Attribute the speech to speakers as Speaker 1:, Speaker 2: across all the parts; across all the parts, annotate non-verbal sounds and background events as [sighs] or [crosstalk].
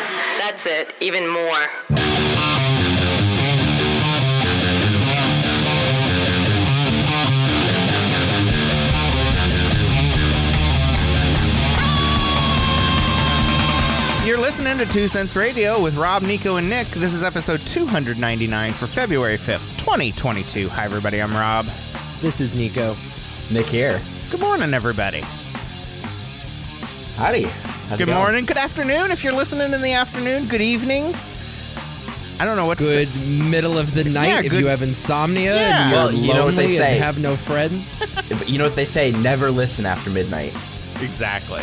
Speaker 1: enhance it even more.
Speaker 2: You're listening to Two Cents Radio with Rob, Nico, and Nick. This is episode 299 for February 5th, 2022. Hi, everybody. I'm Rob.
Speaker 3: This is Nico.
Speaker 4: Nick here.
Speaker 2: Good morning, everybody.
Speaker 4: Howdy. How's it
Speaker 2: Good
Speaker 4: going?
Speaker 2: morning. Good afternoon. If you're listening in the afternoon, good evening. I don't know what to
Speaker 3: Good
Speaker 2: say.
Speaker 3: middle of the night
Speaker 2: Yeah,
Speaker 3: if
Speaker 2: good-
Speaker 3: you have insomnia
Speaker 2: Yeah.
Speaker 3: and you're
Speaker 4: Well, you know what they
Speaker 3: lonely and
Speaker 4: say.
Speaker 3: have no friends.
Speaker 4: But You know what they say? Never listen after midnight. [laughs]
Speaker 2: Exactly.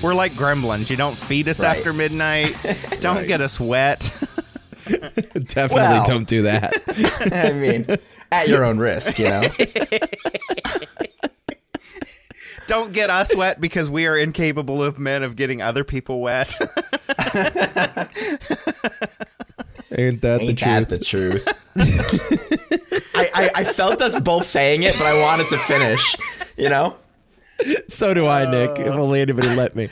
Speaker 2: We're like gremlins. You don't feed us
Speaker 4: Right.
Speaker 2: after midnight. Don't
Speaker 4: Right.
Speaker 2: get us wet. [laughs]
Speaker 3: Definitely
Speaker 4: Well.
Speaker 3: don't do that.
Speaker 4: I mean, at your own
Speaker 2: [laughs]
Speaker 4: risk, you know?
Speaker 2: don't get us wet because we are incapable of men of getting other people wet. [laughs]
Speaker 3: Ain't that
Speaker 4: Ain't that the truth? [laughs] I, I, I felt us both saying it, but I wanted to finish, you know?
Speaker 3: So do I, Nick. If only anybody let me.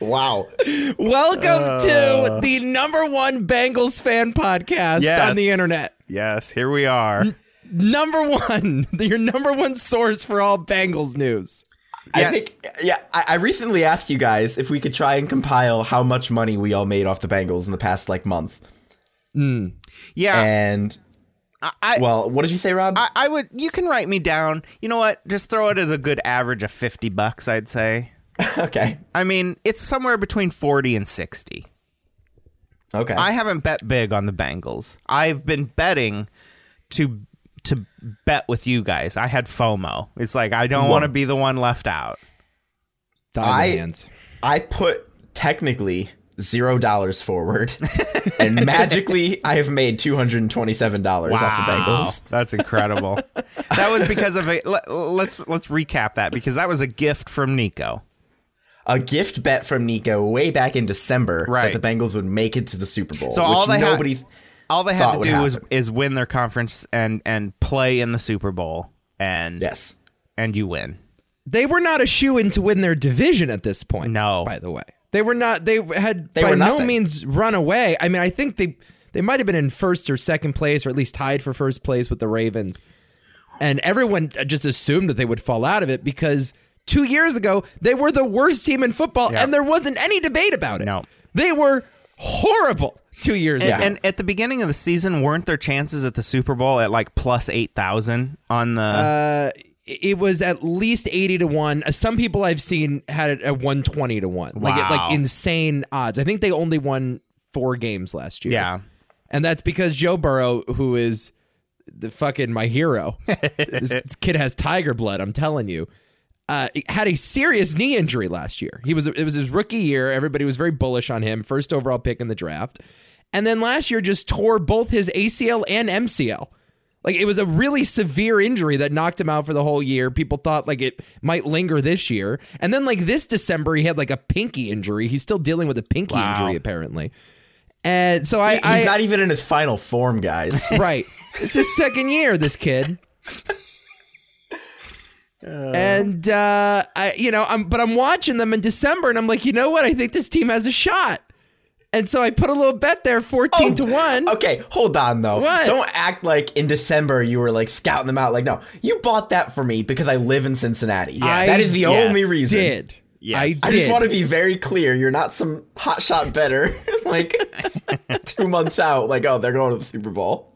Speaker 4: Wow.
Speaker 3: Welcome to the number one Bengals fan podcast on the internet.
Speaker 2: Yes, here we are.
Speaker 3: Number one, [laughs] your number one source for all Bengals news.
Speaker 2: Yeah.
Speaker 4: I think, yeah, I, I recently asked you guys if we could try and compile how much money we all made off the Bengals in the past, like, month.
Speaker 2: Yeah.
Speaker 4: And,
Speaker 2: I, I,
Speaker 4: well, what did you say, Rob?
Speaker 2: Uh, I, I would. You can write me down. You know what? Just throw it as a good average of fifty bucks. I'd say.
Speaker 4: [laughs] okay.
Speaker 2: I mean, it's somewhere between forty and sixty.
Speaker 4: Okay.
Speaker 2: I haven't bet big on the Bengals. I've been betting to to bet with you guys. I had FOMO. It's like I don't want to be the one left out.
Speaker 4: I-
Speaker 3: hands.
Speaker 4: I put technically zero dollars forward, [laughs] and magically I have made two hundred and twenty-seven dollars off the Bengals.
Speaker 2: That's
Speaker 4: [laughs]
Speaker 2: incredible. that was because of a let, let's let's recap that because that was a gift from Nico.
Speaker 4: A gift bet from Nico way back in December
Speaker 2: Right.
Speaker 4: that the Bengals would make it to the Super Bowl,
Speaker 2: So
Speaker 4: which
Speaker 2: all they had-
Speaker 4: nobody.
Speaker 2: All they
Speaker 4: Thought
Speaker 2: had to
Speaker 4: would
Speaker 2: do was
Speaker 4: happen.
Speaker 2: is win their conference and and play in the Super Bowl and
Speaker 4: yes,
Speaker 2: and you win.
Speaker 3: They were not a shoe in to win their division at this point.
Speaker 2: No.
Speaker 3: by the way, they were not. They had
Speaker 4: They
Speaker 3: by
Speaker 4: were
Speaker 3: no
Speaker 4: nothing.
Speaker 3: means run away. I mean, I think they they might have been in first or second place, or at least tied for first place with the Ravens. And everyone just assumed that they would fall out of it because two years ago they were the worst team in football,
Speaker 2: Yeah.
Speaker 3: and there wasn't any debate about it.
Speaker 2: No.
Speaker 3: they were horrible two years
Speaker 2: And,
Speaker 3: ago.
Speaker 2: and at the beginning of the season, weren't their chances at the Super Bowl at like plus eight thousand on the?
Speaker 4: Uh,
Speaker 3: it was at least 80 to 1 Uh, some people i've seen had it at 120 to 1 like it-
Speaker 2: Wow.
Speaker 3: like insane odds i think they only won four games last year
Speaker 2: yeah,
Speaker 3: and that's because joe burrow who is the fucking my hero this this kid has tiger blood i'm telling you uh, had a serious knee injury last year. He was it was his rookie year. Everybody was very bullish on him, first overall pick in the draft, and then last year just tore both his ACL and MCL. Like it was a really severe injury that knocked him out for the whole year. People thought like it might linger this year, and then like this December he had like a pinky injury. He's still dealing with a pinky
Speaker 2: Wow.
Speaker 3: injury apparently, and so I,
Speaker 4: he's
Speaker 3: I
Speaker 4: not even in his final form, guys.
Speaker 2: [laughs]
Speaker 3: right. It's his second year, this kid. and uh, I, you know, I'm but I'm watching them in December, and I'm like, you know what? I think this team has a shot. And so I put a little bet there, fourteen to one.
Speaker 4: Okay, hold on though.
Speaker 3: What?
Speaker 4: Don't act like in December you were like scouting them out. Like, no, you bought that for me because I live in Cincinnati.
Speaker 3: I
Speaker 4: that is the
Speaker 2: yes,
Speaker 4: only reason.
Speaker 3: Did
Speaker 2: Yes.
Speaker 3: I
Speaker 2: I
Speaker 3: did?
Speaker 4: I just want to be very clear. You're not some hotshot better, [laughs] like two months out, like, oh, they're going to the Super Bowl.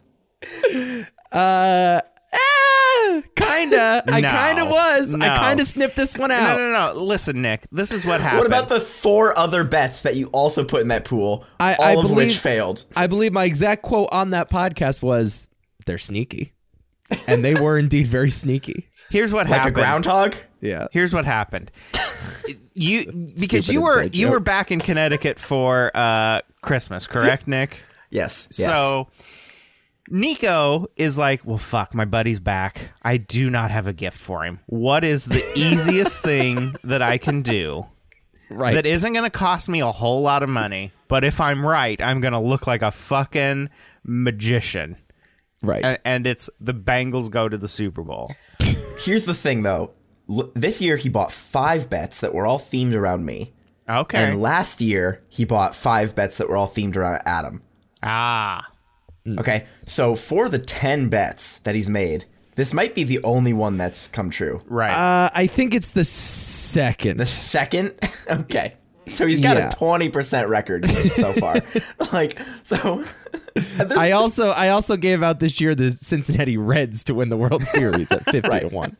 Speaker 3: Ah, kinda. I
Speaker 2: No.
Speaker 3: kinda was.
Speaker 2: No.
Speaker 3: I kinda snipped this one
Speaker 2: no,
Speaker 3: out.
Speaker 2: no, no, no. Listen, Nick, this is what happened.
Speaker 4: [laughs] What about the four other bets that you also put in that pool,
Speaker 3: I-
Speaker 4: all
Speaker 3: I
Speaker 4: of
Speaker 3: believe-
Speaker 4: which failed?
Speaker 3: I believe my exact quote on that podcast was, "They're sneaky," and they were indeed very sneaky.
Speaker 2: Here's what
Speaker 4: Like
Speaker 2: happened.
Speaker 4: a groundhog?
Speaker 3: Yeah.
Speaker 2: Here's what
Speaker 4: [laughs]
Speaker 2: happened. you because
Speaker 3: Stupid
Speaker 2: you were
Speaker 3: inside
Speaker 2: you
Speaker 3: joke.
Speaker 2: were back in Connecticut for uh, Christmas, correct, Nick?
Speaker 4: Yes. yes.
Speaker 2: So Nico is like, well, fuck, my buddy's back. I do not have a gift for him. What is
Speaker 3: [laughs]
Speaker 2: the easiest thing that I can do
Speaker 3: Right.
Speaker 2: that isn't going to cost me a whole lot of money? But if I'm right, I'm going to look like a fucking magician.
Speaker 3: right.
Speaker 2: And, and it's the Bengals go to the Super Bowl.
Speaker 4: here's the thing, though. l- this year he bought five bets that were all themed around me.
Speaker 2: Okay.
Speaker 4: And last year he bought five bets that were all themed around Adam.
Speaker 2: ah.
Speaker 4: Okay. So for the 10 bets that he's made, this might be the only one that's come true.
Speaker 2: Right.
Speaker 3: Uh, I think it's the second.
Speaker 4: The second? [laughs] okay. So he's got
Speaker 3: Yeah.
Speaker 4: a 20% record so far. [laughs] like, so. [laughs]
Speaker 3: I also I also gave out this year the Cincinnati Reds to win the World Series
Speaker 2: [laughs]
Speaker 3: at fifty to
Speaker 4: Right.
Speaker 3: one,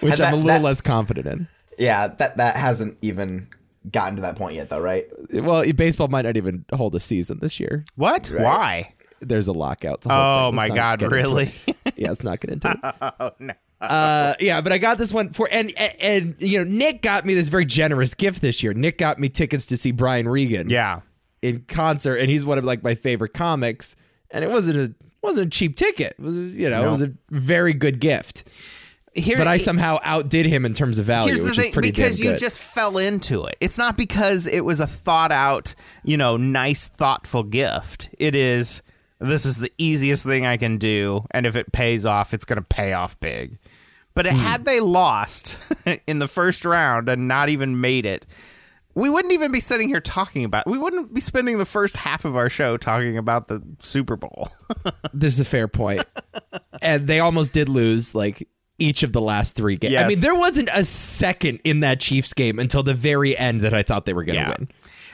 Speaker 3: which
Speaker 4: that-
Speaker 3: I'm a little
Speaker 4: that-
Speaker 3: less confident
Speaker 4: Yeah, that, that hasn't even gotten to that point yet, though, right?
Speaker 3: in. Well, baseball might not even hold a season this year.
Speaker 2: what? Why?
Speaker 3: There's a lockout. It's a whole
Speaker 2: Oh
Speaker 3: thing.
Speaker 2: my
Speaker 3: Let's not
Speaker 2: god!
Speaker 3: get into it.
Speaker 2: Really?
Speaker 3: [laughs] Yeah, it's not getting into it.
Speaker 2: [laughs] oh no.
Speaker 3: Uh, yeah, but I got this one for and, and and you know Nick got me this very generous gift this year. Nick got me tickets to see Brian
Speaker 2: [laughs]
Speaker 3: Regan
Speaker 2: Yeah.
Speaker 3: in concert, and he's one of like my favorite comics. And it wasn't a wasn't a cheap ticket. It was a- you know it
Speaker 2: No.
Speaker 3: was a very good gift.
Speaker 2: Here,
Speaker 3: But I somehow outdid him in terms of value,
Speaker 2: here's the
Speaker 3: Oh, which
Speaker 2: thing
Speaker 3: is pretty
Speaker 2: because
Speaker 3: damn
Speaker 2: you
Speaker 3: good.
Speaker 2: just fell into it. It's not because it was a thought out, you know, nice, thoughtful gift. It is. This is the easiest thing I can do, and if it pays off, it's going to pay off big. But
Speaker 3: Hmm.
Speaker 2: had they lost [laughs] in the first round and not even made it, we wouldn't even be sitting here talking about. We wouldn't be spending the first half of our show talking about the Super Bowl. [laughs]
Speaker 3: this is a fair point. and they almost did lose like each of the last three games. I
Speaker 2: Yes.
Speaker 3: mean, there wasn't a second in that Chiefs game until the very end that I thought they were going to
Speaker 2: Yeah.
Speaker 3: win.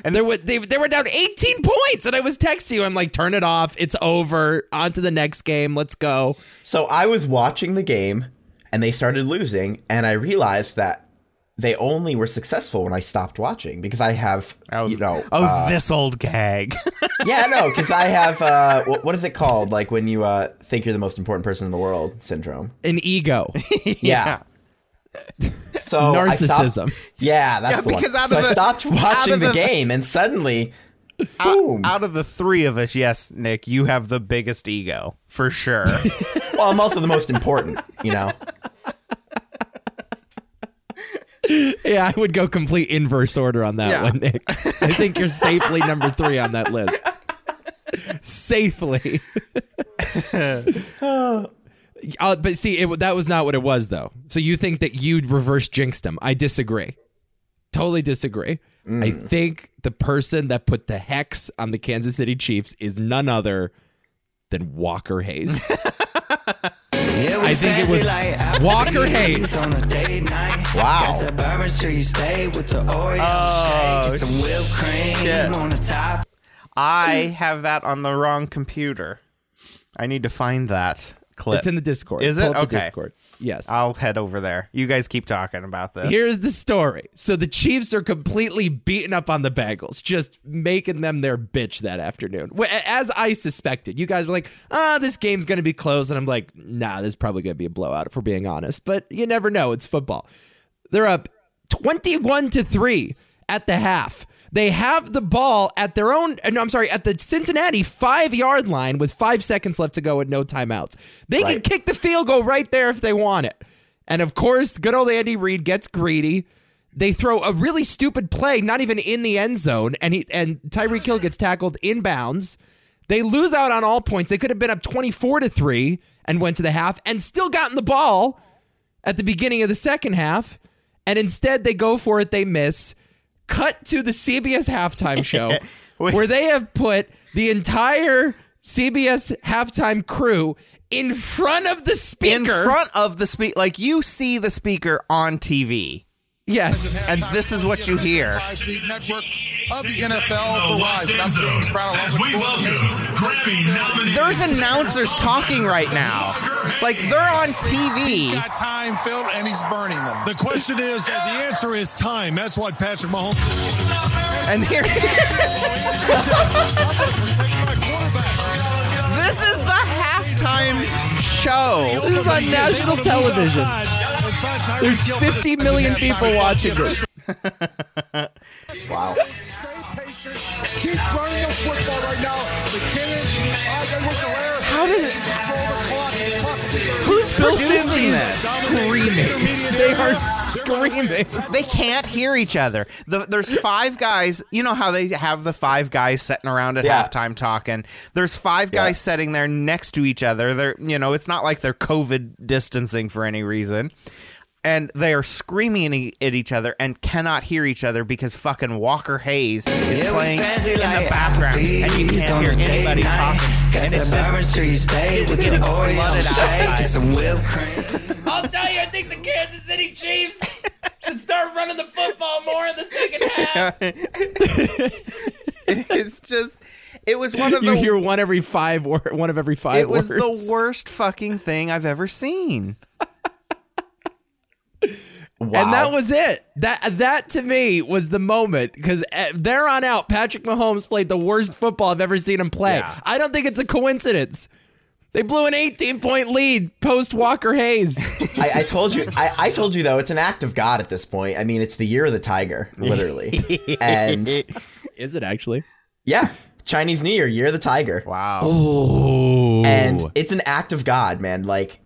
Speaker 3: And there were they, they were down 18 points, and I was texting you. I'm like, turn it off. It's over. On to the next game. Let's go.
Speaker 4: So I was watching the game and they started losing, and I realized that they only were successful when I stopped watching because I have, you know,
Speaker 2: oh,
Speaker 4: uh,
Speaker 2: this old gag. [laughs]
Speaker 4: yeah, no, because I have, uh, wh- what is it called? Like when you uh, think you're the most important person in the world syndrome.
Speaker 3: An ego,
Speaker 4: Yeah. [laughs] So I stopped-
Speaker 3: narcissism.
Speaker 4: yeah, that's
Speaker 2: Yeah,
Speaker 4: the one.
Speaker 2: because out
Speaker 4: so
Speaker 2: of
Speaker 4: I
Speaker 2: the-
Speaker 4: stopped
Speaker 2: out
Speaker 4: watching
Speaker 2: of
Speaker 4: the,
Speaker 2: the-
Speaker 4: game, and suddenly, boom.
Speaker 2: out of the three of us, yes, Nick, you have the biggest ego for
Speaker 3: [laughs]
Speaker 2: sure.
Speaker 4: well, I'm also the most important, you know.
Speaker 3: yeah, I would go complete inverse order on that
Speaker 2: Yeah.
Speaker 3: one, Nick. I think you're safely number three on that list.
Speaker 2: [laughs]
Speaker 3: safely. Uh, but see, it, that was not what it was, though. So you think that you'd reverse jinxed him. I disagree. Totally disagree. I
Speaker 2: Mm.
Speaker 3: think the person that put the hex on the Kansas City Chiefs is none other than
Speaker 2: [laughs]
Speaker 3: Walker Hayes. I think it was Walker Hayes.
Speaker 4: Wow.
Speaker 1: Got the Bourbon Street steak with the Oreo
Speaker 2: Oh,
Speaker 1: shake and some whipped cream on the top.
Speaker 2: I have that on the wrong computer. I need to find that clip.
Speaker 3: It's in the Discord.
Speaker 2: Is it?
Speaker 3: Pull up the
Speaker 2: Okay.
Speaker 3: Discord. Yes.
Speaker 2: I'll head over there. You guys keep talking about this.
Speaker 3: Here's the story. So the Chiefs are completely beaten up on the Bengals, just making them their bitch that afternoon. Wh- As I suspected, you guys were like, ah, this game's going to be close. And I'm like, nah, this is probably going to be a blowout if we're being honest. But you never know. It's football. They're up 21 to 3 at the half. They have the ball at their own, uh, no, I'm sorry, at the Cincinnati five yard line with five seconds left to go and no timeouts. They
Speaker 4: Right.
Speaker 3: can kick the field goal right there if they want it. And of course, good old Andy Reid gets greedy. They throw a really stupid play, not even in the end zone, and he and Tyreek Hill gets tackled inbounds. They lose out on all points. They could have been up 24 to 3 and went to the half and still gotten the ball at the beginning of the second half, and instead they go for it. They miss. Cut to the
Speaker 2: [laughs]
Speaker 3: CBS halftime show,
Speaker 2: Wait.
Speaker 3: where they have put the entire CBS halftime crew in front of the speaker.
Speaker 2: in front of the speaker, like you see the speaker on TV,
Speaker 3: yes,
Speaker 2: and this is what you hear.
Speaker 5: The network of the NFL for Rise. And I'm James Brown. along
Speaker 6: As
Speaker 5: with
Speaker 6: we
Speaker 5: Cole
Speaker 6: welcome Grammy nominated
Speaker 2: There's announcers talking right now, like they're on TV.
Speaker 5: Got time filled and he's burning them.
Speaker 6: The question is, and the answer is time. That's what Patrick Mahomes.
Speaker 2: And here, [laughs] this is the halftime show.
Speaker 3: this is on national television. There's 50 million people watching this.
Speaker 4: Wow.
Speaker 5: Keep running the football right now. McKinnon, Ogden with the air.
Speaker 2: How does
Speaker 5: Control the clock. Clock zero.
Speaker 2: who's producing
Speaker 3: Simpson's
Speaker 2: this?
Speaker 3: Screaming, they are screaming.
Speaker 2: They can't hear each other. The, there's five guys. You know how they have the five guys sitting around at
Speaker 4: Yeah.
Speaker 2: halftime talking. There's five
Speaker 4: Yeah.
Speaker 2: guys sitting there next to each other. They're you know it's not like they're COVID distancing for any reason. and they are screaming e-, at each other and cannot hear each other because fucking Walker Hayes is
Speaker 1: Yeah, we
Speaker 2: playing
Speaker 1: fancy
Speaker 2: in
Speaker 1: like
Speaker 2: the background, [laughs]
Speaker 1: [laughs]
Speaker 2: and you
Speaker 1: Applebee's
Speaker 2: can't
Speaker 1: on
Speaker 2: hear
Speaker 1: a date
Speaker 2: anybody
Speaker 1: night.
Speaker 2: talking.
Speaker 1: Got
Speaker 2: And
Speaker 1: the
Speaker 2: it's
Speaker 1: Bourbon
Speaker 2: just [laughs]
Speaker 1: Street steak with
Speaker 2: getting
Speaker 1: an Oreo
Speaker 2: flooded
Speaker 1: shake
Speaker 2: outside.
Speaker 1: and some whipped cream.
Speaker 7: I'll tell you, I think the Kansas City Chiefs should start running the football more in the second half.
Speaker 2: it's just it was one of
Speaker 3: You
Speaker 2: the
Speaker 3: hear one every five wor- one of every five
Speaker 2: it was
Speaker 3: words.
Speaker 2: the worst fucking thing I've ever seen.
Speaker 4: Wow.
Speaker 3: And that was it. That that to me was the moment because there on out, Patrick Mahomes played the worst football I've ever seen him play.
Speaker 2: Yeah.
Speaker 3: I don't think it's a coincidence. They blew an 18 point lead post Walker
Speaker 4: [laughs]
Speaker 3: Hayes.
Speaker 4: I, I told you. I, I told you though. It's an act of God at this point. I mean, it's the year of the tiger, literally.
Speaker 2: [laughs]
Speaker 4: and
Speaker 3: Is it actually?
Speaker 4: yeah, Chinese New Year, year of the tiger.
Speaker 2: Wow.
Speaker 4: and it's an act of God, man. Like,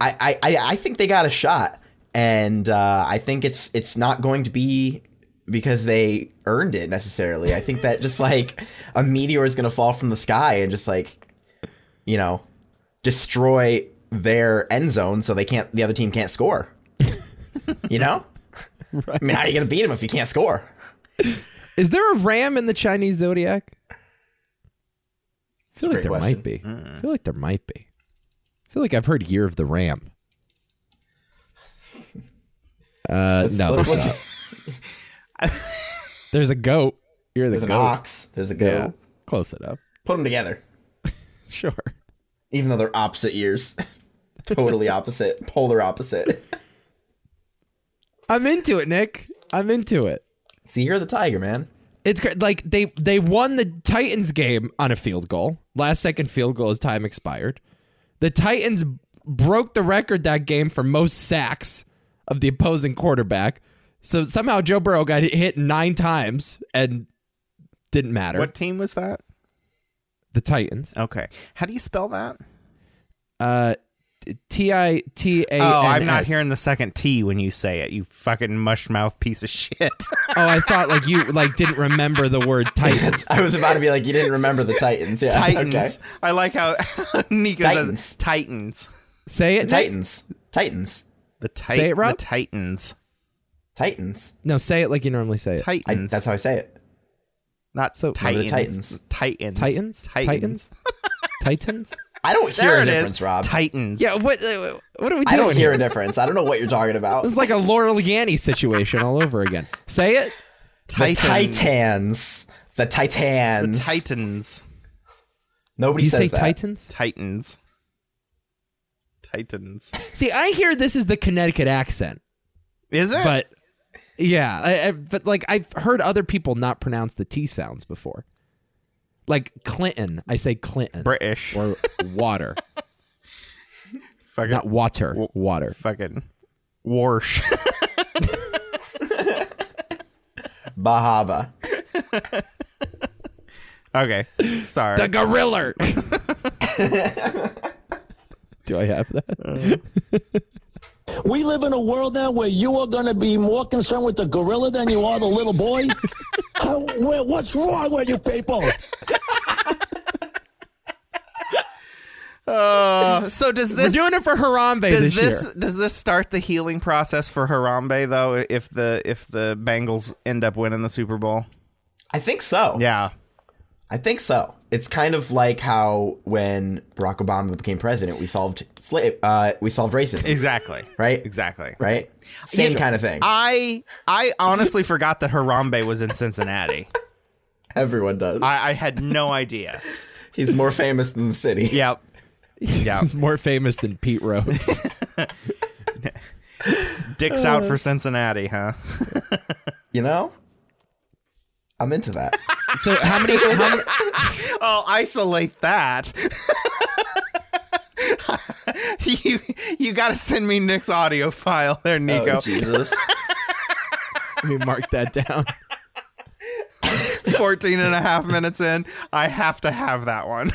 Speaker 4: I, I, I- I think they got a shot, and uh, I think it's it's not going to be because they earned it necessarily. I think that just like a meteor is going to fall from the sky and just like, you know, destroy their end zone so they can't the other team can't score.
Speaker 3: [laughs]
Speaker 4: you know, I mean, how are you going to beat them if you can't score?
Speaker 3: Is there a ram in the Chinese zodiac? I feel like
Speaker 4: That's a
Speaker 3: there
Speaker 4: great Mm.
Speaker 3: might be. I feel like there might be. I feel like I've heard Year of the Ram. Uh, no, there's not. There's a goat. You're the
Speaker 4: There's an
Speaker 3: goat.
Speaker 4: ox. There's a goat.
Speaker 3: Yeah, close enough.
Speaker 4: Put them together.
Speaker 2: [laughs]
Speaker 3: Sure.
Speaker 4: even though they're opposite years. [laughs] totally opposite, polar opposite.
Speaker 3: I'm into it, Nick. I'm into it.
Speaker 4: It's the year of the tiger, man.
Speaker 3: It's great. Like they they won the Titans game on a field goal, last second field goal as time expired. The Titans broke the record that game for most sacks of the opposing quarterback. So somehow Joe Burrow got hit nine times and didn't matter.
Speaker 2: What team was that?
Speaker 3: The Titans.
Speaker 2: Okay. How do you spell that?
Speaker 3: Uh, T I T A.
Speaker 2: Oh, I'm not hearing the second T when you say it. You fucking mushmouth piece of [laughs] shit.
Speaker 3: Oh, I thought like you like didn't remember the
Speaker 2: [laughs]
Speaker 3: word Titans.
Speaker 4: [laughs] I was about to be like, you didn't remember the Titans. Yeah.
Speaker 2: Titans.
Speaker 4: Okay.
Speaker 2: I like how [laughs] Nico says
Speaker 4: Titans.
Speaker 2: Titans.
Speaker 3: Say it.
Speaker 4: The
Speaker 3: Nick.
Speaker 4: Titans. Titans.
Speaker 2: The tit-
Speaker 3: Say it, Rob.
Speaker 2: The Titans.
Speaker 4: Titans.
Speaker 3: No, say it like you normally say it.
Speaker 4: I,
Speaker 2: Titans.
Speaker 4: that's how I say it.
Speaker 2: not so
Speaker 4: Remember
Speaker 2: Titans.
Speaker 4: the
Speaker 2: Titans.
Speaker 3: Titans.
Speaker 2: Titans.
Speaker 3: Titans.
Speaker 4: I don't hear
Speaker 2: There
Speaker 4: a
Speaker 2: it
Speaker 4: difference,
Speaker 2: is.
Speaker 4: Rob.
Speaker 2: Titans.
Speaker 3: Yeah. What? Uh, what are we doing?
Speaker 4: I don't
Speaker 3: here?
Speaker 4: hear a difference. I don't know what you're talking about.
Speaker 3: It's like a Laurel Yanni situation all over again. Say
Speaker 4: [laughs]
Speaker 3: it.
Speaker 4: the
Speaker 2: Titans.
Speaker 4: Titans. The Titans.
Speaker 2: Titans.
Speaker 4: Nobody
Speaker 3: You
Speaker 4: says
Speaker 3: say
Speaker 4: that.
Speaker 3: Titans?
Speaker 2: Titans. Titans.
Speaker 3: See, I hear this is the Connecticut accent,
Speaker 2: Is it?
Speaker 3: but yeah, I, I, but like I've heard other people not pronounce the T sounds before. Like Clinton, I say Clinton
Speaker 2: British.
Speaker 3: or
Speaker 4: [laughs]
Speaker 3: water,
Speaker 2: fucking
Speaker 3: not water, water.
Speaker 2: fucking Warsh.
Speaker 4: Bahaba.
Speaker 2: okay. Sorry.
Speaker 3: [laughs] The
Speaker 4: [laughs]
Speaker 3: gorilla. Do I have that?
Speaker 8: We live in a world now where you are going to be more concerned with the gorilla than you are the little boy. How, wh- what's wrong with you people?
Speaker 2: Uh, so does
Speaker 3: We're
Speaker 2: this
Speaker 3: doing it for Harambe
Speaker 2: does
Speaker 3: this,
Speaker 2: this
Speaker 3: year.
Speaker 2: does this start the healing process for Harambe though if the if the Bengals end up winning the Super Bowl?
Speaker 4: I think so.
Speaker 2: Yeah.
Speaker 4: I think so. It's kind of like how when Barack Obama became president, we solved slave, uh, we solved racism.
Speaker 2: Exactly.
Speaker 4: Right?
Speaker 2: Exactly.
Speaker 4: right? Same
Speaker 2: know,
Speaker 4: kind of thing.
Speaker 2: I I honestly forgot that Harambe was in Cincinnati.
Speaker 4: Everyone does.
Speaker 2: I, I had no idea.
Speaker 4: He's more famous than the city.
Speaker 2: Yep. Yeah.
Speaker 3: He's more famous than Pete Rose.
Speaker 2: [laughs]
Speaker 4: [laughs]
Speaker 2: Dicks out for Cincinnati, huh?
Speaker 4: You know? I'm into that.
Speaker 3: so how many? How many
Speaker 2: Oh, isolate that. [laughs] you you got to send me Nick's audio file [laughs] there, Nico.
Speaker 4: Oh, Jesus.
Speaker 3: let me mark that down.
Speaker 2: 14 and a half minutes in, I have to have that one.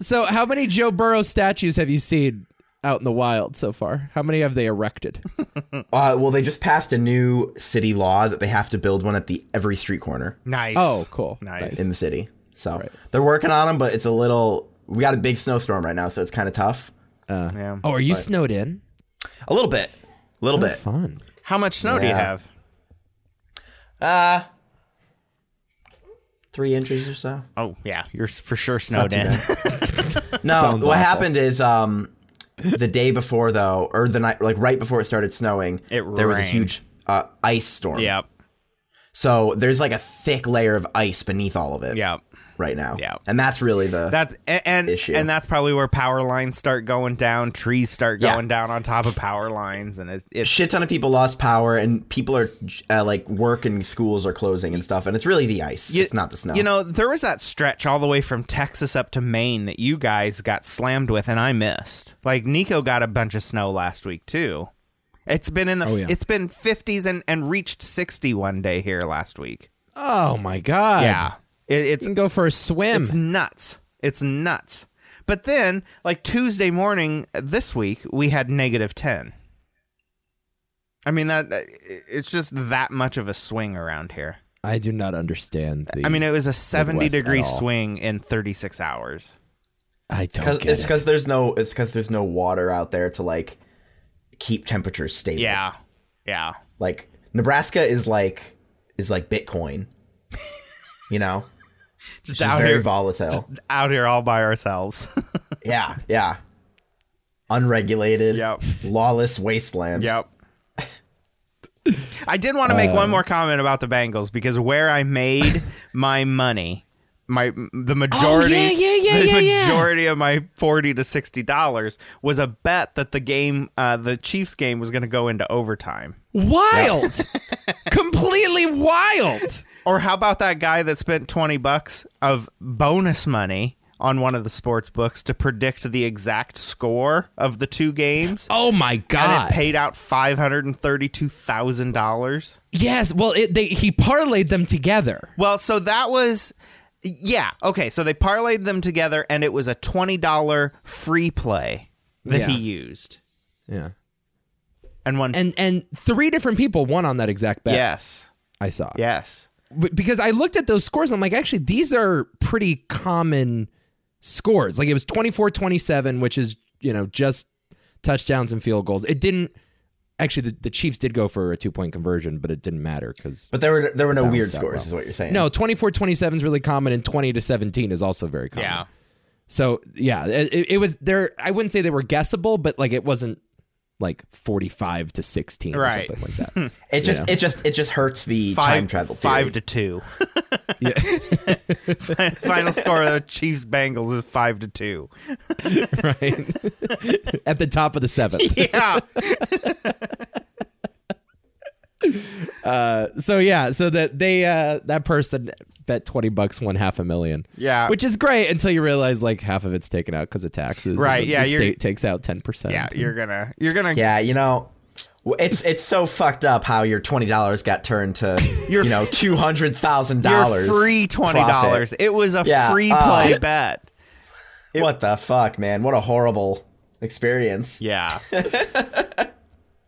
Speaker 3: So, how many Joe Burrow statues have you seen out in the wild so far? How many have they erected?
Speaker 4: [laughs] Uh, well, they just passed a new city law that they have to build one at the every street corner
Speaker 2: [laughs] Nice.
Speaker 3: Oh, cool.
Speaker 2: Nice.
Speaker 4: in the city. So they're working on them, but it's a little. We got a big snowstorm right now, so it's kind of tough.
Speaker 2: Yeah.
Speaker 3: Oh, are you snowed in?
Speaker 4: a little bit, a little bit.
Speaker 3: Fun.
Speaker 2: How much snow do you
Speaker 4: Yeah.
Speaker 2: have?
Speaker 4: Three inches or so.
Speaker 2: Oh yeah, you're s- for sure snowed in.
Speaker 4: No,
Speaker 3: Sounds awful.
Speaker 4: what happened is um, the day before though, or the night, like right before it started snowing,
Speaker 2: It
Speaker 4: there was a
Speaker 2: rained.
Speaker 4: huge uh, ice
Speaker 2: [laughs]
Speaker 4: storm.
Speaker 2: yep,
Speaker 4: So there's like a thick layer of ice beneath all of it.
Speaker 2: yep.
Speaker 4: Right now.
Speaker 2: Yeah.
Speaker 4: And that's really the.
Speaker 2: That's a- and
Speaker 4: Issue.
Speaker 2: and that's probably where power lines start going down, trees start
Speaker 4: Yeah.
Speaker 2: going down on top of power lines, and it's, it's
Speaker 4: shit ton of people lost power and people are uh, like work and schools are closing and stuff and it's really the ice
Speaker 2: You-
Speaker 4: it's not the snow
Speaker 2: You know, there was that stretch all the way from Texas up to Maine that you guys got slammed with, and I missed. Like Nico got a bunch of snow last week too. It's been
Speaker 4: Oh,
Speaker 2: in the
Speaker 3: yeah.
Speaker 2: it's been fifties and and reached sixty one day here last week.
Speaker 3: Oh my god.
Speaker 2: Yeah, it, it's
Speaker 3: You can go for a swim.
Speaker 2: it's nuts. It's nuts. But then, like Tuesday morning this week, we had negative ten. I mean that that- it's just that much of a swing around here.
Speaker 3: I do not understand. The,
Speaker 2: I mean, it was a seventy
Speaker 3: Midwest at
Speaker 2: degree
Speaker 3: all.
Speaker 2: swing in thirty six hours.
Speaker 3: I don't
Speaker 4: Cause,
Speaker 3: get
Speaker 4: it's
Speaker 3: it.
Speaker 4: because there's no it's because there's no water out there to like keep temperatures stable
Speaker 2: Yeah, yeah.
Speaker 4: like nebraska is like is like bitcoin [laughs] you [laughs] know
Speaker 2: Just
Speaker 4: it's just
Speaker 2: out
Speaker 4: very
Speaker 2: here,
Speaker 4: volatile
Speaker 2: out here all by ourselves. [laughs]
Speaker 4: yeah yeah unregulated
Speaker 2: Yep.
Speaker 4: lawless wasteland
Speaker 2: Yep. I did want to make
Speaker 3: Uh.
Speaker 2: one more comment about the Bengals because where I
Speaker 3: [laughs]
Speaker 2: made my money, my the majority,
Speaker 3: yeah, yeah, yeah,
Speaker 2: the
Speaker 3: yeah, yeah.
Speaker 2: majority of my forty to sixty dollars was a bet that the game, uh, the Chiefs game, was going to go into overtime. [laughs]
Speaker 3: wild, completely wild.
Speaker 2: Or how about that guy that spent twenty bucks of bonus money on one of the sports books to predict the exact score of the two games?
Speaker 3: Oh my
Speaker 2: And
Speaker 3: god.
Speaker 2: it paid out five hundred and thirty-two thousand dollars.
Speaker 3: yes. Well, it, they he parlayed them together.
Speaker 2: Well, so that was yeah, okay, so they parlayed them together and it was a $20 free play that he
Speaker 3: Yeah.
Speaker 2: used.
Speaker 3: Yeah.
Speaker 2: And one
Speaker 3: And and three different people won on that exact bet.
Speaker 2: yes.
Speaker 3: I saw.
Speaker 2: Yes.
Speaker 3: B- because I looked at those scores and I'm like, actually, these are pretty common scores. Like it was 24 27, which is, you know, just touchdowns and field goals. It didn't actually, the, the Chiefs did go for a two point conversion, but it didn't matter because.
Speaker 4: but there were there were no weird
Speaker 3: balanced out
Speaker 4: scores
Speaker 3: well.
Speaker 4: is what you're saying
Speaker 3: No, 24 27 is really common, and 20 to 17 is also very common. So, yeah, it, it- it was there. I wouldn't say they were guessable, but like it wasn't like 45 to 16
Speaker 2: Right.
Speaker 3: or something
Speaker 2: [laughs]
Speaker 3: like that. [laughs]
Speaker 4: it just it just it just hurts the time
Speaker 2: Five,
Speaker 4: travel theory.
Speaker 2: five to
Speaker 3: [laughs]
Speaker 2: two. [laughs] Final score of the Chiefs Bengals is five to two.
Speaker 3: right? [laughs] at the top of the seventh.
Speaker 2: Yeah.
Speaker 3: so yeah, so that they uh that person bet twenty bucks won half a million.
Speaker 2: Yeah.
Speaker 3: which is great until you realize like half of it's taken out because of taxes. and
Speaker 2: Right,
Speaker 3: then
Speaker 2: yeah,
Speaker 3: the
Speaker 2: you're-
Speaker 3: state takes out ten
Speaker 2: [laughs]
Speaker 3: percent.
Speaker 2: yeah, you're gonna you're gonna
Speaker 4: Yeah, you know, w- it's it's so fucked up how your twenty dollars got
Speaker 2: [laughs]
Speaker 4: turned to you know two hundred thousand
Speaker 2: you're
Speaker 4: dollars.
Speaker 2: free twenty dollars. It was a
Speaker 4: Yeah,
Speaker 2: free
Speaker 4: uh,
Speaker 2: play bet.
Speaker 4: What the fuck, man? What a horrible experience.
Speaker 2: Yeah.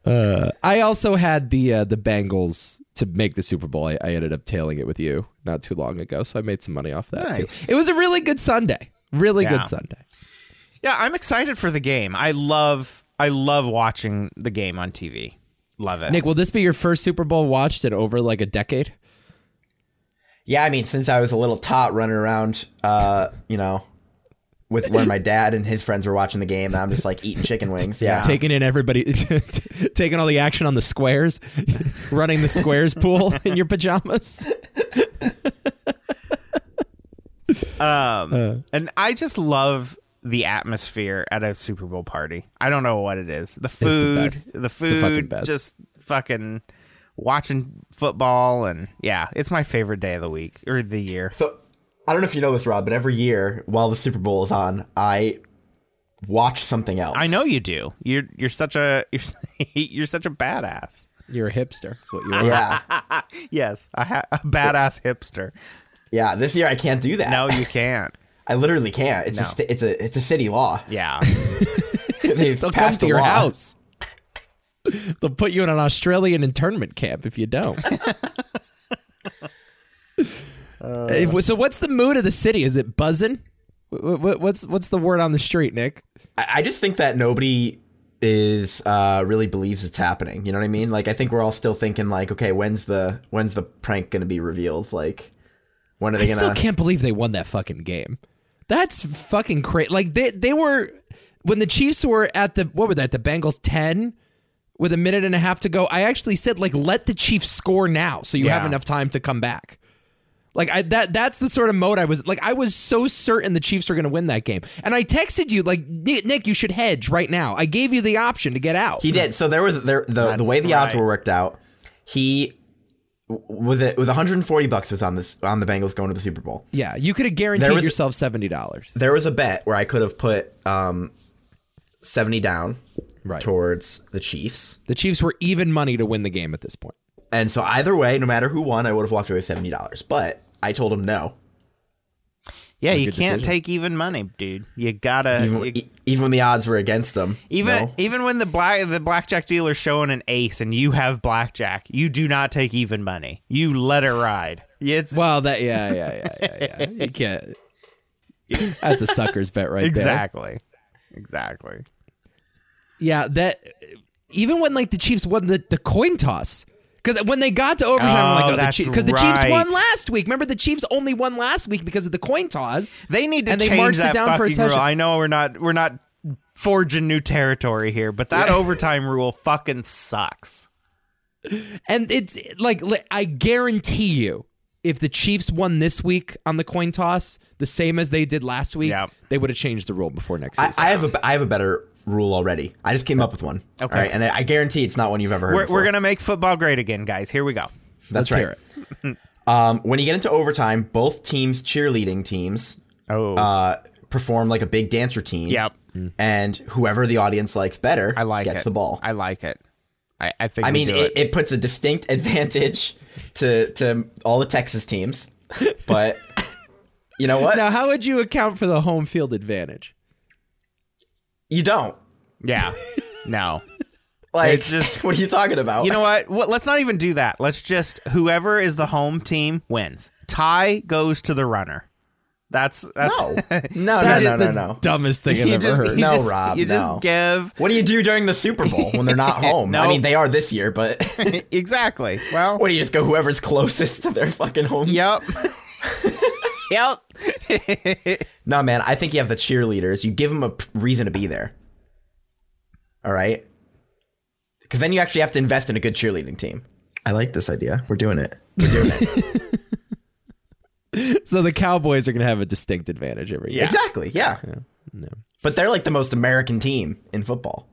Speaker 3: I also had the uh, the Bengals to make the Super Bowl. I, I ended up tailing it with you not too long ago, so I made some money off that
Speaker 2: Nice.
Speaker 3: too. It was a really good Sunday. Really
Speaker 2: Yeah.
Speaker 3: good Sunday.
Speaker 2: Yeah, I'm excited for the game. I love I love watching the game on TV. Love it.
Speaker 3: Nick, will this be your first Super Bowl watched in over like a decade?
Speaker 4: Yeah, I mean, since I was a little tot running around, uh, you know, with where my dad and his friends were watching the game, and I'm just like eating
Speaker 2: [laughs]
Speaker 4: chicken wings. Yeah,
Speaker 3: taking in everybody, [laughs] taking all the action on the squares, [laughs] running the squares pool in your pajamas.
Speaker 2: Um, and I just love the atmosphere at a Super Bowl party. I don't know what it is. The food,
Speaker 3: best.
Speaker 2: the,
Speaker 3: It's the
Speaker 2: food,
Speaker 3: fucking best.
Speaker 2: just fucking watching football and yeah, it's my favorite day of the week or the year.
Speaker 4: So I don't know if you know this, Rob, but every year while the Super Bowl is on, I watch something else.
Speaker 2: I know you do. You're you're such a [laughs] you're, you're such a badass.
Speaker 3: You're a hipster. That's what you are.
Speaker 4: Yeah,
Speaker 2: Yes, a, ha- a badass hipster.
Speaker 4: [laughs] yeah. This year I can't do that.
Speaker 2: No, you can't.
Speaker 4: I literally can't. It's a sti it's a it's a
Speaker 3: [laughs]
Speaker 4: city law. [laughs]
Speaker 2: Yeah.
Speaker 4: They've
Speaker 3: They'll come
Speaker 4: passed
Speaker 3: to
Speaker 4: a
Speaker 3: your
Speaker 4: law.
Speaker 3: house. [laughs] They'll put you in an Australian internment camp if you don't. [laughs] Uh, so, what's the mood of the city? Is it buzzing? Wh- wh- What's what's the word on the street, Nick?
Speaker 4: I, I just think that nobody is uh, really believes it's happening. You know what I mean? Like I think we're all still thinking like, okay, when's the when's the prank gonna be revealed? Like when are
Speaker 3: I
Speaker 4: they
Speaker 3: still
Speaker 4: gonna?
Speaker 3: can't believe they won that fucking game. That's fucking crazy. Like they they were when the Chiefs were at the what were that the Bengals ten with a minute and a half to go. I actually said like let the Chiefs score now so you have
Speaker 2: Yeah.
Speaker 3: enough time to come back. Like I that that's the sort of mode I was like I was so certain the Chiefs were going to win that game and I texted you like Nick, Nick you should hedge right now. I gave you the option to get out.
Speaker 4: He did. So there was there the the
Speaker 2: That's
Speaker 4: way the odds
Speaker 2: right.
Speaker 4: were worked out. He with it with 140 bucks was on this on the Bengals going to the Super Bowl.
Speaker 3: yeah, you could have guaranteed
Speaker 4: There was-
Speaker 3: yourself seventy dollars.
Speaker 4: There was a bet where I could have put um 70 down
Speaker 3: Right.
Speaker 4: towards the Chiefs.
Speaker 3: The Chiefs were even money to win the game at this point.
Speaker 4: And so either way, no matter who won, I would have walked away with seventy dollars. But I told him no.
Speaker 2: Yeah,
Speaker 4: a
Speaker 2: you
Speaker 4: good
Speaker 2: can't
Speaker 4: decision.
Speaker 2: take even money, dude. You gotta
Speaker 4: Even,
Speaker 2: you-
Speaker 4: e- even when the odds were against him.
Speaker 2: even
Speaker 4: no.
Speaker 2: even when the black the blackjack dealer's showing an ace and you have blackjack, you do not take even money. You let it ride. It's
Speaker 3: [laughs] Well, that yeah, yeah, yeah, yeah. yeah. You can't. That's a sucker's bet right
Speaker 2: exactly, exactly.
Speaker 3: there. Yeah, that even when like the Chiefs won the, the coin toss. Because when they got to overtime, I'm
Speaker 2: Oh,
Speaker 3: like, oh, the
Speaker 2: that's
Speaker 3: Chiefs. Because the Chiefs won
Speaker 2: right.
Speaker 3: last week. Remember, the Chiefs only won last week because of the coin toss.
Speaker 2: They need to
Speaker 3: And they
Speaker 2: change
Speaker 3: marched it
Speaker 2: that
Speaker 3: down for a
Speaker 2: fucking rule.
Speaker 3: touchdown.
Speaker 2: I know we're not we're not forging new territory here, but that overtime rule fucking sucks.
Speaker 3: And it's like, li- I guarantee you, if the Chiefs won this week on the coin toss, the same as they did last week,
Speaker 2: Yep.
Speaker 3: they would have changed the rule before next
Speaker 4: I,
Speaker 3: season.
Speaker 4: I have a I have a better rule already. I just came up with one.
Speaker 2: Okay.
Speaker 4: All right, and I, I guarantee it's not one you've ever heard.
Speaker 2: We're,
Speaker 4: before.
Speaker 2: we're gonna make football great again, guys. Here we go.
Speaker 4: That's
Speaker 3: Let's
Speaker 4: right.
Speaker 3: hear it.
Speaker 2: [laughs]
Speaker 4: Um, when you get into overtime, both teams' cheerleading teams
Speaker 2: Oh,
Speaker 4: uh, perform like a big dance routine.
Speaker 2: Yep.
Speaker 4: And whoever the audience likes better,
Speaker 2: I like
Speaker 4: gets
Speaker 2: it.
Speaker 4: the ball.
Speaker 2: I like it. I, I think.
Speaker 4: I
Speaker 2: we
Speaker 4: mean,
Speaker 2: do
Speaker 4: it, it puts a distinct [laughs] advantage to to all the Texas teams, but you
Speaker 2: [laughs]
Speaker 4: know what?
Speaker 3: Now, how would you account for the home field advantage?
Speaker 4: You don't. [laughs]
Speaker 2: yeah. No.
Speaker 4: Like,
Speaker 2: It's just-
Speaker 4: [laughs] what are you talking about?
Speaker 2: You know what? what? Let's not even do that. Let's just whoever is the home team wins. Tie goes to the runner. That's [laughs] that's
Speaker 4: No, no, no,
Speaker 3: That is
Speaker 4: no, no,
Speaker 3: the
Speaker 4: no.
Speaker 3: dumbest thing I've
Speaker 2: you
Speaker 3: ever
Speaker 2: just, [laughs]
Speaker 3: heard.
Speaker 2: you
Speaker 4: No,
Speaker 2: just-
Speaker 4: Rob,
Speaker 2: You
Speaker 4: no.
Speaker 2: just give
Speaker 4: What do you do during the Super Bowl when they're not
Speaker 2: [laughs]
Speaker 4: home? I
Speaker 2: No.
Speaker 4: mean, they are this
Speaker 2: [laughs]
Speaker 4: year, but [laughs]
Speaker 2: exactly. Well,
Speaker 4: what do you just go whoever's closest to their fucking home? [laughs]
Speaker 2: yep, yep.
Speaker 4: No, man, I think you have the cheerleaders. You give them a p- reason to be there. All right? Because then you actually have to invest in a good cheerleading team. I like this idea. We're doing it. We're doing [laughs] it.
Speaker 3: So the Cowboys are going to have a distinct advantage every year.
Speaker 2: Yeah.
Speaker 4: Exactly. Yeah. But they're like the most American team in football.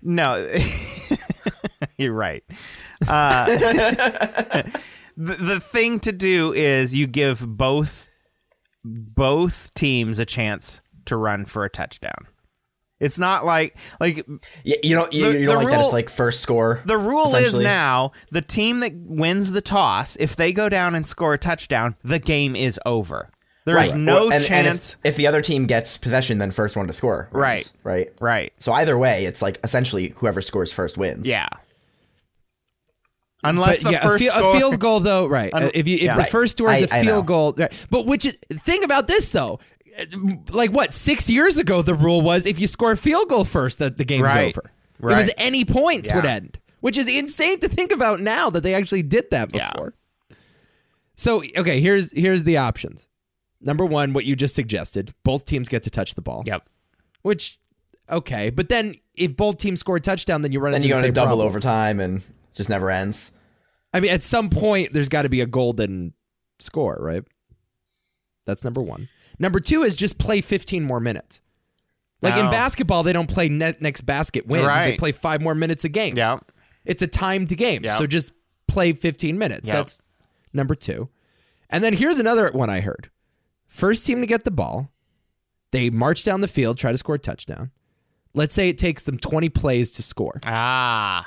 Speaker 2: No, [laughs] you're right. Uh, [laughs] the, the thing to do is you give both both teams a chance to run for a touchdown. It's not like like
Speaker 4: Y- You don't, you,
Speaker 2: The-
Speaker 4: you
Speaker 2: the
Speaker 4: don't like that
Speaker 2: rule-
Speaker 4: it's like first score.
Speaker 2: the rule is
Speaker 4: essentially?
Speaker 2: now the team that wins the toss, if they go down and score a touchdown, the game is over. There's
Speaker 4: Right.
Speaker 2: no
Speaker 4: Or- and-
Speaker 2: chance.
Speaker 4: and if- if, the other team gets possession, then first one to score. wins,
Speaker 2: Right.
Speaker 4: Right.
Speaker 2: right.
Speaker 4: So either way, it's like essentially whoever scores first wins.
Speaker 2: Yeah.
Speaker 3: But
Speaker 2: Unless the
Speaker 3: yeah,
Speaker 2: first
Speaker 3: a, fi- a
Speaker 2: score-
Speaker 3: field goal though, right?
Speaker 2: Un-
Speaker 3: Uh, if you if
Speaker 2: yeah.
Speaker 3: the first door is
Speaker 4: I-
Speaker 3: a
Speaker 4: I know.
Speaker 3: field goal, right. but which is, think about this though, Uh, like what six years ago the rule was if you score a field goal first, that the game's
Speaker 2: Right.
Speaker 3: over. It was
Speaker 2: Right.
Speaker 3: any points would
Speaker 2: Yeah.
Speaker 3: end, which is insane to think about now that they actually did that
Speaker 2: Yeah.
Speaker 3: before. So okay, here's here's the options. Number one, what you just suggested, both teams get to touch the ball.
Speaker 2: Yep.
Speaker 3: Which, okay, but then if both teams score a touchdown, then you run
Speaker 4: Then
Speaker 3: into
Speaker 4: you go
Speaker 3: the
Speaker 4: into
Speaker 3: same
Speaker 4: double
Speaker 3: problem.
Speaker 4: overtime and it just never ends.
Speaker 3: I mean, at some point, there's got to be a golden score, right? That's number one. Number two is just play 15 more minutes. Like in
Speaker 2: Oh.
Speaker 3: basketball, they don't play net next basket wins. They
Speaker 2: Right.
Speaker 3: play five more minutes a game.
Speaker 2: Yeah.
Speaker 3: It's a timed game.
Speaker 2: Yeah.
Speaker 3: So just play 15 minutes.
Speaker 2: Yeah.
Speaker 3: That's number two. And then here's another one I heard. First team to get the ball, they march down the field, try to score a touchdown. Let's say it takes them 20 plays to score.
Speaker 2: Ah.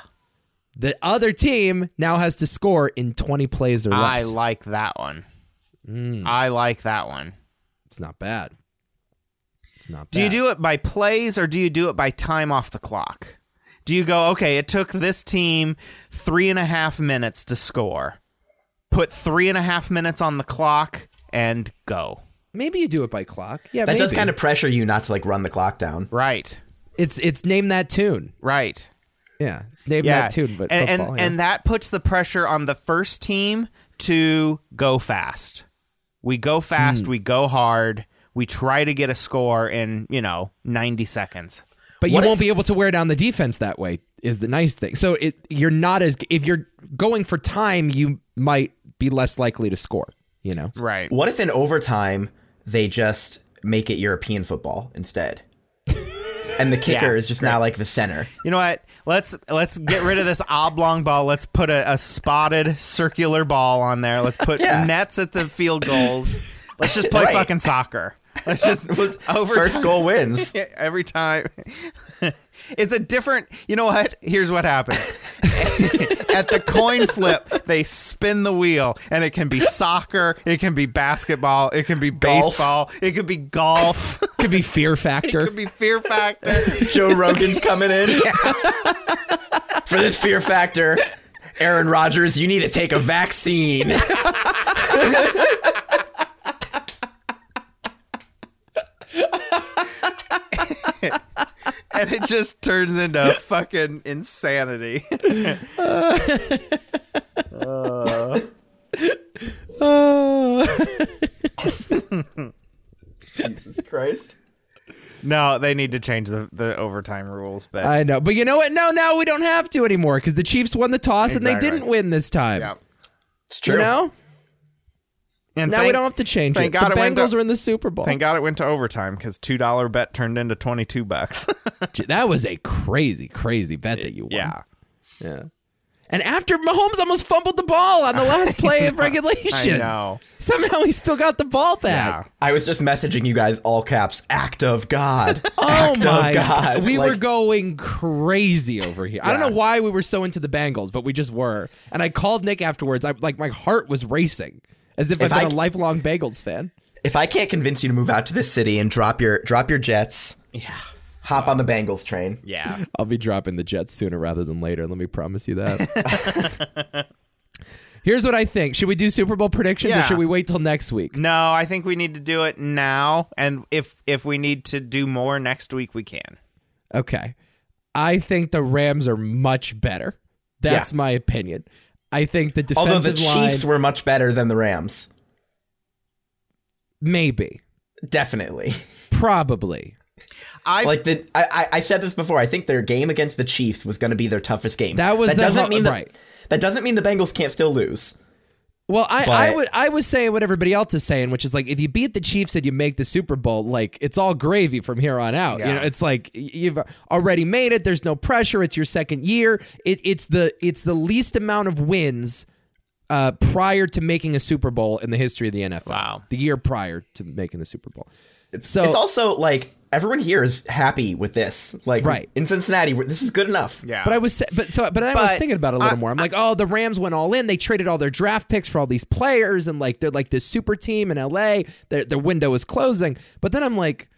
Speaker 3: The other team now has to score in 20 plays or less.
Speaker 2: I like that one.
Speaker 3: Mm.
Speaker 2: I like that one.
Speaker 3: It's not bad. It's not bad.
Speaker 2: Do you do it by plays or do you do it by time off the clock? Do you go, okay, it took this team three and a half minutes to score. Put three and a half minutes on the clock and go.
Speaker 3: Maybe you do it by clock. Yeah,
Speaker 4: That
Speaker 3: maybe.
Speaker 4: does kind of pressure you not to like run the clock down.
Speaker 2: Right.
Speaker 3: It's it's name that tune.
Speaker 2: Right.
Speaker 3: Yeah, it's name
Speaker 2: Yeah.
Speaker 3: that tune. But
Speaker 2: and
Speaker 3: football,
Speaker 2: and,
Speaker 3: yeah.
Speaker 2: and that puts the pressure on the first team to go fast. We go
Speaker 3: Hmm.
Speaker 2: fast. We go hard. We try to get a score in you know ninety seconds.
Speaker 3: But you
Speaker 4: What
Speaker 3: won't
Speaker 4: if-
Speaker 3: be able to wear down the defense that way. Is the nice thing. So it you're not as if you're going for time, you might be less likely to score. You know,
Speaker 2: Right.
Speaker 4: What if in overtime they just make it European football instead? and the kicker
Speaker 2: Yeah,
Speaker 4: is just now like the center.
Speaker 2: You know what? Let's let's get rid
Speaker 4: [laughs]
Speaker 2: of this oblong ball. Let's put a, a spotted circular ball on there. Let's put
Speaker 4: Yeah.
Speaker 2: nets at the field goals. Let's just play
Speaker 4: Right.
Speaker 2: fucking soccer. Let's
Speaker 4: [laughs]
Speaker 2: just [laughs] over
Speaker 4: First goal wins.
Speaker 2: every time. [laughs] it's a different. You know what? Here's what happens. [laughs] At the coin flip, they spin the wheel, and it can be soccer, it can be basketball, it can be baseball, it could be golf, [laughs] it
Speaker 3: could be fear factor.
Speaker 2: could be fear factor.
Speaker 4: Joe Rogan's coming in. [laughs] For this fear factor, Aaron Rodgers, you need to take a vaccine. [laughs]
Speaker 2: and it just turns into [laughs] fucking insanity.
Speaker 4: Jesus Christ.
Speaker 2: no, they need to change the, the overtime rules, but
Speaker 3: I know, but you know what? No, now we don't have to anymore because the Chiefs won the toss and they
Speaker 2: Exactly.
Speaker 3: didn't win this time.
Speaker 2: yeah.
Speaker 4: It's
Speaker 3: You
Speaker 4: true.
Speaker 3: know,
Speaker 2: And
Speaker 3: now we
Speaker 2: thank-
Speaker 3: don't have to change
Speaker 2: thank
Speaker 3: it.
Speaker 2: God
Speaker 3: the
Speaker 2: it went
Speaker 3: Bengals
Speaker 2: to-
Speaker 3: are in the Super Bowl.
Speaker 2: Thank God it went to overtime because two dollar bet turned into twenty two [laughs] bucks.
Speaker 3: That was a crazy, crazy bet that you won.
Speaker 2: yeah,
Speaker 3: [laughs] And after Mahomes almost fumbled the ball on the last play
Speaker 2: [laughs]
Speaker 3: of
Speaker 2: I
Speaker 3: regulation,
Speaker 2: know.
Speaker 3: somehow he still got the ball
Speaker 2: Yeah.
Speaker 3: back.
Speaker 4: I was just messaging you guys all caps, act of God.
Speaker 3: Oh
Speaker 4: Act of
Speaker 3: my
Speaker 4: God.
Speaker 3: We
Speaker 4: Like-
Speaker 3: were going crazy over here. I don't know why we were so into the Bengals, but we just were. And I called Nick afterwards. I like my heart was racing as if,
Speaker 4: If
Speaker 3: I've been
Speaker 4: I-
Speaker 3: a lifelong Bengals fan.
Speaker 4: if I can't convince you to move out to this city and drop your drop your jets,
Speaker 2: Yeah.
Speaker 4: hop on the Bengals train.
Speaker 2: Yeah.
Speaker 3: I'll be dropping the Jets sooner rather than later. Let me promise you that.
Speaker 4: [laughs]
Speaker 3: Here's what I think. Should we do Super Bowl predictions or
Speaker 2: Yeah.
Speaker 3: should we wait till next week?
Speaker 2: No, I think we need to do it now, and if if we need to do more next week, we can.
Speaker 3: Okay. I think the Rams are much better. That's my opinion. I think the defensive
Speaker 4: Although the
Speaker 3: line
Speaker 4: Chiefs were much better than the Rams.
Speaker 3: maybe,
Speaker 4: Definitely.
Speaker 3: probably.
Speaker 2: I
Speaker 4: Like the I, I- I said this before. I think their game against the Chiefs was going to be their toughest game.
Speaker 3: That was
Speaker 4: that
Speaker 3: the
Speaker 4: doesn't
Speaker 3: ho-
Speaker 4: mean that,
Speaker 3: right.
Speaker 4: that doesn't mean the Bengals can't still lose.
Speaker 3: Well, I,
Speaker 4: But-
Speaker 3: I would I was saying what everybody else is saying, which is like if you beat the Chiefs and you make the Super Bowl, like it's all gravy from here on out. You
Speaker 2: Yeah.
Speaker 3: know, it's like y- you've already made it. There's no pressure. It's your second year. It, it's the it's the least amount of wins uh, prior to making a Super Bowl in the history of the NFL.
Speaker 2: Wow.
Speaker 3: the year prior to making the Super Bowl. so
Speaker 4: It's also like everyone here is happy with this. Like
Speaker 3: Right.
Speaker 4: in Cincinnati, we're- this is good enough.
Speaker 2: yeah,
Speaker 3: But I was, sa- but so, but then I was
Speaker 2: But
Speaker 3: thinking about it a little
Speaker 2: I-
Speaker 3: more. I'm like, oh, the Rams went all in. They traded all their draft picks for all these players, and like they're like this super team in LA. Their their window is closing. But then I'm like,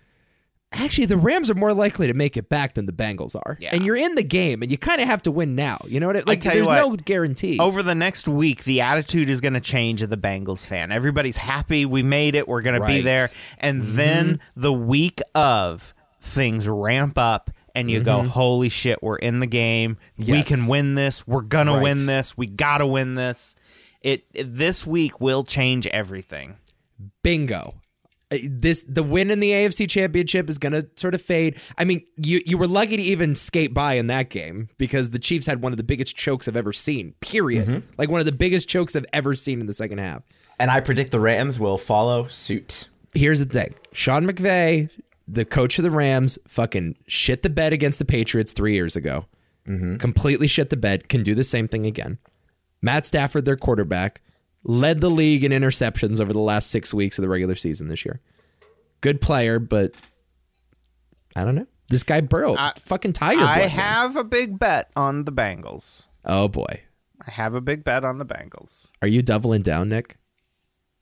Speaker 3: actually, the Rams are more likely to make it back than the Bengals are.
Speaker 2: Yeah.
Speaker 3: And you're in the game, and you kind of have to win now. You know what? I, like,
Speaker 2: tell you
Speaker 3: there's
Speaker 2: what,
Speaker 3: no guarantee.
Speaker 2: over the next week, the attitude is going to change of the Bengals fan. Everybody's happy. We made it. We're going to be
Speaker 3: Right. Mm-hmm.
Speaker 2: there. And then the week of, things ramp up, and you go, holy shit, we're in the game. We
Speaker 3: Mm-hmm. Yes.
Speaker 2: can win this. We're going to win
Speaker 3: Right.
Speaker 2: this. We got to win this. It, it- This week will change everything.
Speaker 3: bingo. Uh, This the win in the AFC Championship is gonna sort of fade. I mean, you you were lucky to even skate by in that game because the Chiefs had one of the biggest chokes I've ever seen. Period. Like one of the biggest chokes I've ever seen in the second half.
Speaker 4: And I predict the Rams will follow suit.
Speaker 3: Here's the thing: Sean McVay, the coach of the Rams, fucking shit the bed against the Patriots three years ago. Completely shit the bed. Can do the same thing again. Matt Stafford, their quarterback, led the league in interceptions over the last six weeks of the regular season this year. Good player, but I don't know. This guy Burrow, fucking tiger.
Speaker 2: I
Speaker 3: blood, man.
Speaker 2: have a big bet on the Bengals.
Speaker 3: Oh boy,
Speaker 2: I have a big bet on the Bengals.
Speaker 3: are you doubling down, Nick?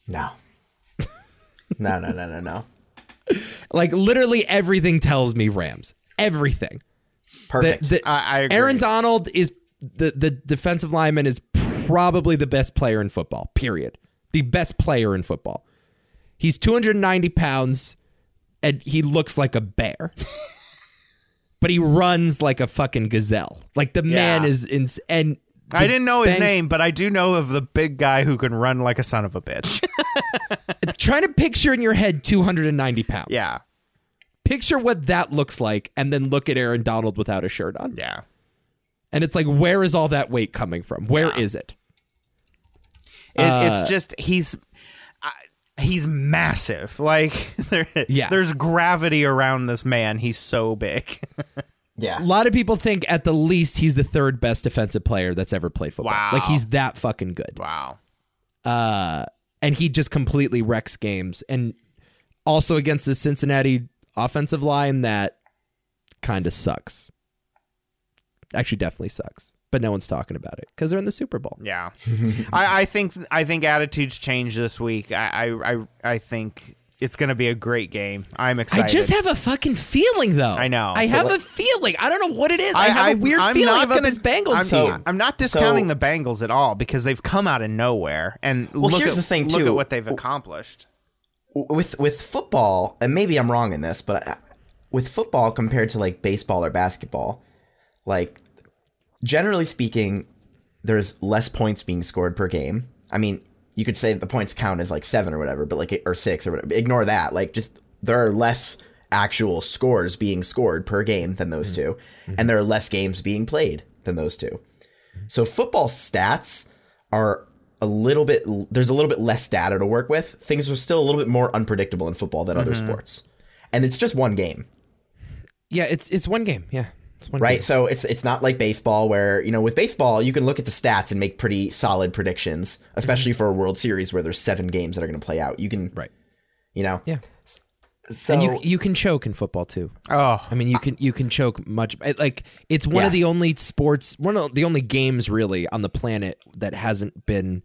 Speaker 4: No. [laughs] no, no, no, no, no.
Speaker 3: Like literally everything tells me Rams. Everything.
Speaker 4: Perfect.
Speaker 3: The- the-
Speaker 2: I- I agree.
Speaker 3: Aaron Donald is the the defensive lineman is probably the best player in football. Period. The best player in football. He's 290 pounds, and he looks like a bear. [laughs] but he runs like a fucking gazelle. Like the man
Speaker 2: Yeah.
Speaker 3: is in and
Speaker 2: I didn't know his
Speaker 3: bang-
Speaker 2: name, but I do know of the big guy who can run like a son of a
Speaker 3: [laughs]
Speaker 2: bitch.
Speaker 3: [laughs] trying to picture in your head 290 pounds.
Speaker 2: yeah.
Speaker 3: Picture what that looks like and then look at Aaron Donald without a shirt on.
Speaker 2: Yeah.
Speaker 3: And it's like, where is all that weight coming from? Where is it?
Speaker 2: It,
Speaker 3: Uh,
Speaker 2: it's just he's I, he's massive. [laughs] Like there,
Speaker 3: Yeah.
Speaker 2: there's gravity around this man. He's so big. [laughs]
Speaker 3: A
Speaker 4: Yeah.
Speaker 3: lot of people think at the least he's the third best defensive player that's ever played football.
Speaker 2: Wow.
Speaker 3: Like he's that fucking good.
Speaker 2: Wow.
Speaker 3: And he just completely wrecks games. And also against the Cincinnati offensive line that kind of sucks. Actually definitely sucks. But no one's talking about it because they're in the Super Bowl. [laughs]
Speaker 2: Yeah. I, I think I think attitudes change this week. I I I, I think it's going to be a great game. I'm excited.
Speaker 3: I just have a fucking feeling though.
Speaker 2: I know.
Speaker 3: I
Speaker 2: But
Speaker 3: have
Speaker 4: like-
Speaker 3: a feeling. I don't know what it is. I, have a weird
Speaker 2: I'm
Speaker 3: feeling
Speaker 2: not
Speaker 3: about
Speaker 2: gonna-
Speaker 3: this Bengals
Speaker 2: I'm,
Speaker 3: team.
Speaker 2: not- I'm not discounting
Speaker 4: so-
Speaker 2: the Bengals at all because they've come out of nowhere. And
Speaker 4: Well,
Speaker 2: look
Speaker 4: here's
Speaker 2: at,
Speaker 4: the thing,
Speaker 2: Look
Speaker 4: too.
Speaker 2: at what they've accomplished.
Speaker 4: With with football, and maybe I'm wrong in this, but I, with football compared to like baseball or basketball, like generally speaking, there's less points being scored per game. I mean, you could say the points count as like seven or whatever, but like eight or six or whatever. Ignore that. Like, just there are less actual scores being scored per game than those 2 and there are less games being played than those two. So football stats are a little bit. There's a little bit less data to work with. Things are still a little bit more unpredictable in football than
Speaker 3: Mm-hmm.
Speaker 4: other sports, and it's just one game.
Speaker 3: yeah, it's it's one game. Yeah, it's one
Speaker 4: Right. So it's it's not like baseball where, you know, with baseball you can look at the stats and make pretty solid predictions, especially for a World Series where there's seven games that are going to play out. You can
Speaker 3: Mm-hmm. Right.
Speaker 4: you know.
Speaker 3: Yeah.
Speaker 4: So
Speaker 3: And you you can choke in football too.
Speaker 2: Oh,
Speaker 3: I mean, you can you can choke much. it- Like it's one of
Speaker 4: Yeah.
Speaker 3: the only sports, one of the only games really on the planet that hasn't been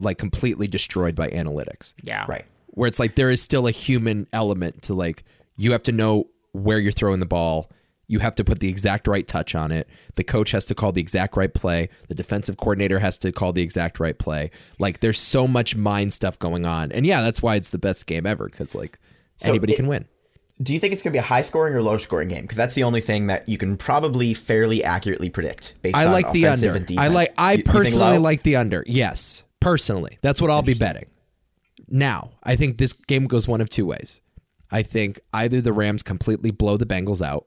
Speaker 3: like completely destroyed by analytics.
Speaker 2: yeah.
Speaker 4: right.
Speaker 3: Where it's like there is still a human element to like you have to know where you're throwing the ball. You have to put the exact right touch on it. The coach has to call the exact right play. The defensive coordinator has to call the exact right play. Like there's so much mind stuff going on. And yeah, that's why it's the best game ever cuz like anybody
Speaker 4: it-
Speaker 3: can win.
Speaker 4: Do you think it's going to be a high scoring or low scoring game? Because that's the only thing that you can probably fairly accurately predict based
Speaker 3: I
Speaker 4: on
Speaker 3: like the
Speaker 4: offensive
Speaker 3: under.
Speaker 4: and
Speaker 3: I
Speaker 4: defense.
Speaker 3: like. I
Speaker 4: You- you think
Speaker 3: personally
Speaker 4: low?
Speaker 3: like the under. Yes, personally, that's what I'll be betting. Now, I think this game goes one of two ways. I think either the Rams completely blow the Bengals out,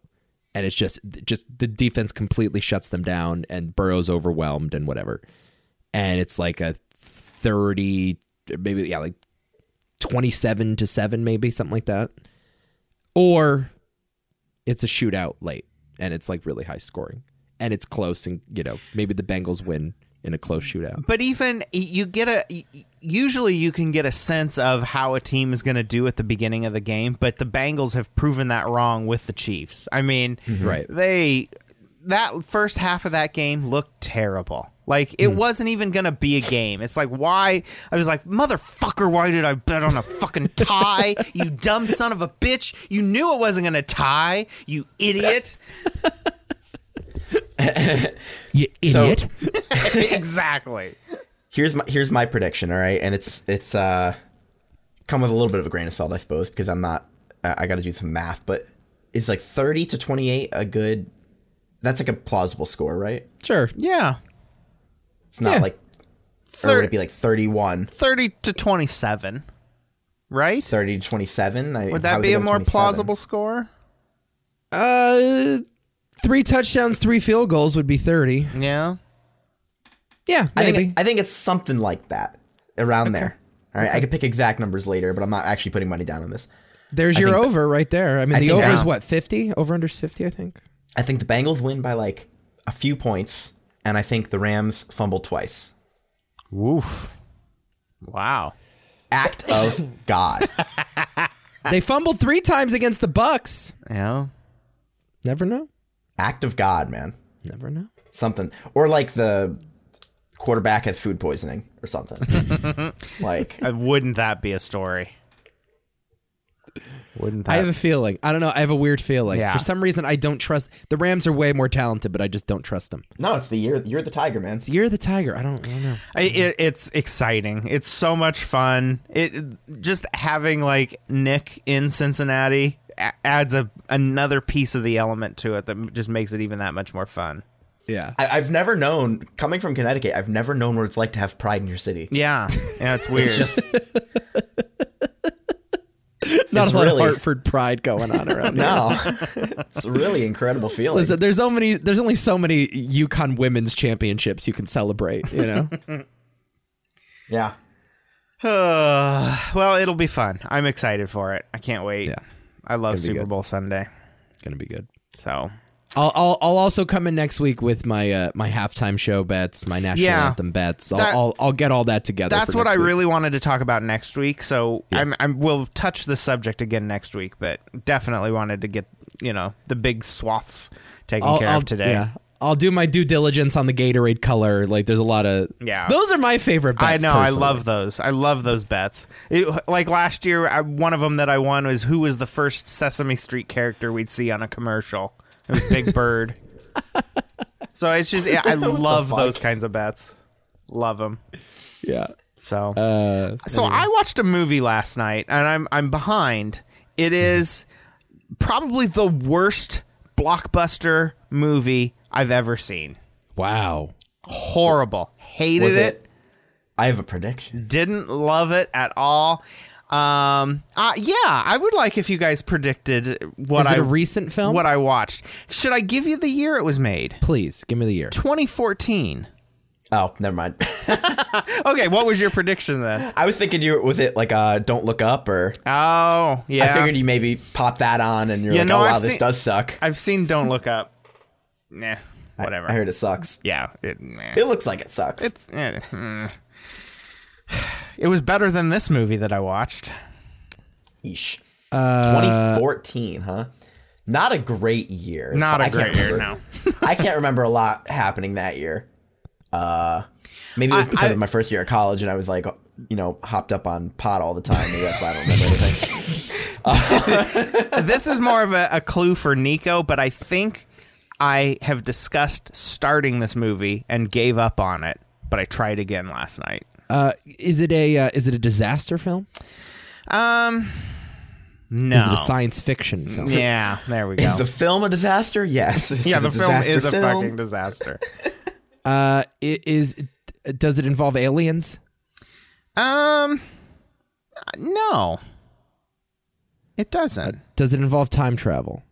Speaker 3: and it's just just the defense completely shuts them down, and Burrow's overwhelmed and whatever, and it's like a thirty, maybe yeah, like twenty-seven to seven, maybe something like that, or it's a shootout late and it's like really high scoring and it's close and you know maybe the Bengals win in a close shootout.
Speaker 2: But even you get a y- usually you can get a sense of how a team is going to do at the beginning of the game, but the Bengals have proven that wrong with the Chiefs. I mean,
Speaker 3: Right.
Speaker 2: They that first half of that game looked terrible. Like it wasn't even going to be a game. It's like why I was like motherfucker, why did I bet on a fucking tie? you dumb son of a bitch. You knew it wasn't going to tie, you idiot.
Speaker 3: You idiot.
Speaker 2: exactly.
Speaker 4: here's my here's my prediction. All right, and it's it's uh come with a little bit of a grain of salt, I suppose, because I'm not. I, I got to do some math, but is like thirty to twenty eight a good? That's like a plausible score, right?
Speaker 3: sure.
Speaker 2: Yeah.
Speaker 4: It's not
Speaker 3: Yeah.
Speaker 4: like or would
Speaker 2: Thirty-
Speaker 4: it be like 31,
Speaker 2: 30 to 27 right
Speaker 4: 30 to 27? I,
Speaker 2: would
Speaker 4: how
Speaker 2: that
Speaker 4: they
Speaker 2: be a
Speaker 4: go
Speaker 2: more
Speaker 4: 27?
Speaker 2: plausible score
Speaker 3: Uh three touchdowns, three field goals would be 30.
Speaker 2: yeah
Speaker 3: Yeah,
Speaker 4: I
Speaker 3: maybe.
Speaker 4: think I think it's something like that around there. All right, I could pick exact numbers later, but I'm not actually putting money down on this.
Speaker 3: There's your
Speaker 4: think-
Speaker 3: over right there. I mean, the
Speaker 4: think-
Speaker 3: over is
Speaker 4: Yeah.
Speaker 3: what 50? Over under's 50, I think.
Speaker 4: I think the Bengals win by like a few points, and I think the Rams fumble twice.
Speaker 2: woof wow
Speaker 3: [laughs]
Speaker 4: Act of God.
Speaker 3: They fumbled 3 times against the Bucks.
Speaker 2: yeah
Speaker 3: Never know.
Speaker 4: Act of God, man.
Speaker 3: Never know.
Speaker 4: something or like the quarterback has food poisoning or something
Speaker 3: [laughs]
Speaker 4: like
Speaker 2: Uh, wouldn't that be a story wouldn't
Speaker 3: I
Speaker 2: that
Speaker 3: have a feeling. I don't know. I have a weird feeling.
Speaker 2: Yeah.
Speaker 3: For some reason, I don't trust. The Rams are way more talented, but I just don't trust them.
Speaker 4: no it's the year you're the tiger man
Speaker 3: It's the year of the Tiger. I don't, I don't know.
Speaker 2: I, it, it's exciting it's so much fun it just having like nick in cincinnati a- adds a another piece of the element to it that m- just makes it even that much more fun.
Speaker 3: Yeah.
Speaker 4: I, I've never known, coming from Connecticut, I've never known what it's like to have pride in your city.
Speaker 2: Yeah, yeah, it's weird.
Speaker 3: [laughs]
Speaker 4: It's just,
Speaker 3: Not
Speaker 4: it's
Speaker 3: a lot
Speaker 4: really-
Speaker 3: of Hartford pride going on around
Speaker 2: [laughs]
Speaker 3: here.
Speaker 4: no, [laughs] it's a
Speaker 3: [laughs]
Speaker 4: really incredible feeling.
Speaker 3: Listen, there's so many there's only so many Yukon women's championships you can celebrate, you
Speaker 2: [laughs]
Speaker 3: know?
Speaker 4: yeah.
Speaker 2: Uh, [sighs] well, it'll be fun. I'm excited for it. I can't wait.
Speaker 3: Yeah.
Speaker 2: I love
Speaker 3: Gonna be
Speaker 2: Super
Speaker 3: good.
Speaker 2: Bowl Sunday.
Speaker 3: Gonna be good.
Speaker 2: So
Speaker 3: I'll, I'll I'll also come in next week with my uh, my halftime show bets, my national
Speaker 2: Yeah.
Speaker 3: anthem bets. I'll,
Speaker 2: That-
Speaker 3: I'll I'll get all that together.
Speaker 2: that's
Speaker 3: for
Speaker 2: what I
Speaker 3: next week.
Speaker 2: really wanted to talk about next week. So I'm, I'm we'll touch the subject again next week, but definitely wanted to get you know the big swaths taken care of today.
Speaker 3: yeah. I'll do my due diligence on the Gatorade color. Like, there's a lot of
Speaker 2: Yeah.
Speaker 3: Those are my favorite.
Speaker 2: I
Speaker 3: Bets
Speaker 2: know.
Speaker 3: personally.
Speaker 2: I love those. I love those bets. It, like last year, I, one of them that I won was who was the first Sesame Street character we'd see on a commercial? It was
Speaker 3: [laughs]
Speaker 2: Big Bird. so it's just, yeah, I love those kinds of bets. Love them.
Speaker 3: Yeah.
Speaker 2: So,
Speaker 4: Uh,
Speaker 2: so I watched a movie last night, and I'm I'm behind.
Speaker 4: Mm-hmm.
Speaker 2: It is probably the worst blockbuster movie I've ever seen.
Speaker 3: Wow.
Speaker 2: Horrible. Hated
Speaker 4: Was
Speaker 2: it.
Speaker 4: it? I have a prediction.
Speaker 2: didn't love it at all. Um, uh, yeah, I would like if you guys predicted what
Speaker 3: Is
Speaker 2: I
Speaker 3: it a recent film?
Speaker 2: what I watched. Should I give you the year it was made?
Speaker 3: Please give me the year.
Speaker 2: 2014.
Speaker 4: Oh, never mind. [laughs]
Speaker 2: Okay, what was your prediction then?
Speaker 4: I was thinking you was it like uh don't look up or
Speaker 2: Oh, yeah.
Speaker 4: I figured you maybe pop that on and you're
Speaker 2: You
Speaker 4: like,
Speaker 2: know,
Speaker 4: oh wow,
Speaker 2: I've
Speaker 4: this
Speaker 2: seen-
Speaker 4: does suck.
Speaker 2: I've seen Don't Look Up. Nah, whatever.
Speaker 4: I heard it sucks.
Speaker 2: Yeah, it, nah.
Speaker 4: It looks like it sucks.
Speaker 2: It's- eh, [sighs] mm. it was better than this movie that I watched.
Speaker 4: Yeesh.
Speaker 2: uh,
Speaker 4: 2014, huh? Not a great year.
Speaker 2: Not a
Speaker 4: I can't
Speaker 2: great year. No.
Speaker 4: remember. I can't remember a lot happening that year. Uh, maybe it was
Speaker 2: I-
Speaker 4: because
Speaker 2: I-
Speaker 4: of my first year at college and I was like, you know, hopped up on pot all the time. Maybe that's why I don't remember anything.
Speaker 2: this is more of a, a clue for Nico, but I think I have discussed starting this movie and gave up on it, but I tried again last night.
Speaker 3: Uh, is it a uh, is it a disaster film?
Speaker 2: No.
Speaker 3: Is it a science fiction
Speaker 2: [laughs]
Speaker 3: film?
Speaker 2: yeah, there we
Speaker 4: Is
Speaker 2: go.
Speaker 4: the film a disaster? Yes. Is
Speaker 2: yeah,
Speaker 4: it
Speaker 2: the
Speaker 4: a
Speaker 2: film
Speaker 4: disaster
Speaker 2: is a fucking disaster.
Speaker 3: Uh, it is. Does it involve aliens?
Speaker 2: um no. It doesn't.
Speaker 3: Does it involve time travel?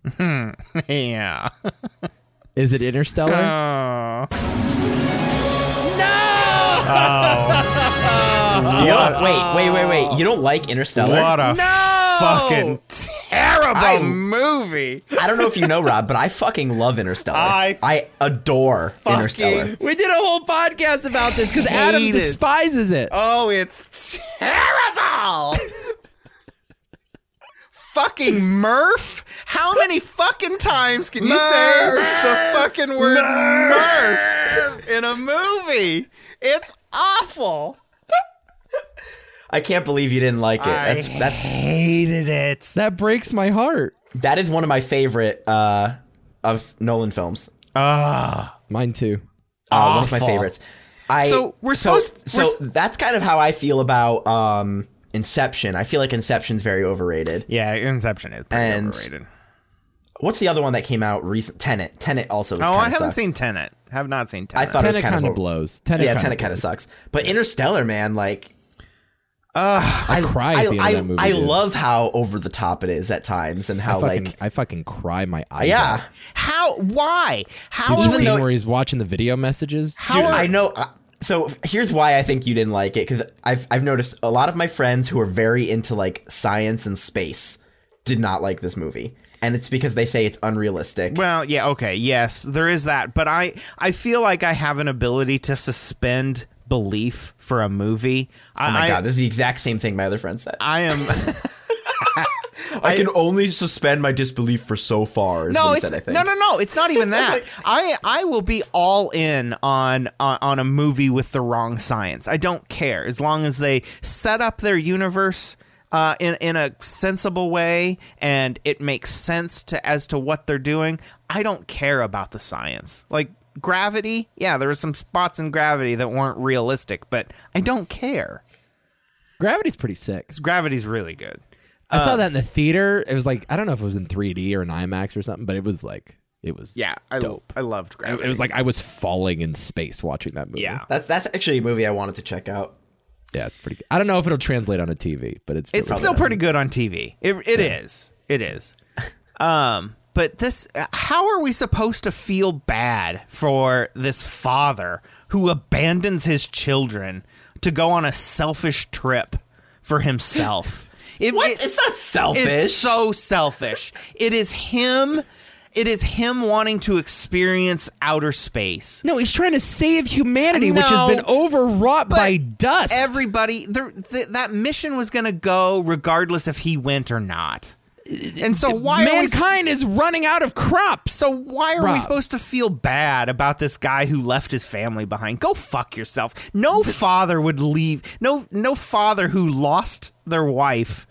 Speaker 2: yeah.
Speaker 3: Is it Interstellar?
Speaker 4: You don't- wait, wait, wait, wait. You don't like Interstellar?
Speaker 2: What a
Speaker 3: No!
Speaker 2: fucking terrible
Speaker 4: I-
Speaker 2: movie.
Speaker 4: I don't know if you know, Rob, but I fucking love Interstellar.
Speaker 2: I
Speaker 4: adore Interstellar.
Speaker 3: we did a whole podcast about this because Adam
Speaker 2: Hate it.
Speaker 3: despises it.
Speaker 2: Oh, it's terrible. fucking Murph? How many fucking times can you say the fucking word Murph, in a movie? It's awful.
Speaker 4: I can't believe you didn't like it. That's that's
Speaker 2: Hated it.
Speaker 3: That breaks my heart.
Speaker 4: that is one of my favorite uh, of Nolan films.
Speaker 3: Mine too.
Speaker 4: Uh, one of my favorites. I
Speaker 2: So, we're supposed-
Speaker 4: so,
Speaker 2: we're
Speaker 4: so that's kind of how I feel about um, Inception. I feel like Inception's very overrated.
Speaker 2: Yeah, Inception is pretty
Speaker 4: And
Speaker 2: overrated.
Speaker 4: What's the other one that came out recent? Tenet. Tenet also. Is
Speaker 2: Oh,
Speaker 4: kinda
Speaker 2: I haven't
Speaker 4: sucks.
Speaker 2: seen Tenet. Have not seen
Speaker 4: I
Speaker 2: Tenet.
Speaker 4: thought it was
Speaker 3: Tenet
Speaker 4: kind of.
Speaker 3: kind of
Speaker 4: over-
Speaker 3: blows. Tenet
Speaker 4: yeah,
Speaker 3: kinda
Speaker 4: Tenet kind of
Speaker 3: blows.
Speaker 4: sucks. But Interstellar, man, like
Speaker 3: I, cry at the end
Speaker 4: I,
Speaker 3: of that movie.
Speaker 4: I
Speaker 3: dude.
Speaker 4: love how over the top it is at times and how
Speaker 3: I fucking,
Speaker 4: like
Speaker 3: I fucking cry my eyes
Speaker 4: yeah.
Speaker 3: out.
Speaker 2: How? Why? How
Speaker 3: Dude, the
Speaker 2: are
Speaker 4: even
Speaker 2: we?
Speaker 3: scene
Speaker 4: though-
Speaker 3: where he's watching the video messages.
Speaker 2: How
Speaker 4: Dude,
Speaker 2: are,
Speaker 4: I know. I, so here's why I think you didn't like it because I've I've noticed a lot of my friends who are very into like science and space did not like this movie, and it's because they say it's unrealistic.
Speaker 2: Well, yeah, okay, yes, there is that, but I I feel like I have an ability to suspend belief for a movie. I,
Speaker 4: oh my
Speaker 2: I,
Speaker 4: god, this is the exact same thing my other friend said.
Speaker 2: I am
Speaker 4: I, can only suspend my disbelief for so far. Is
Speaker 2: no,
Speaker 4: what he
Speaker 2: it's
Speaker 4: said, I think.
Speaker 2: no, no, no. It's not
Speaker 4: [laughs]
Speaker 2: even that. I I will be all in on, on on a movie with the wrong science. I don't care as long as they set up their universe. Uh, in in a sensible way, and it makes sense to as to what they're doing. I don't care about the science, like gravity. Yeah, there were some spots in gravity that weren't realistic, but I don't care.
Speaker 3: Gravity's pretty sick.
Speaker 2: Gravity's really good.
Speaker 3: I
Speaker 4: Uh,
Speaker 3: saw that in the theater. It was like I don't know if it was in 3D or an IMAX or something, but it was like it was
Speaker 2: Yeah, I
Speaker 3: dope.
Speaker 2: I loved
Speaker 3: It-
Speaker 2: Gravity.
Speaker 3: it was like I was falling in space watching that movie.
Speaker 2: yeah.
Speaker 4: That's that's actually a movie I wanted to check out.
Speaker 3: yeah, it's pretty. good. I don't know if it'll translate on a TV, but it's
Speaker 2: It's
Speaker 3: really
Speaker 2: still pretty good on TV. It it is. It is. Um, but this how are we supposed to feel bad for this father who abandons his children to go on a selfish trip for himself? It,
Speaker 4: [laughs] What?
Speaker 2: it-
Speaker 4: it's not selfish.
Speaker 2: It's so selfish. It is him. It is him wanting to experience outer space.
Speaker 3: No, he's trying to save humanity, which has
Speaker 2: No,
Speaker 3: been overwrought by dust.
Speaker 2: Everybody, there, th- that mission was going to go regardless if he went or not. And so why are we,
Speaker 3: Mankind is running out of crops.
Speaker 2: so why are we
Speaker 3: Rob.
Speaker 2: supposed to feel bad about this guy who left his family behind? Go fuck yourself. No father would leave. No no father who lost their wife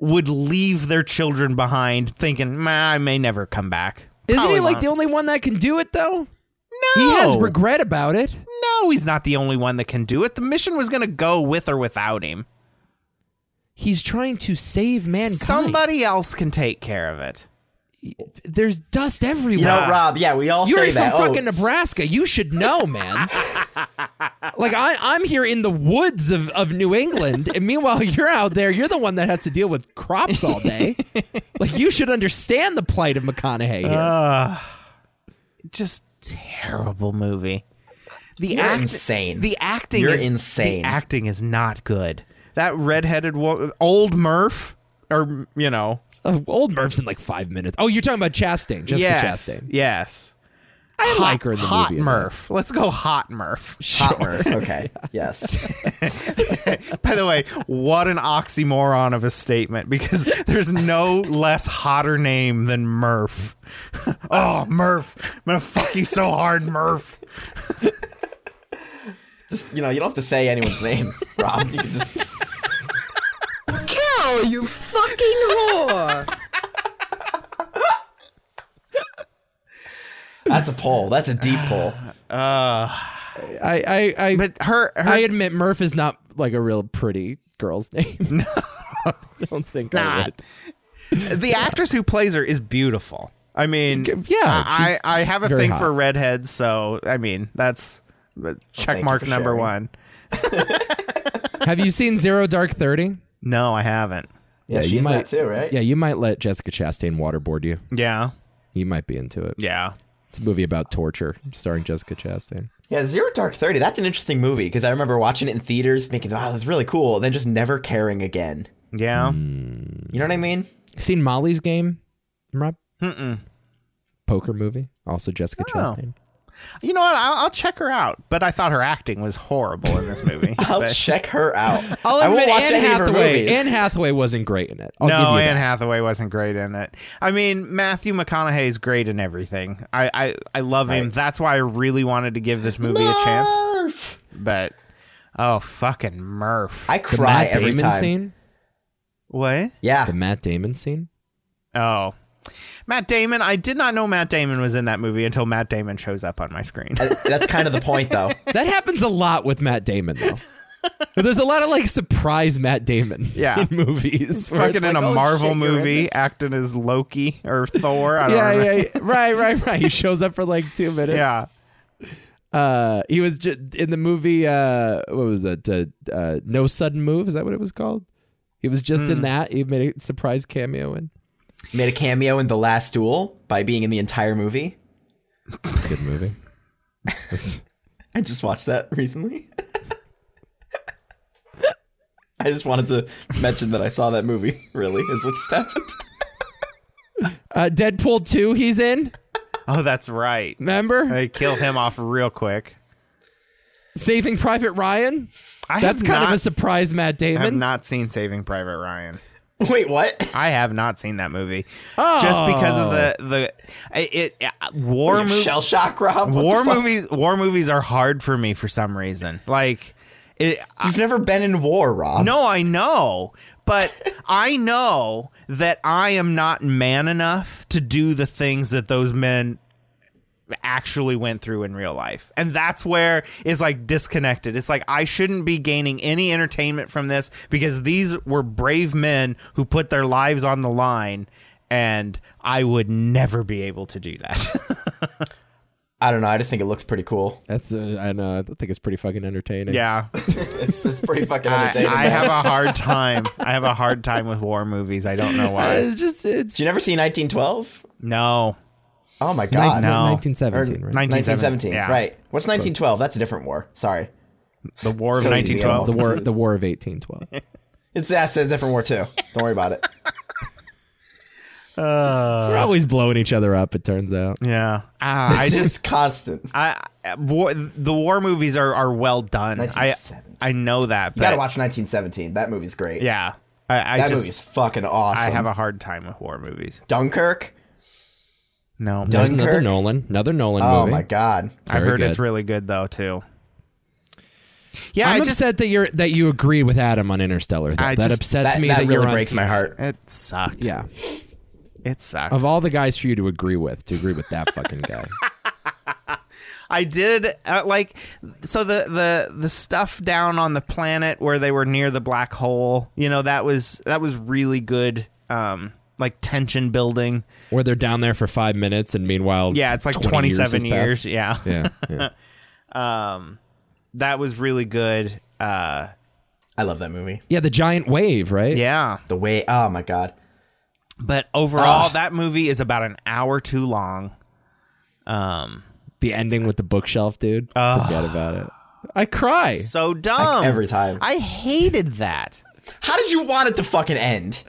Speaker 2: would leave their children behind thinking, "Nah, I may never come back."
Speaker 3: Isn't
Speaker 2: Probably
Speaker 3: he like
Speaker 2: won't."
Speaker 3: the only one that can do it though?
Speaker 2: No.
Speaker 3: He has regret about it.
Speaker 2: No, he's not the only one that can do it. The mission was going to go with or without him.
Speaker 3: He's trying to save mankind.
Speaker 2: Somebody else can take care of it.
Speaker 3: There's dust everywhere.
Speaker 4: You know, Rob. Yeah, we all
Speaker 3: You're
Speaker 4: say
Speaker 3: from
Speaker 4: that. Oh,
Speaker 3: fucking Nebraska. You should know, man. like I, I'm here in the woods of, of New England, and meanwhile you're out there. You're the one that has to deal with crops all day. like you should understand the plight of McConaughey here.
Speaker 2: Just terrible movie. The
Speaker 4: You're insane.
Speaker 2: The acting
Speaker 4: You're
Speaker 2: is
Speaker 4: insane.
Speaker 2: The acting is not good. That redheaded wo- old Murph or you know,
Speaker 3: Uh, old Murph's in like five minutes. Oh, you're talking about Chastain, Jessica
Speaker 2: yes.
Speaker 3: Chastain.
Speaker 2: Yes.
Speaker 3: I
Speaker 2: Hot,
Speaker 3: like her in the
Speaker 2: hot
Speaker 3: movie.
Speaker 2: Murph. Let's go hot Murph. [laughs]
Speaker 4: hot Murph. Okay. Yes.
Speaker 2: By the way, what an oxymoron of a statement because [laughs] there's no less hotter name than Murph. [laughs] Oh, Murph. I'm going to fuck you so hard, Murph.
Speaker 4: just you know, you don't have to say anyone's name, Rob. You can just
Speaker 9: Kill Oh, you fucking whore!
Speaker 4: that's a poll. That's a deep
Speaker 3: [sighs]
Speaker 4: poll.
Speaker 3: [laughs] I, I, I,
Speaker 2: But her, her
Speaker 3: I admit Murph is not like a real pretty girl's name. No, [laughs] I don't think I
Speaker 2: not.
Speaker 3: would.
Speaker 2: The actress who plays her is beautiful. I mean,
Speaker 3: Yeah,
Speaker 2: I,
Speaker 3: she's
Speaker 2: I have a
Speaker 3: very
Speaker 2: thing
Speaker 3: hot.
Speaker 2: for redheads, so I mean, that's check
Speaker 4: you
Speaker 2: mark
Speaker 4: for
Speaker 2: number one.
Speaker 4: sharing.
Speaker 3: Have you seen Zero Dark Thirty?
Speaker 2: No, I haven't.
Speaker 4: Yeah, she's
Speaker 3: you
Speaker 4: in
Speaker 3: might
Speaker 4: that too, right?
Speaker 3: Yeah, you might let Jessica Chastain waterboard you.
Speaker 2: Yeah.
Speaker 3: You might be into it.
Speaker 2: Yeah.
Speaker 3: It's a movie about torture starring Jessica Chastain.
Speaker 4: Yeah, Zero Dark Thirty. That's an interesting movie because I remember watching it in theaters, thinking, "Wow, that's really cool," and then just never caring again.
Speaker 2: Yeah.
Speaker 3: Hmm.
Speaker 4: You know what I mean?
Speaker 3: Seen Molly's Game, Rob? Mm-mm. Poker movie, also Jessica Chastain.
Speaker 2: You know what? I'll, I'll check her out, but I thought her acting was horrible in
Speaker 3: [laughs]
Speaker 2: this movie.
Speaker 4: I'll
Speaker 2: But-
Speaker 4: check her out.
Speaker 3: I'll
Speaker 4: I
Speaker 3: admit,
Speaker 4: won't watch
Speaker 3: Anne
Speaker 4: any of her
Speaker 3: Hathaway.
Speaker 4: movies.
Speaker 3: Anne Hathaway wasn't great in it. I'll give
Speaker 2: no,
Speaker 3: you
Speaker 2: Anne
Speaker 3: that.
Speaker 2: Hathaway wasn't great in it. I mean, Matthew McConaughey's great in everything. I, I, I love him. That's why I really wanted to give this movie a chance.
Speaker 4: Murph!
Speaker 2: But oh, fucking Murph!
Speaker 4: I
Speaker 3: the
Speaker 4: cry
Speaker 3: Matt
Speaker 4: every
Speaker 3: Damon
Speaker 4: time.
Speaker 3: scene.
Speaker 2: what?
Speaker 4: Yeah,
Speaker 3: The Matt Damon scene.
Speaker 2: Oh, Matt Damon. I did not know Matt Damon was in that movie until Matt Damon shows up on my screen.
Speaker 4: that's kind of the point, though.
Speaker 3: That happens a lot with Matt Damon though. There's a lot of like surprise Matt Damon
Speaker 2: Yeah.
Speaker 3: in [laughs] movies. where
Speaker 2: [laughs] Fucking
Speaker 3: it's
Speaker 2: in
Speaker 3: like,
Speaker 2: a
Speaker 3: oh,
Speaker 2: Marvel
Speaker 3: shit, you're in
Speaker 2: movie,
Speaker 3: this.
Speaker 2: acting as Loki
Speaker 3: [laughs]
Speaker 2: or Thor. I don't
Speaker 3: yeah,
Speaker 2: remember.
Speaker 3: yeah, yeah. right, right, right. He shows up for like two minutes.
Speaker 2: yeah.
Speaker 3: uh, he was just in the movie. Uh, what was that? Uh, uh, no sudden move. Is that what it was called? He was just
Speaker 2: Hmm.
Speaker 3: in that. He made a surprise cameo in.
Speaker 4: Made a cameo in The Last Duel by being in the entire movie.
Speaker 3: Good movie.
Speaker 4: I just watched that recently. [laughs] I just wanted to mention that I saw that movie. Really, is what just happened.
Speaker 3: Uh, Deadpool two. He's in.
Speaker 2: Oh, that's right.
Speaker 3: Remember
Speaker 2: They killed him off real quick.
Speaker 3: Saving Private Ryan.
Speaker 2: I
Speaker 3: That's
Speaker 2: have
Speaker 3: kind of
Speaker 2: not-
Speaker 3: a surprise, Matt
Speaker 2: I have
Speaker 3: Damon.
Speaker 2: not seen Saving Private Ryan.
Speaker 4: [laughs] Wait, what?
Speaker 2: I have not seen that movie.
Speaker 3: Oh.
Speaker 2: Just because of the the it, it uh,
Speaker 4: [laughs]
Speaker 2: war movie
Speaker 4: Shell shock, Rob. What the
Speaker 2: war
Speaker 4: fuck?
Speaker 2: movies war movies are hard for me for some reason. Like it
Speaker 4: You've never been in war, Rob.
Speaker 2: No, I know, but I know that I am not man enough to do the things that those men actually went through in real life. And that's where it's like disconnected. It's like I shouldn't be gaining any entertainment from this because these were brave men who put their lives on the line and I would never be able to do that. [laughs]
Speaker 4: I don't know. I just think it looks pretty cool.
Speaker 3: That's uh, I know. I think it's pretty fucking entertaining.
Speaker 2: yeah.
Speaker 4: [laughs] It's, it's pretty [laughs] fucking
Speaker 2: I,
Speaker 4: entertaining.
Speaker 2: I
Speaker 4: man.
Speaker 2: have a hard time. I have a hard time with war movies. I don't know why.
Speaker 3: Uh, It's just it's
Speaker 4: Did you never see 1912?
Speaker 2: No.
Speaker 4: Oh my god.
Speaker 2: no.
Speaker 3: 1917, right?
Speaker 4: 1917.
Speaker 2: Yeah.
Speaker 4: Right. What's 1912? That's a different war. Sorry.
Speaker 2: The War of
Speaker 4: So it's the animal.
Speaker 2: 1912.
Speaker 3: The war the war
Speaker 2: [laughs]
Speaker 3: of 1812.
Speaker 4: It's that's a different war too. Don't worry about it.
Speaker 3: We're always blowing each other up it turns out.
Speaker 2: yeah. Ah, [laughs] I
Speaker 4: It's
Speaker 2: just
Speaker 4: just constant. You
Speaker 2: I I- war, the war movies are, are well done. I
Speaker 4: 1917.
Speaker 2: I know that. But
Speaker 4: gotta watch 1917. That movie's great.
Speaker 2: Yeah, I, I
Speaker 4: That
Speaker 2: just
Speaker 4: movie's fucking awesome.
Speaker 2: I have a hard time with war movies.
Speaker 4: Dunkirk.
Speaker 2: No,
Speaker 3: There's another
Speaker 4: Dunkirk?
Speaker 3: Nolan, another Nolan
Speaker 4: Oh
Speaker 3: movie.
Speaker 4: my god.
Speaker 2: I've
Speaker 3: very
Speaker 2: heard it's
Speaker 3: good.
Speaker 2: really good though too. Yeah, i
Speaker 3: I'm
Speaker 2: just
Speaker 3: upset that you're that you agree with Adam on Interstellar. Though.
Speaker 2: I
Speaker 3: that
Speaker 2: just-
Speaker 3: upsets
Speaker 4: That,
Speaker 3: me
Speaker 4: that
Speaker 3: that, you're
Speaker 4: really
Speaker 3: on
Speaker 4: breaks
Speaker 3: team-
Speaker 4: my heart.
Speaker 2: it sucked.
Speaker 3: Yeah.
Speaker 2: it sucked.
Speaker 3: Of all the guys for you to agree with, to agree with that fucking
Speaker 2: [laughs]
Speaker 3: guy.
Speaker 2: I did uh, like so the the the stuff down on the planet where they were near the black hole. You know that was that was really good. Um, like tension building.
Speaker 3: Where they're down there for five minutes and meanwhile
Speaker 2: Yeah, it's like
Speaker 3: 20 has
Speaker 2: 27 years.
Speaker 3: passed.
Speaker 2: Yeah.
Speaker 3: Yeah.
Speaker 2: [laughs]
Speaker 3: yeah.
Speaker 2: that was really good. Uh,
Speaker 4: I love that movie.
Speaker 3: Yeah, the giant wave, right?
Speaker 2: yeah.
Speaker 4: The way. Oh my god.
Speaker 2: But overall, that movie is about an hour too long.
Speaker 3: The ending with the bookshelf, dude. Forget about it. I cry.
Speaker 2: So dumb.
Speaker 4: every time.
Speaker 2: Um, I hated that.
Speaker 4: How did you want it to fucking end?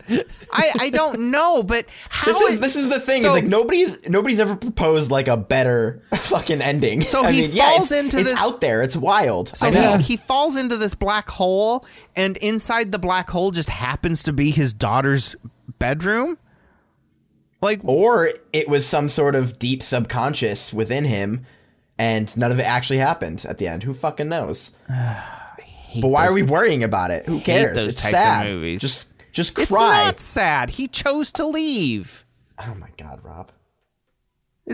Speaker 2: I, I
Speaker 4: [laughs]
Speaker 2: don't know, but how
Speaker 4: This is
Speaker 2: it-
Speaker 4: this is the thing.
Speaker 2: so-
Speaker 4: is like nobody's nobody's ever proposed like a better [laughs] fucking ending.
Speaker 2: So
Speaker 4: I
Speaker 2: he
Speaker 4: mean, yeah,
Speaker 2: falls
Speaker 4: it's-
Speaker 2: into
Speaker 4: it's
Speaker 2: this-
Speaker 4: out there. It's wild.
Speaker 2: So
Speaker 4: I know.
Speaker 2: he, he falls into this black hole, and inside the black hole just happens to be his daughter's bedroom. Like,
Speaker 4: or it was some sort of deep subconscious within him and none of it actually happened at the end who
Speaker 2: [sighs]
Speaker 4: fucking knows but why are we worrying about it who cares
Speaker 2: those
Speaker 4: it's
Speaker 2: types of
Speaker 4: sad
Speaker 2: movies.
Speaker 4: just just
Speaker 2: it's
Speaker 4: cry
Speaker 2: not sad. He chose to leave.
Speaker 4: oh my god rob
Speaker 2: It-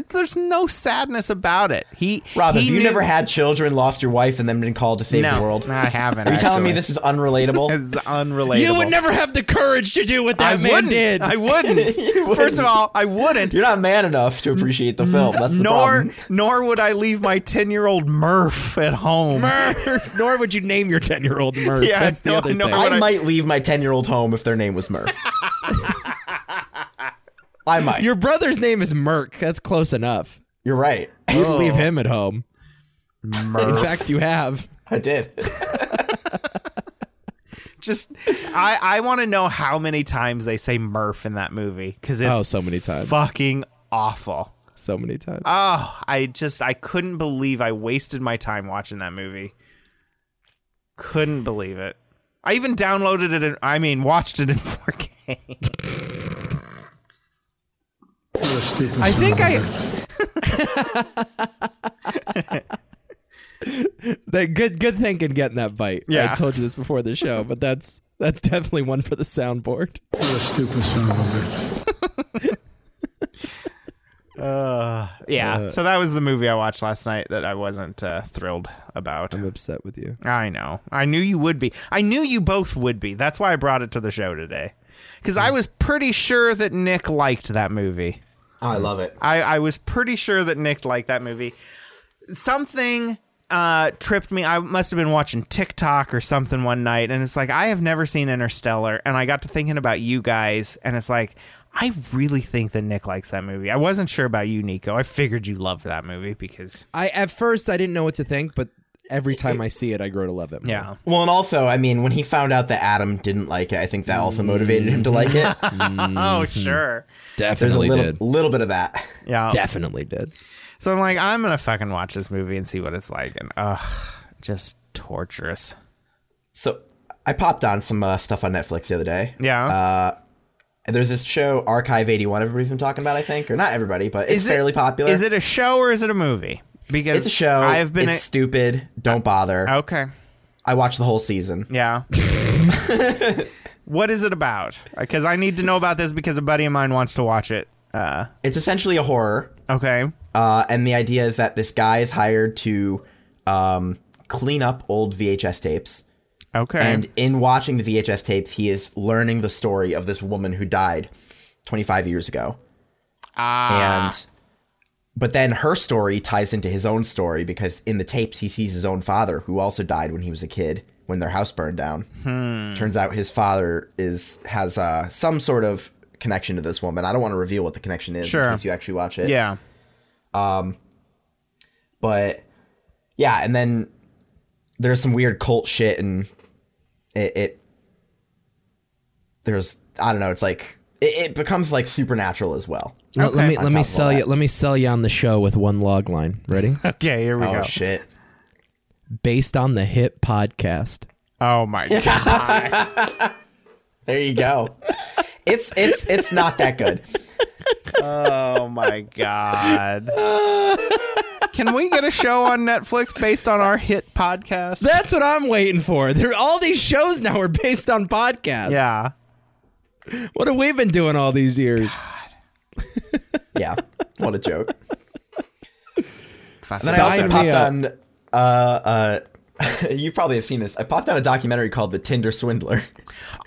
Speaker 2: There's no sadness about it. He
Speaker 4: rob
Speaker 2: he
Speaker 4: have you
Speaker 2: knew-
Speaker 4: never had children lost your wife and then been called to save
Speaker 2: no,
Speaker 4: the world
Speaker 2: I haven't.
Speaker 4: are you telling me
Speaker 2: actually.
Speaker 4: this is
Speaker 2: [laughs]
Speaker 4: [laughs] unrelatable
Speaker 2: It's unrelatable.
Speaker 3: You would never have the courage to do what that
Speaker 2: I
Speaker 3: man
Speaker 2: wouldn't.
Speaker 3: [laughs] did.
Speaker 2: I wouldn't. First of all, I wouldn't.
Speaker 4: you're not man enough to appreciate the film that's the
Speaker 2: nor
Speaker 4: problem
Speaker 2: nor would I leave my ten year old Murph at home.
Speaker 3: Nor would you name your ten year old Murph.
Speaker 2: Yeah,
Speaker 3: That's the
Speaker 2: no,
Speaker 3: other
Speaker 2: no,
Speaker 3: thing.
Speaker 2: I-
Speaker 4: I,
Speaker 2: would
Speaker 4: might leave my 10 year old home if their name was
Speaker 2: [laughs]
Speaker 4: murph i might
Speaker 3: Your brother's name is Merk. That's close enough.
Speaker 4: you're right
Speaker 3: You'd leave him at home. In fact, you have.
Speaker 4: i did [laughs]
Speaker 2: Just I I want to know how many times they say Murph in that movie because it's
Speaker 3: Oh, so many times.
Speaker 2: fucking awful.
Speaker 3: So many times.
Speaker 2: Oh, I just I couldn't believe I wasted my time watching that movie. Couldn't believe it. I even downloaded it. In, I mean, watched it in [laughs] 4K. I think I
Speaker 3: That good good thinking getting that bite.
Speaker 2: Yeah.
Speaker 3: I told you this before the show, but that's that's definitely one for the soundboard.
Speaker 2: yeah. so that was the movie I watched last night that I wasn't uh, thrilled about.
Speaker 3: I'm upset with you.
Speaker 2: I know. I knew you would be. I knew you both would be. That's why I brought it to the show today. Because I was pretty sure that Nick liked that movie.
Speaker 4: i love it
Speaker 2: I, I was pretty sure that Nick liked that movie. Something uh, tripped me. I must have been watching TikTok or something one night, and it's like I have never seen Interstellar, and I got to thinking about you guys, and it's like I really think that Nick likes that movie. I wasn't sure about you, Nico. I figured you loved that movie because
Speaker 3: I at first I didn't know what to think, but every time I see it, I grow to love it. more.
Speaker 2: yeah,
Speaker 4: Well, and also, I mean, when he found out that Adam didn't like it, I think that also motivated him to
Speaker 2: [laughs]
Speaker 4: like it.
Speaker 2: oh
Speaker 4: Mm-hmm.
Speaker 2: sure,
Speaker 4: There's a
Speaker 3: definitely
Speaker 4: little,
Speaker 3: did.
Speaker 4: little bit of that.
Speaker 2: yeah.
Speaker 3: Definitely did.
Speaker 2: So I'm like, I'm gonna fucking watch this movie and see what it's like, and ugh, just torturous.
Speaker 4: So I popped on some uh, stuff on Netflix the other day.
Speaker 2: Yeah.
Speaker 4: And there's this show, Archive 81, everybody's been talking about, I think. Or not everybody, but it's
Speaker 2: Is it-
Speaker 4: fairly popular.
Speaker 2: Is it a show or is it a movie? Because
Speaker 4: It's a show.
Speaker 2: I have been
Speaker 4: It's stupid. Don't bother.
Speaker 2: okay.
Speaker 4: I watched the whole season.
Speaker 2: Yeah. Uh, what is it about? Because I need to know about this because a buddy of mine wants to watch it.
Speaker 4: It's essentially a horror.
Speaker 2: Okay.
Speaker 4: Uh, and the idea is that this guy is hired to um, clean up old VHS tapes.
Speaker 2: Okay.
Speaker 4: And in watching the VHS tapes, he is learning the story of this woman who died 25 years ago. Ah. And but then her story ties into his own story because in the tapes he sees his own father who also died when he was a kid when their house burned down. Turns out his father is has uh, some sort of connection to this woman. I don't want to reveal what the connection is
Speaker 2: Sure.
Speaker 4: in case you actually watch it
Speaker 2: yeah.
Speaker 4: but yeah and then there's some weird cult shit and it, it there's i don't know it's like it, it becomes like supernatural as well
Speaker 3: Let- let me
Speaker 4: On
Speaker 3: let me
Speaker 4: top of all
Speaker 3: sell you
Speaker 4: that.
Speaker 3: let me sell you on the show with one log line.
Speaker 4: [laughs]
Speaker 3: Ready?
Speaker 2: Okay, here we
Speaker 4: oh
Speaker 2: go.
Speaker 4: shit
Speaker 3: Based on the hit podcast.
Speaker 2: Oh
Speaker 3: [laughs]
Speaker 2: my god.
Speaker 4: there you [laughs] go it's it's it's not that good
Speaker 2: Oh my
Speaker 3: [laughs]
Speaker 2: god. Can we get a show on Netflix based on our hit podcast?
Speaker 3: That's what I'm waiting for. There, all these shows now are based on podcasts.
Speaker 2: yeah.
Speaker 3: What have we been doing all these years?
Speaker 4: yeah what a joke
Speaker 2: Fuck.
Speaker 4: And then i also
Speaker 3: Sign me
Speaker 2: "Oh,
Speaker 4: popped
Speaker 3: up.
Speaker 4: on uh uh [laughs] you probably have seen this i popped on a documentary called the tinder swindler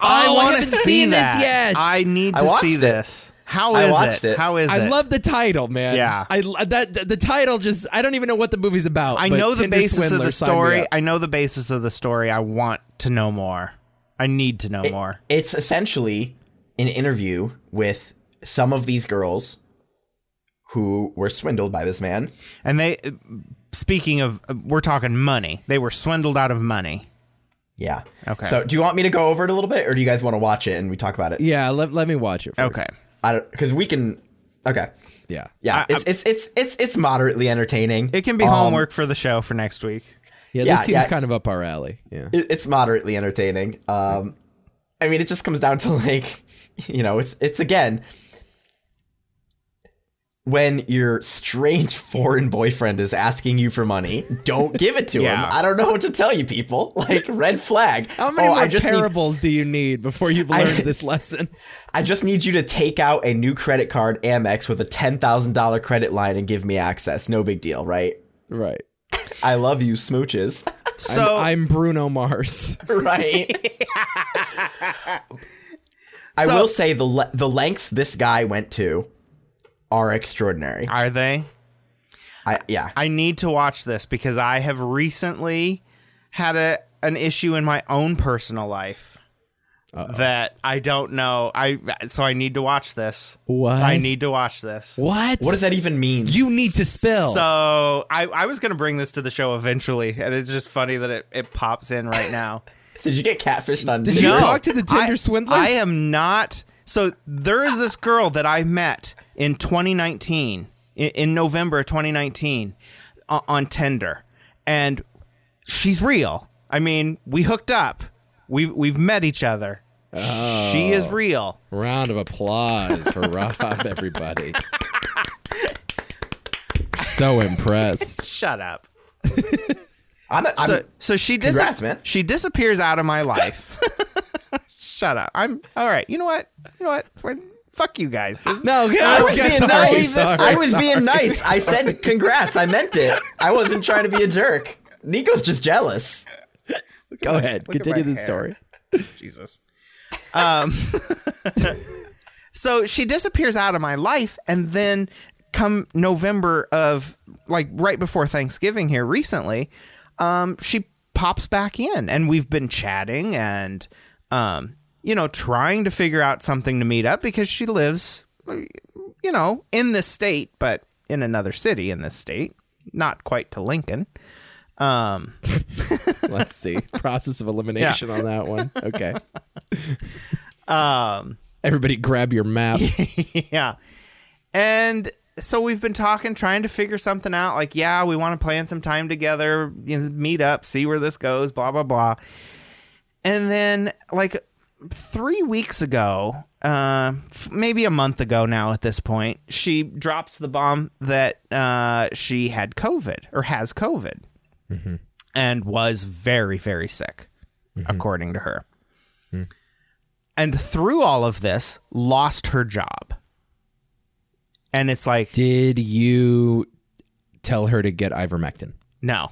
Speaker 2: I
Speaker 3: Oh, I
Speaker 2: want to
Speaker 3: haven't
Speaker 2: see
Speaker 3: seen this
Speaker 2: that.
Speaker 3: yet.
Speaker 2: I need
Speaker 4: I
Speaker 2: to
Speaker 4: watched
Speaker 2: see
Speaker 4: it.
Speaker 2: this. How
Speaker 4: I
Speaker 2: is
Speaker 4: watched
Speaker 2: it?
Speaker 4: it.
Speaker 2: How is
Speaker 3: I
Speaker 2: it?
Speaker 3: love the title, man.
Speaker 2: Yeah.
Speaker 3: I lo- that the title just I don't even know what the movie's about.
Speaker 2: I
Speaker 3: but
Speaker 2: know the
Speaker 3: Tinder
Speaker 2: basis
Speaker 3: Swindler
Speaker 2: of the
Speaker 3: signed me
Speaker 2: story.
Speaker 3: up.
Speaker 2: I know the basis of the story. I want to know more. I need to know more.
Speaker 4: it's essentially an interview with some of these girls who were swindled by this man.
Speaker 2: And they, uh, speaking of, uh, we're talking money. They were swindled out of money.
Speaker 4: Yeah.
Speaker 2: Okay.
Speaker 4: So, do you want me to go over it a little bit, or do you guys want to watch it and we talk about it?
Speaker 3: Yeah, let, let me watch it. First.
Speaker 2: Okay.
Speaker 4: I don't because we can. Okay.
Speaker 3: Yeah.
Speaker 4: Yeah.
Speaker 2: I-
Speaker 4: it's, it's it's it's it's moderately entertaining.
Speaker 2: It can be
Speaker 4: Um,
Speaker 2: homework for the show for next week.
Speaker 3: Yeah,
Speaker 4: Yeah,
Speaker 3: this seems
Speaker 4: yeah.
Speaker 3: kind of up our alley. Yeah.
Speaker 4: it- it's moderately entertaining. Um, I mean, it just comes down to [laughs] like, you know, it's it's again when your strange [laughs] foreign boyfriend is asking you for money, don't give it to
Speaker 2: Yeah.
Speaker 4: him. I don't know what to tell you, people. [laughs] Like red flag.
Speaker 3: How many
Speaker 4: oh,
Speaker 3: more
Speaker 4: I just need,
Speaker 3: parables do you need before you've
Speaker 4: I-
Speaker 2: [laughs]
Speaker 3: learned this lesson?
Speaker 4: I just need you to take out a new credit card, Amex, with a ten thousand dollar credit line and give me access. No big deal, right?
Speaker 3: Right.
Speaker 4: I love you, smooches. [laughs]
Speaker 2: So
Speaker 3: I'm Bruno Mars. [laughs]
Speaker 4: right? I
Speaker 2: So-
Speaker 4: will say the le- the lengths this guy went to are extraordinary.
Speaker 2: are they?
Speaker 4: I, yeah,
Speaker 2: I need to watch this because I have recently had a an issue in my own personal life that I don't know. I so I need to watch this.
Speaker 3: What?
Speaker 2: I need to watch this.
Speaker 3: What?
Speaker 4: what does that even mean?
Speaker 3: You need to spill.
Speaker 2: So I, I was gonna bring this to the show eventually, and it's just funny that it, it pops in right
Speaker 3: [laughs]
Speaker 2: now.
Speaker 4: Did you get catfished on?
Speaker 3: Did you talk to the Tinder
Speaker 2: I-
Speaker 3: swindler?
Speaker 2: I am not. So there is this girl that I met in 2019, in, in November of 2019, o- on Tinder, and she's real. I mean, we hooked up. We we've met each other. She
Speaker 4: Oh.
Speaker 2: is real.
Speaker 3: Round of
Speaker 2: [laughs]
Speaker 3: applause for Rob, everybody. so impressed.
Speaker 2: Shut up.
Speaker 4: I'm, a, I'm
Speaker 2: So, so she dis-
Speaker 4: Congrats, man.
Speaker 2: she disappears out of my
Speaker 4: [laughs]
Speaker 2: life. Shut up. I'm all right. You know what? You know what? We're, fuck you guys. This is-
Speaker 3: No, okay,
Speaker 4: I was
Speaker 3: okay,
Speaker 4: being
Speaker 3: sorry,
Speaker 4: nice.
Speaker 3: sorry,
Speaker 4: I was
Speaker 3: sorry.
Speaker 4: being nice.
Speaker 3: [laughs]
Speaker 4: I said congrats. I meant it. I wasn't trying to be a jerk. Nico's just jealous.
Speaker 3: Go ahead.
Speaker 2: Look at
Speaker 3: Continue
Speaker 2: my
Speaker 3: the
Speaker 2: hair.
Speaker 3: story.
Speaker 2: Jesus. Um, [laughs] so she disappears out of my life, and then come November of like right before Thanksgiving here recently, um, she pops back in, and we've been chatting and um, you know trying to figure out something to meet up because she lives you know in this state, but in another city in this state, not quite to Lincoln. Um, [laughs]
Speaker 3: Let's see. Process of elimination on that one. Okay.
Speaker 2: um,
Speaker 3: Everybody grab
Speaker 2: [laughs]
Speaker 3: your map.
Speaker 2: yeah. And so we've been talking, trying to figure something out. Like, yeah, we want to plan some time together, you know, meet up, see where this goes, blah, blah, blah. And then, like, three weeks ago, uh, f- maybe a month ago now at this point, she drops the bomb that uh, she had COVID or has COVID
Speaker 3: Mm-hmm.
Speaker 2: and was very, very sick, according to her.
Speaker 3: Hmm.
Speaker 2: And through all of this, lost her job and it's like
Speaker 3: Did you tell her to get ivermectin? [laughs]
Speaker 2: no,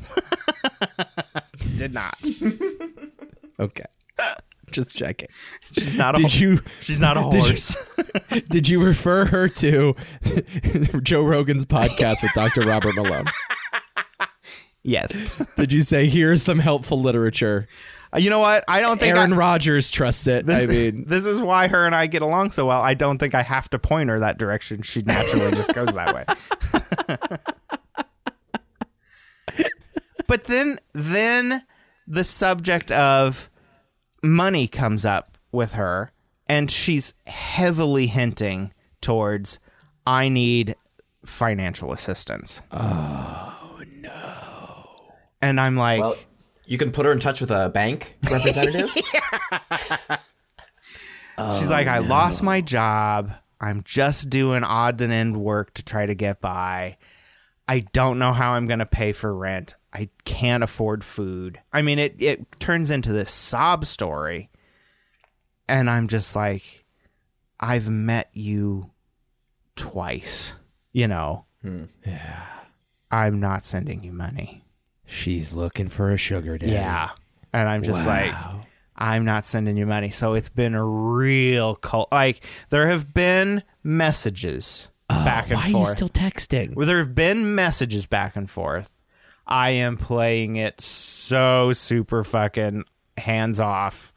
Speaker 2: did not. [laughs]
Speaker 3: Okay. Just checking.
Speaker 2: She's not. A,
Speaker 3: Did you
Speaker 2: She's not a
Speaker 3: [laughs] did you-
Speaker 2: horse.
Speaker 3: did you refer her to [laughs] Joe Rogan's podcast with Dr. Robert Malone?
Speaker 2: yes.
Speaker 3: [laughs] Did you say here's some helpful literature?
Speaker 2: Uh, You know what? I don't think
Speaker 3: Aaron
Speaker 2: I,
Speaker 3: Rodgers trusts
Speaker 2: [laughs]
Speaker 3: it.
Speaker 2: this,
Speaker 3: I mean,
Speaker 2: this is why her and I get along so well. I don't think I have to point her that direction. She naturally just goes that way. but then then the subject of money comes up with her and she's heavily hinting towards I need financial assistance. Oh no. And I'm like
Speaker 4: Well, you can put her in touch with a bank
Speaker 3: [laughs]
Speaker 4: representative.
Speaker 2: She's like, I lost my job. I'm just doing odd and end work to try to get by. I don't know how I'm going to pay for rent. I can't afford food. I mean, it, it turns into this sob story. And I'm just like, I've met you twice, you know? Yeah. I'm not sending you money.
Speaker 3: she's looking for a sugar daddy.
Speaker 2: Yeah. And I'm just like, I'm not sending you money. So it's been a real cult. Like, there have been messages back and
Speaker 3: Oh, Why are you
Speaker 2: forth.
Speaker 3: still texting?
Speaker 2: Well, there have been messages back and forth. I am playing it so super fucking hands off.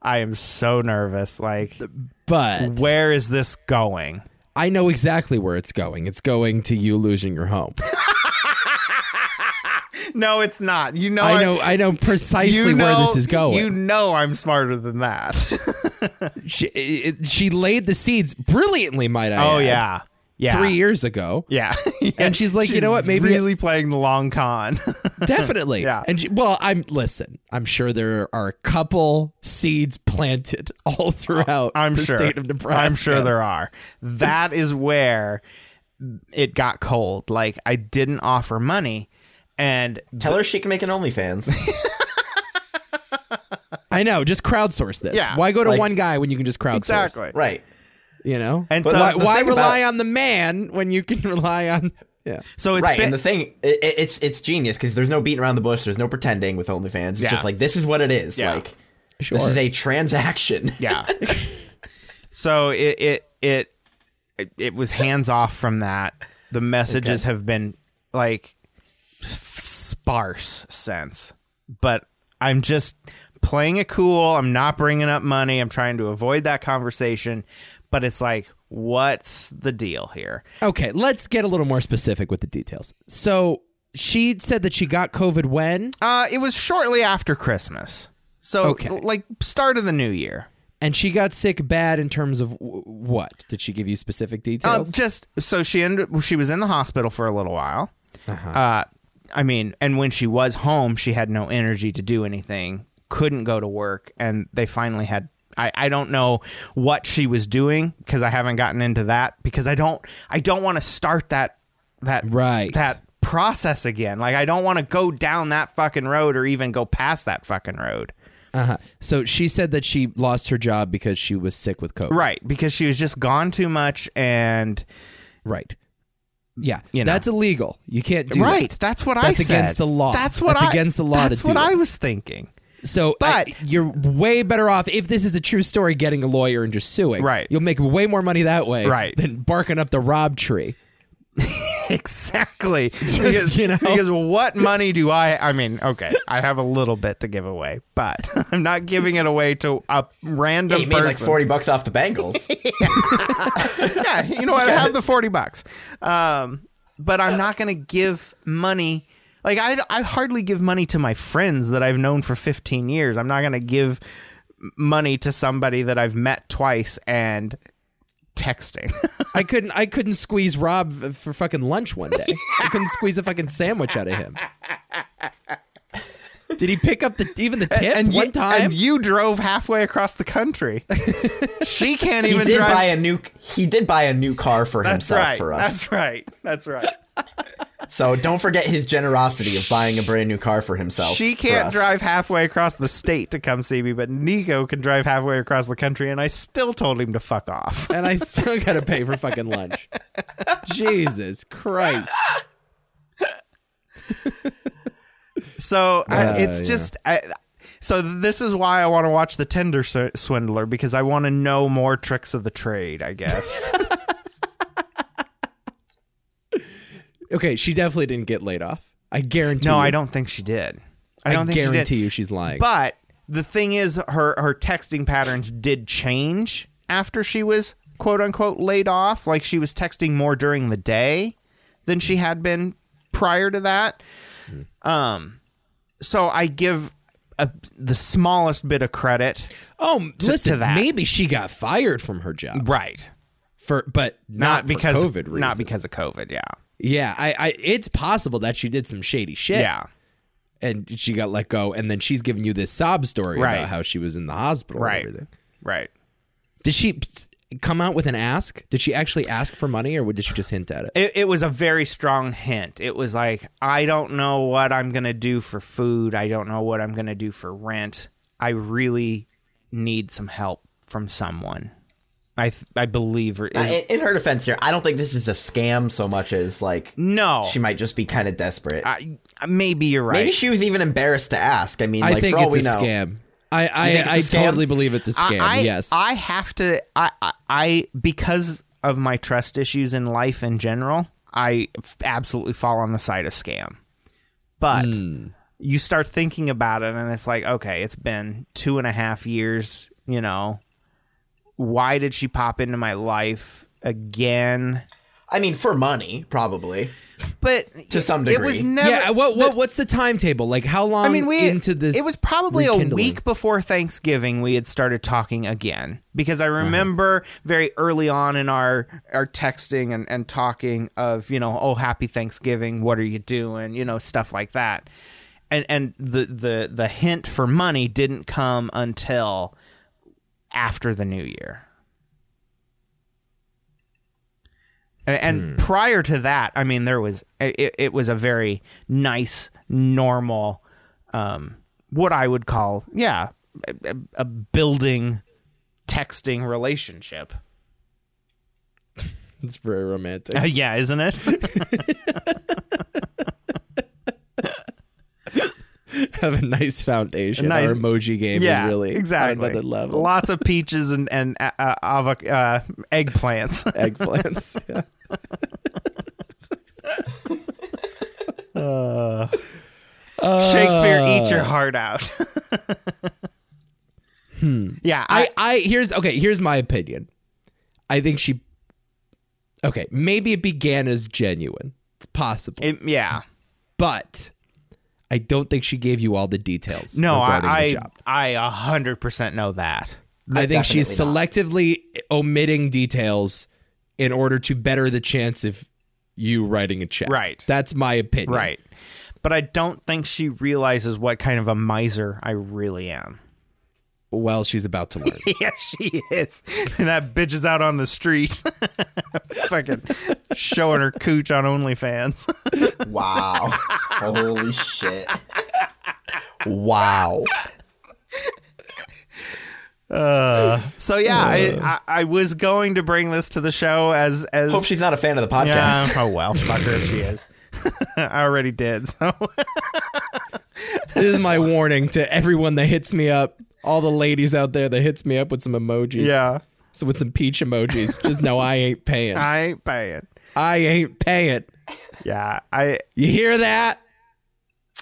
Speaker 2: I am so nervous. Like,
Speaker 3: But
Speaker 2: where is this going?
Speaker 3: I know exactly where it's going. It's going to you losing
Speaker 2: [laughs]
Speaker 3: your home.
Speaker 2: No, it's not. You know,
Speaker 3: I know I know precisely
Speaker 2: you
Speaker 3: where
Speaker 2: know-
Speaker 3: this is going.
Speaker 2: You know, I'm smarter than
Speaker 3: [laughs]
Speaker 2: that.
Speaker 3: she, it, she laid the seeds brilliantly, might I
Speaker 2: oh
Speaker 3: add,
Speaker 2: yeah, yeah.
Speaker 3: Three years ago.
Speaker 2: Yeah. [laughs]
Speaker 3: And she's like, you know what? Maybe
Speaker 2: really [laughs] playing the long con.
Speaker 3: Definitely.
Speaker 2: Yeah.
Speaker 3: And she- well, I'm listen. I'm sure there are a couple seeds planted [laughs] all throughout
Speaker 2: I'm
Speaker 3: the
Speaker 2: sure.
Speaker 3: state of Nebraska.
Speaker 2: I'm sure there are. That is where it got cold. Like I didn't offer money and
Speaker 4: Tell her she can make an OnlyFans.
Speaker 3: I know. Just crowdsource this.
Speaker 2: Yeah.
Speaker 3: Why go to
Speaker 4: Like-
Speaker 3: one guy when you can just crowdsource?
Speaker 4: right.
Speaker 3: You know.
Speaker 2: And
Speaker 3: But
Speaker 2: so
Speaker 3: why,
Speaker 2: the
Speaker 3: why
Speaker 4: thing
Speaker 3: rely
Speaker 4: about-
Speaker 3: on the man when you can [laughs] rely on? Yeah.
Speaker 2: So it's
Speaker 4: right.
Speaker 2: been-
Speaker 4: and the thing, i i- it's it's genius because there's no beating around the bush. There's no pretending with OnlyFans. It's
Speaker 2: Yeah.
Speaker 4: just like this is what it is.
Speaker 2: Yeah.
Speaker 4: Like
Speaker 3: Sure.
Speaker 4: this is a transaction.
Speaker 2: [laughs] Yeah. so it it it it, it was hands off from that. The messages have been like f- sparse since, but I'm just playing it cool. I'm not bringing up money. I'm trying to avoid that conversation, but it's like, what's the deal here?
Speaker 3: okay. Let's get a little more specific with the details. So she said that she got COVID when,
Speaker 2: Uh, it was shortly after Christmas, so
Speaker 3: Okay.
Speaker 2: Oh, like start of the new year.
Speaker 3: and she got sick bad in terms of w- what? Did she give you specific
Speaker 2: Um,
Speaker 3: details?
Speaker 2: just so she ended, she was in the hospital for a little while. Uh, I mean, and when she was home, she had no energy to do anything, couldn't go to work, and they finally had. I, I don't know what she was doing because I haven't gotten into that because I don't I don't want to start that that
Speaker 3: Right.
Speaker 2: that process again. Like I don't want to go down that fucking road or even go past that fucking road.
Speaker 3: So she said that she lost her job because she was sick with COVID.
Speaker 2: Right, because she was just gone too much and
Speaker 3: Right. Yeah.
Speaker 2: You know.
Speaker 3: That's illegal. You can't do
Speaker 2: right.
Speaker 3: that.
Speaker 2: That's what I
Speaker 3: That's
Speaker 2: said.
Speaker 3: against the law.
Speaker 2: That's what
Speaker 3: That's
Speaker 2: I,
Speaker 3: against the law to
Speaker 2: That's what
Speaker 3: do
Speaker 2: I
Speaker 3: it.
Speaker 2: was thinking.
Speaker 3: So
Speaker 2: But-
Speaker 3: I- you're way better off if this is a true story getting a lawyer and just suing.
Speaker 2: Right.
Speaker 3: You'll make way more money that way
Speaker 2: Right.
Speaker 3: than barking up the rob tree.
Speaker 2: [laughs] exactly. because,
Speaker 3: you know.
Speaker 2: because what money do I? I mean, okay, I have a little bit to give away, but [laughs] I'm not giving it away to a random
Speaker 4: You made
Speaker 2: person.
Speaker 4: like forty bucks off the
Speaker 2: [laughs]
Speaker 4: Bengals.
Speaker 2: yeah, you know what? I have the 40 bucks. Um, but I'm not going to give money. Like, I, I hardly give money to my friends that I've known for 15 years. I'm not going to give m- money to somebody that I've met twice and texting. [laughs]
Speaker 3: I couldn't I couldn't squeeze Rob for fucking lunch one day. I
Speaker 2: [laughs]
Speaker 3: couldn't squeeze a fucking sandwich out of him. Did he pick up the even the tip one
Speaker 2: you,
Speaker 3: time?
Speaker 2: and you drove halfway across the [laughs] country. she can't
Speaker 4: he
Speaker 2: even
Speaker 4: did
Speaker 2: drive.
Speaker 4: buy a new. He did buy a new car for
Speaker 2: That's
Speaker 4: himself
Speaker 2: right.
Speaker 4: for us.
Speaker 2: That's right. That's right.
Speaker 4: So don't forget his generosity of buying a brand new car for himself.
Speaker 2: She
Speaker 4: for
Speaker 2: can't
Speaker 4: us.
Speaker 2: drive halfway across the state to come see me, but Nico can drive halfway across the country, and I still told him to fuck off. [laughs]
Speaker 3: and I still gotta pay for fucking lunch. Jesus Christ!
Speaker 2: So I, it's just I, so this is why I want to watch the Tender Sw- Swindler because I want to know more tricks of the trade. I
Speaker 4: [laughs]
Speaker 2: guess
Speaker 3: Okay, she definitely didn't get laid off. I guarantee.
Speaker 2: no,
Speaker 3: you.
Speaker 2: I don't think she did. I
Speaker 3: I
Speaker 2: don't think
Speaker 3: guarantee
Speaker 2: she did.
Speaker 3: you she's lying.
Speaker 2: But the thing is, her her texting patterns did change after she was quote unquote laid off. Like she was texting more during the day than she had been prior to that.
Speaker 3: Hmm.
Speaker 2: Um, so I give a, the smallest bit of credit.
Speaker 3: oh, listen,
Speaker 2: to that.
Speaker 3: maybe she got fired from her job
Speaker 2: Right.
Speaker 3: for, but
Speaker 2: Not,
Speaker 3: not, for
Speaker 2: because
Speaker 3: COVID reasons.
Speaker 2: not because of COVID. Yeah.
Speaker 3: Yeah, I, I, it's possible that she did some shady shit.
Speaker 2: Yeah.
Speaker 3: and she got let go, and then she's giving you this sob story
Speaker 2: Right.
Speaker 3: about how she was in the hospital.
Speaker 2: Right.
Speaker 3: And everything.
Speaker 2: Right.
Speaker 3: Did she s- come out with an ask? Did she actually ask for money, or did she just hint at it?
Speaker 2: It, it was a very strong hint. It was like, I don't know what I'm going to do for food. I don't know what I'm going to do for rent. I really need some help from someone. I, th- I believe her.
Speaker 4: Uh, In, in her defense here, I don't think this is a scam so much as like
Speaker 2: no.
Speaker 4: she might just be kind of desperate.
Speaker 2: I, maybe you're right.
Speaker 4: Maybe she was even embarrassed to ask. I mean,
Speaker 3: I
Speaker 4: like
Speaker 3: think
Speaker 4: for
Speaker 3: it's
Speaker 4: all we
Speaker 3: a
Speaker 4: know,
Speaker 3: scam. I I,
Speaker 4: think
Speaker 3: I
Speaker 4: it's a scam?
Speaker 3: totally believe it's a
Speaker 2: I-
Speaker 3: scam.
Speaker 2: I,
Speaker 3: yes.
Speaker 2: I have to. I, I, I because of my trust issues in life in general, I f- absolutely fall on the side of scam. But
Speaker 3: Hmm.
Speaker 2: you start thinking about it, and it's like, okay, it's been two and a half years. You know, why did she pop into my life again?
Speaker 4: I mean, for money probably.
Speaker 2: But
Speaker 4: To some
Speaker 2: it was
Speaker 4: degree.
Speaker 2: never.
Speaker 3: yeah. What what what's the timetable? Like how long?
Speaker 2: I mean, we
Speaker 3: into this.
Speaker 2: It was probably a
Speaker 3: rekindling?
Speaker 2: week before Thanksgiving we had started talking again because I
Speaker 3: Uh-huh.
Speaker 2: remember very early on in our our texting and, and talking of you know oh happy Thanksgiving what are you doing you know stuff like that, and and the the the hint for money didn't come until after the new year. And,
Speaker 3: Hmm.
Speaker 2: and prior to that, I mean, there was it, it was a very nice, normal, um, what I would call, yeah, a, a- a building texting relationship. [laughs]
Speaker 3: It's very romantic.
Speaker 2: Uh,
Speaker 3: [laughs]
Speaker 2: yeah, isn't it?
Speaker 3: Have a nice foundation.
Speaker 2: Nice-
Speaker 3: Our emoji
Speaker 2: [laughs]
Speaker 3: game
Speaker 2: yeah,
Speaker 3: is really on
Speaker 2: exactly.
Speaker 3: another level.
Speaker 2: Lots of peaches and and uh, uh, avo- uh,
Speaker 3: [laughs]
Speaker 2: eggplants. [laughs]
Speaker 3: Eggplants. Yeah.
Speaker 2: Shakespeare, eat
Speaker 3: Oh.
Speaker 2: your heart out. [laughs] Yeah, I,
Speaker 3: Hmm. I, I here's okay, here's my opinion. I think she Okay, maybe it began as genuine. It's possible.
Speaker 2: it- yeah.
Speaker 3: but I don't think she gave you all the details.
Speaker 2: No,
Speaker 3: regarding the
Speaker 2: I
Speaker 3: job.
Speaker 2: I I a hundred percent know that.
Speaker 3: I think she's
Speaker 4: definitely
Speaker 3: selectively omitting details in order to better the chance of you writing a check.
Speaker 2: Right.
Speaker 3: That's my opinion.
Speaker 2: Right. But I don't think she realizes what kind of a miser I really am. [laughs]
Speaker 3: Well, she's about to learn. [laughs]
Speaker 2: Yeah, she is. And that bitch is out on the street [laughs] fucking showing her cooch on OnlyFans. [laughs]
Speaker 4: Wow. [laughs] Holy shit. Wow.
Speaker 2: So yeah, I, I, I was going to bring this to the show as as
Speaker 4: Hope she's not a fan of the
Speaker 2: yeah,
Speaker 4: podcast.
Speaker 2: oh well, fuck her if she is. [laughs] I already did. So
Speaker 3: this is my warning to everyone that hits me up. All the ladies out there that hits me up with some emojis.
Speaker 2: yeah,
Speaker 3: So with some peach emojis. Just know I ain't
Speaker 2: [laughs]
Speaker 3: paying.
Speaker 2: I ain't paying.
Speaker 3: I ain't paying.
Speaker 2: Yeah, I
Speaker 3: You hear that?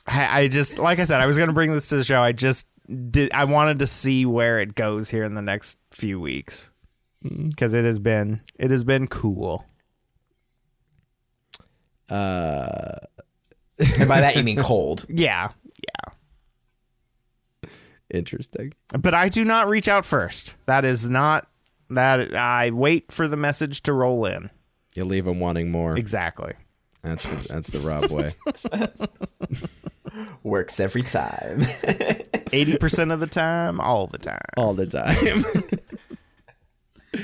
Speaker 2: I I just like I said, I was gonna bring this to the show. I just did. I wanted to see where it goes here in the next few weeks
Speaker 3: Hmm.
Speaker 2: because it has been it has been cool.
Speaker 4: and by that you mean cold.
Speaker 2: Yeah, yeah.
Speaker 3: Interesting.
Speaker 2: But I do not reach out first. That is not that I wait for the message to roll in.
Speaker 3: You leave them wanting more.
Speaker 2: Exactly.
Speaker 3: That's the, that's the Rob way.
Speaker 4: Works every time. [laughs]
Speaker 2: Eighty percent of the time, all the time.
Speaker 3: [laughs] All the time. [laughs]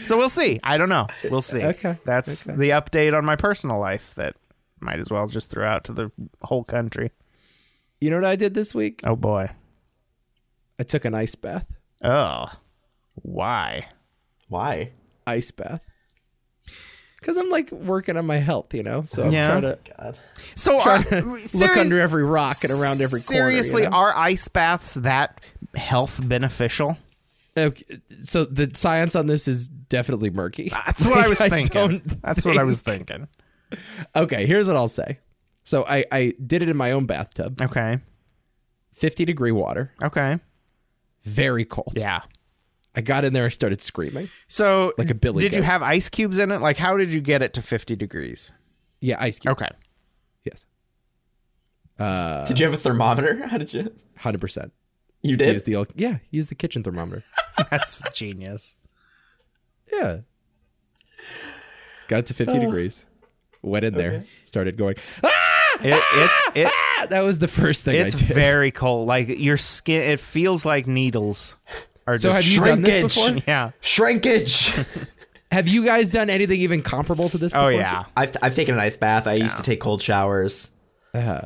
Speaker 2: So we'll see. I don't know. We'll see.
Speaker 3: Okay.
Speaker 2: That's the update on my personal life that might as well just throw out to the whole country.
Speaker 3: You know what I did this week?
Speaker 2: Oh boy.
Speaker 3: I took an ice bath.
Speaker 2: Oh. Why?
Speaker 4: Why?
Speaker 3: Ice bath. Because I'm like working on my health, you know. So I'm
Speaker 2: Yeah.
Speaker 3: trying to
Speaker 4: God.
Speaker 2: So
Speaker 3: trying
Speaker 2: are,
Speaker 3: to [laughs] look
Speaker 2: serious-
Speaker 3: under every rock and around every corner. you
Speaker 2: seriously,
Speaker 3: know?
Speaker 2: are ice baths that health beneficial?
Speaker 3: Okay, so the science on this is definitely murky.
Speaker 2: That's what [laughs] I was
Speaker 3: I
Speaker 2: thinking.
Speaker 3: don't
Speaker 2: That's what I was thinking.
Speaker 3: Okay, here's what I'll say. So I, I did it in my own bathtub.
Speaker 2: Okay.
Speaker 3: 50 degree water,
Speaker 2: Okay.
Speaker 3: very cold.
Speaker 2: Yeah.
Speaker 3: I got in there, I started screaming.
Speaker 2: So
Speaker 3: Like a billy
Speaker 2: Did you
Speaker 3: goat.
Speaker 2: have ice cubes in it? Like how did you get it to 50 degrees?
Speaker 3: Yeah, ice cube.
Speaker 2: Okay.
Speaker 3: Yes,
Speaker 2: uh,
Speaker 4: Did you have a thermometer? [laughs] How did you?
Speaker 3: 100%.
Speaker 4: You
Speaker 3: Use
Speaker 4: did.
Speaker 3: the old, yeah, use the kitchen thermometer. [laughs]
Speaker 2: That's genius.
Speaker 3: Yeah. Got it to [sighs] 50 degrees. Went in there, started going.
Speaker 2: It, it's it,
Speaker 3: Ah, that was the first thing
Speaker 2: it's
Speaker 3: I did.
Speaker 2: very cold. Like your skin it feels like needles are
Speaker 3: so have
Speaker 2: just
Speaker 3: you done this
Speaker 4: shrinkage.
Speaker 3: before?
Speaker 2: [laughs] Yeah. [laughs]
Speaker 4: Shrinkage.
Speaker 3: Have you guys done anything even comparable to this?
Speaker 2: Oh
Speaker 3: before?
Speaker 2: yeah.
Speaker 4: I've, I've taken an ice bath. I used to take cold showers.
Speaker 3: Uh-huh.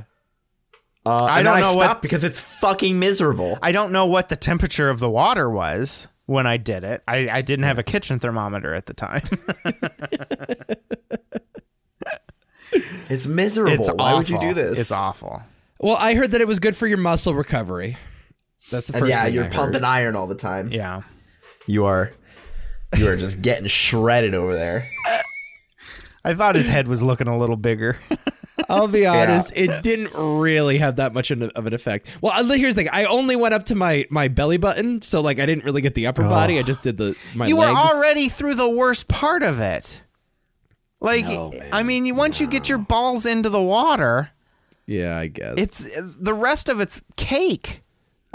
Speaker 4: Uh,
Speaker 2: I
Speaker 4: and
Speaker 2: don't
Speaker 4: then
Speaker 2: know
Speaker 4: I
Speaker 2: what-
Speaker 4: stopped because it's fucking miserable.
Speaker 2: I don't know what the temperature of the water was when I did it. I, I didn't have a kitchen thermometer at the time. [laughs]
Speaker 4: It's miserable.
Speaker 2: it's
Speaker 4: Why would you
Speaker 2: awful.
Speaker 4: do this?
Speaker 2: It's awful.
Speaker 3: Well, I heard that it was good for your muscle recovery. That's the first
Speaker 4: And yeah,
Speaker 3: thing
Speaker 4: you're
Speaker 3: I heard.
Speaker 4: pumping iron all the time.
Speaker 2: Yeah.
Speaker 4: You are. You are just getting shredded over there.
Speaker 2: I thought his head was looking a little bigger.
Speaker 3: I'll be honest, it didn't really have that much of of an effect. Well, I- here's the thing: I only went up to my my belly button, so like I didn't really get the upper body. I just did the
Speaker 2: [laughs]
Speaker 3: my
Speaker 2: you
Speaker 3: legs.
Speaker 2: were already through the worst part of it. Like, I mean, you- once you get your balls into the water,
Speaker 3: yeah, I guess
Speaker 2: it's the rest of it's cake.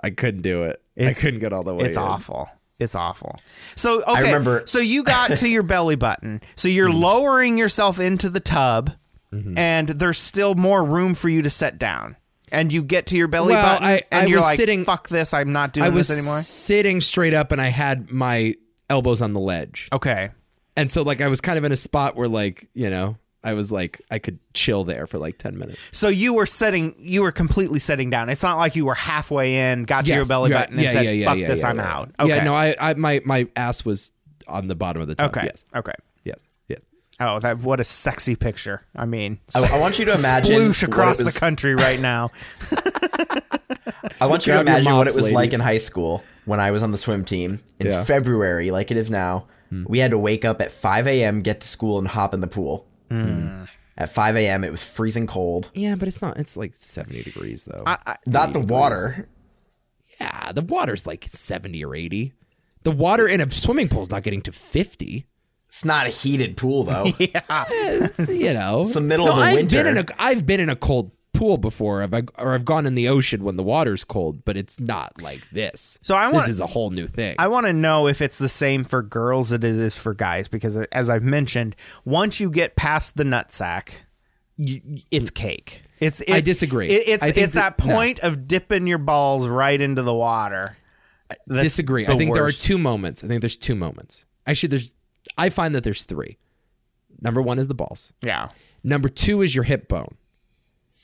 Speaker 3: I couldn't do it. I
Speaker 2: It's-
Speaker 3: couldn't get all the way.
Speaker 2: It's
Speaker 3: in.
Speaker 2: awful. It's awful. So okay,
Speaker 4: remember-
Speaker 2: so you got to your belly button. So you're lowering yourself into the tub, and there's still more room for you to set down. And you get to your belly
Speaker 3: Well,
Speaker 2: button,
Speaker 3: I-
Speaker 2: and
Speaker 3: I
Speaker 2: you're
Speaker 3: was
Speaker 2: like,
Speaker 3: sitting-
Speaker 2: "Fuck this! I'm not doing
Speaker 3: I was
Speaker 2: this anymore."
Speaker 3: sitting straight up, and I had my elbows on the ledge,
Speaker 2: okay.
Speaker 3: and so like I was kind of in a spot where like you know I was like I could chill there for like ten minutes.
Speaker 2: So you were setting, you were completely setting down. It's not like you were halfway in, got to your
Speaker 3: Yes,
Speaker 2: belly
Speaker 3: yeah,
Speaker 2: button, and
Speaker 3: yeah,
Speaker 2: said,
Speaker 3: yeah, yeah,
Speaker 2: "Fuck
Speaker 3: yeah,
Speaker 2: this!
Speaker 3: yeah,
Speaker 2: I'm
Speaker 3: yeah.
Speaker 2: out." Okay.
Speaker 3: Yeah, no, I, I my my ass was on the bottom of the tub.
Speaker 2: okay.
Speaker 3: Yes.
Speaker 2: Okay.
Speaker 3: Yes. Yes.
Speaker 2: Oh, that what a sexy picture. I mean,
Speaker 4: I, I want you to imagine.
Speaker 2: sploosh
Speaker 4: what it
Speaker 2: across the
Speaker 4: was-
Speaker 2: country right
Speaker 3: [laughs]
Speaker 2: now.
Speaker 4: I want you to
Speaker 3: Grab your
Speaker 4: imagine what
Speaker 3: mops,
Speaker 4: it was like
Speaker 3: ladies.
Speaker 4: in high school when I was on the swim team in
Speaker 3: Yeah. Hmm.
Speaker 4: February, like it is now. We had to wake up at 5 a.m., get to school, and hop in the pool.
Speaker 3: Hmm.
Speaker 4: Hmm. At 5 a.m., it was freezing cold.
Speaker 3: Yeah, but it's not. It's like seventy degrees though.
Speaker 4: Not the water.
Speaker 3: yeah, the water's like seventy or eighty. The water in a swimming pool's not getting to fifty.
Speaker 4: It's not a heated pool, though.
Speaker 3: [laughs] You know, it's
Speaker 4: the middle of the
Speaker 3: I've
Speaker 4: winter.
Speaker 3: Been in a, I've been in a cold pool before, I've, or I've gone in the ocean when the water's cold, but it's not like this.
Speaker 2: So I
Speaker 3: this
Speaker 2: wanna-
Speaker 3: is a whole new thing.
Speaker 2: I want to know if it's the same for girls as it is for guys because, as I've mentioned, once you get past the nutsack, you, it's cake. It's it,
Speaker 3: I disagree.
Speaker 2: It, it's
Speaker 3: I think
Speaker 2: it's that,
Speaker 3: that- no.
Speaker 2: point of dipping your balls right into the water. That's
Speaker 3: disagree. I
Speaker 2: the
Speaker 3: think there are
Speaker 2: worst.
Speaker 3: two moments. I think there's two moments. Actually, there's. I find that there's three. Number one is the balls.
Speaker 2: Yeah.
Speaker 3: Number two is your hip bone.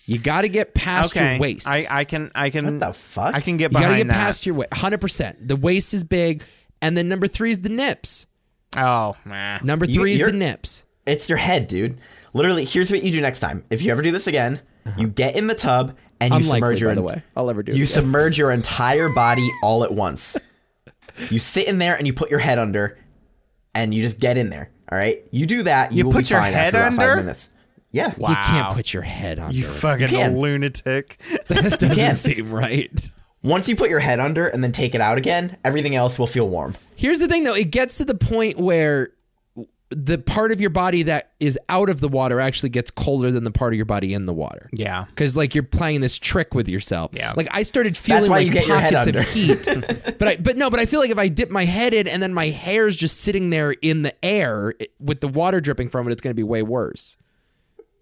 Speaker 3: You got to get past
Speaker 2: okay.
Speaker 3: your waist.
Speaker 2: I, I can I can
Speaker 4: What the fuck?
Speaker 2: I can get
Speaker 3: you
Speaker 2: behind
Speaker 3: got to get
Speaker 2: that.
Speaker 3: past your waist. Hundred percent. The waist is big, and then number three is the nips.
Speaker 2: oh man.
Speaker 3: Number
Speaker 4: You-
Speaker 3: three is
Speaker 4: you're-
Speaker 3: the nips.
Speaker 4: It's your head, dude. Literally, here's what you do next time. If you ever do this again, you get in the tub and you
Speaker 3: Uh-huh. Unlikely,
Speaker 4: submerge your
Speaker 3: by the
Speaker 4: en-
Speaker 3: way. I'll ever do it.
Speaker 4: you
Speaker 3: again.
Speaker 4: submerge your entire body all at once. you sit in there and you put your head under, and you just get in there. All right, you do that. You,
Speaker 2: You
Speaker 4: will
Speaker 2: put
Speaker 4: be
Speaker 2: your
Speaker 4: fine
Speaker 2: head
Speaker 4: after about
Speaker 2: under?
Speaker 4: five minutes. Yeah,
Speaker 3: You
Speaker 2: Wow.
Speaker 3: can't put your head on.
Speaker 2: You
Speaker 4: [laughs]
Speaker 3: there.
Speaker 2: fucking
Speaker 4: can.
Speaker 2: lunatic.
Speaker 3: that doesn't
Speaker 4: can.
Speaker 3: seem right.
Speaker 4: Once you put your head under and then take it out again, everything else will feel warm.
Speaker 3: Here's the thing, though. It gets to the point where the part of your body that is out of the water actually gets colder than the part of your body in the water.
Speaker 2: yeah.
Speaker 3: because like you're playing this trick with yourself.
Speaker 2: Yeah.
Speaker 3: Like I started feeling
Speaker 4: That's why
Speaker 3: like
Speaker 4: you get your head
Speaker 3: pockets of
Speaker 4: under.
Speaker 3: heat,
Speaker 4: [laughs]
Speaker 3: but I but no, but I feel like if I dip my head in and then my hair's just sitting there in the air it- with the water dripping from it, it's going to be way worse.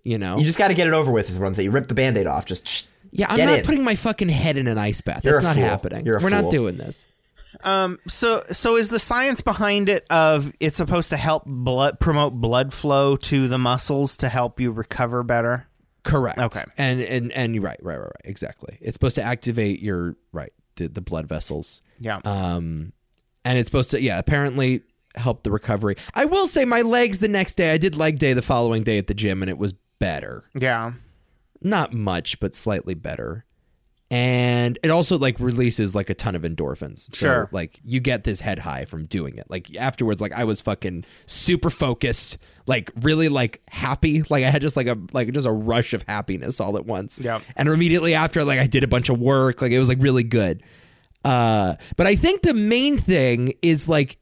Speaker 3: You know?
Speaker 4: You just got to get it over with. Is one thing. You rip the band-aid off. Just
Speaker 3: yeah, I'm
Speaker 4: get
Speaker 3: not
Speaker 4: in.
Speaker 3: putting my fucking head in an ice bath.
Speaker 4: You're
Speaker 3: That's
Speaker 4: a
Speaker 3: not
Speaker 4: fool.
Speaker 3: happening.
Speaker 4: You're a
Speaker 3: We're
Speaker 4: fool.
Speaker 3: not doing this.
Speaker 2: So so is the science behind it of it's supposed to help blood promote blood flow to the muscles to help you recover better?
Speaker 3: Correct.
Speaker 2: Okay.
Speaker 3: And and and you're right, right, right, right. Exactly. It's supposed to activate your right the, the blood vessels.
Speaker 2: Yeah.
Speaker 3: Um, and it's supposed to yeah apparently help the recovery. I will say my legs the next day. I did leg day the following day at the gym, and it was better.
Speaker 2: yeah.
Speaker 3: Not much, but slightly better. And it also like releases like a ton of endorphins. So,
Speaker 2: Sure.
Speaker 3: Like you get this head high from doing it. Like afterwards, like I was fucking super focused, like really like happy. Like I had just like a like just a rush of happiness all at once.
Speaker 2: Yep.
Speaker 3: And immediately after, like I did a bunch of work. Like it was like really good. Uh, but I think the main thing is like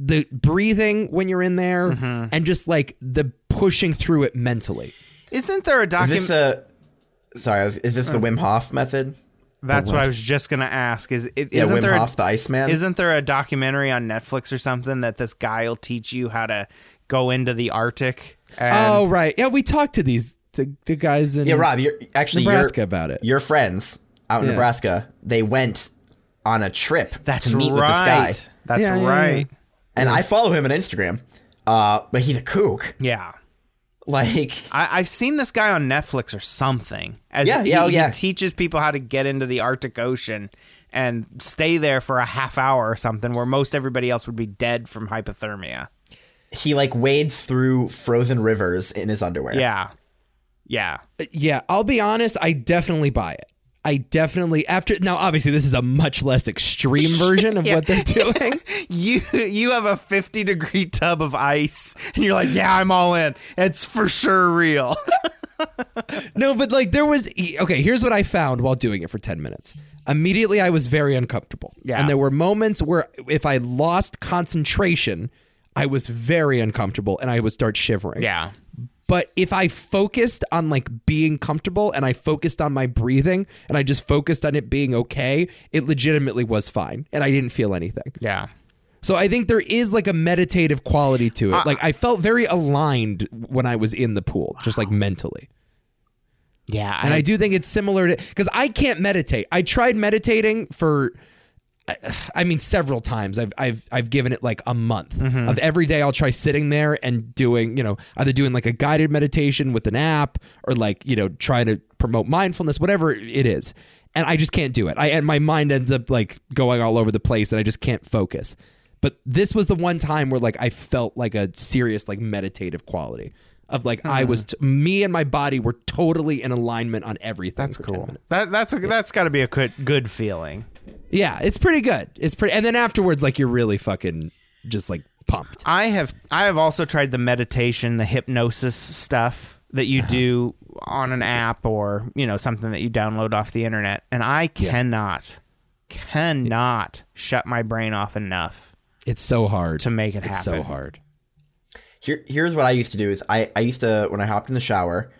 Speaker 3: the breathing when you're in there
Speaker 2: Mm-hmm.
Speaker 3: and just like the pushing through it mentally.
Speaker 2: Isn't there a
Speaker 4: Is
Speaker 2: document?
Speaker 4: this the? Sorry, I was- is
Speaker 2: Uh.
Speaker 4: this the Wim Hof method?
Speaker 2: That's what I was just gonna ask. Is it,
Speaker 4: Yeah,
Speaker 2: isn't
Speaker 4: Wim
Speaker 2: there a-
Speaker 4: Hof, the Iceman.
Speaker 2: Isn't there a documentary on Netflix or something that this guy will teach you how to go into the Arctic? And
Speaker 3: oh right, yeah. We talked to these the, the guys in
Speaker 4: Yeah, Rob, you're actually your-
Speaker 3: Nebraska about it.
Speaker 4: Your friends out in
Speaker 3: Yeah.
Speaker 4: Nebraska, they went on a trip
Speaker 2: that's
Speaker 4: to meet with this
Speaker 2: right.
Speaker 4: guy,
Speaker 2: That's
Speaker 3: Yeah, yeah, yeah.
Speaker 2: right.
Speaker 4: and I follow him on Instagram. Uh, but he's a kook. [laughs]
Speaker 2: Yeah.
Speaker 4: Like,
Speaker 2: I, I've seen this guy on Netflix or something. As
Speaker 4: Yeah,
Speaker 2: he,
Speaker 4: yeah, oh,
Speaker 2: he
Speaker 4: yeah.
Speaker 2: teaches people how to get into the Arctic Ocean and stay there for a half hour or something, where most everybody else would be dead from hypothermia.
Speaker 4: he like wades through frozen rivers in his underwear.
Speaker 2: Yeah, yeah, [laughs]
Speaker 3: Yeah, I'll be honest. I definitely buy it. I definitely after now. Obviously, this is a much less extreme
Speaker 2: [laughs]
Speaker 3: version of what they're doing.
Speaker 2: you you have a 50 degree tub of ice and you're like yeah i'm all in it's for sure real [laughs]
Speaker 3: no, but like there was e, okay. Here's what I found while doing it for ten minutes. Immediately, I was very uncomfortable.
Speaker 2: Yeah.
Speaker 3: and there were moments where if I lost concentration, I was very uncomfortable and I would start shivering.
Speaker 2: yeah
Speaker 3: But if I focused on like being comfortable and I focused on my breathing and I just focused on it being okay, it legitimately was fine and I didn't feel anything.
Speaker 2: yeah
Speaker 3: So I think there is like a meditative quality to it. like I felt very aligned when I was in the pool, just like mentally.
Speaker 2: yeah
Speaker 3: And I do think it's similar to because I can't meditate. I tried meditating for, I- I mean, several times. I've I've I've given it like a month
Speaker 2: Mm-hmm.
Speaker 3: of every day. I'll try sitting there and doing you know either doing like a guided meditation with an app or like you know trying to promote mindfulness, whatever it is. And I just can't do it. I and my mind ends up like going all over the place, and I just can't focus. But this was the one time where like I felt like a serious like meditative quality of like
Speaker 2: Mm-hmm.
Speaker 3: I was t- me and my body were totally in alignment on everything.
Speaker 2: that's
Speaker 3: for 10 [laughs]
Speaker 2: cool
Speaker 3: minutes.
Speaker 2: that that's a, that's got to be a good good feeling
Speaker 3: Yeah, it's pretty good. It's pretty, and then afterwards, like you're really fucking just like pumped.
Speaker 2: i have i have also tried the meditation the hypnosis stuff that you do on an app or you know something that you download off the internet and i cannot cannot shut my brain off enough
Speaker 3: It's so hard
Speaker 2: To make it
Speaker 3: It's so
Speaker 2: happen.
Speaker 3: hard.
Speaker 4: Here, here's what I used to do is I, I used to when I hopped in the shower,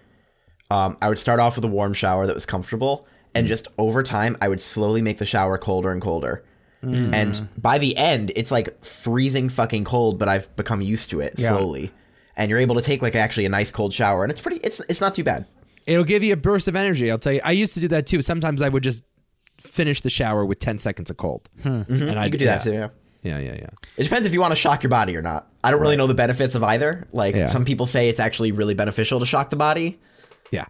Speaker 4: um, I would start off with a warm shower that was comfortable,
Speaker 3: Mm.
Speaker 4: and just over time I would slowly make the shower colder and colder.
Speaker 3: Mm.
Speaker 4: And by the end, it's like freezing fucking cold, but I've become used to it slowly. And you're able to take like actually a nice cold shower, and it's pretty. It's it's not too bad.
Speaker 3: It'll give you a burst of energy. I'll tell you. I used to do that too. Sometimes I would just finish the shower with ten seconds of cold,
Speaker 2: Hmm.
Speaker 3: and I
Speaker 4: Mm-hmm. You could do
Speaker 3: yeah.
Speaker 4: that too. Yeah.
Speaker 3: Yeah, yeah, yeah.
Speaker 4: It depends if you want to shock your body or not. I don't really know the benefits of either. Like
Speaker 3: Yeah.
Speaker 4: some people say it's actually really beneficial to shock the body.
Speaker 3: Yeah.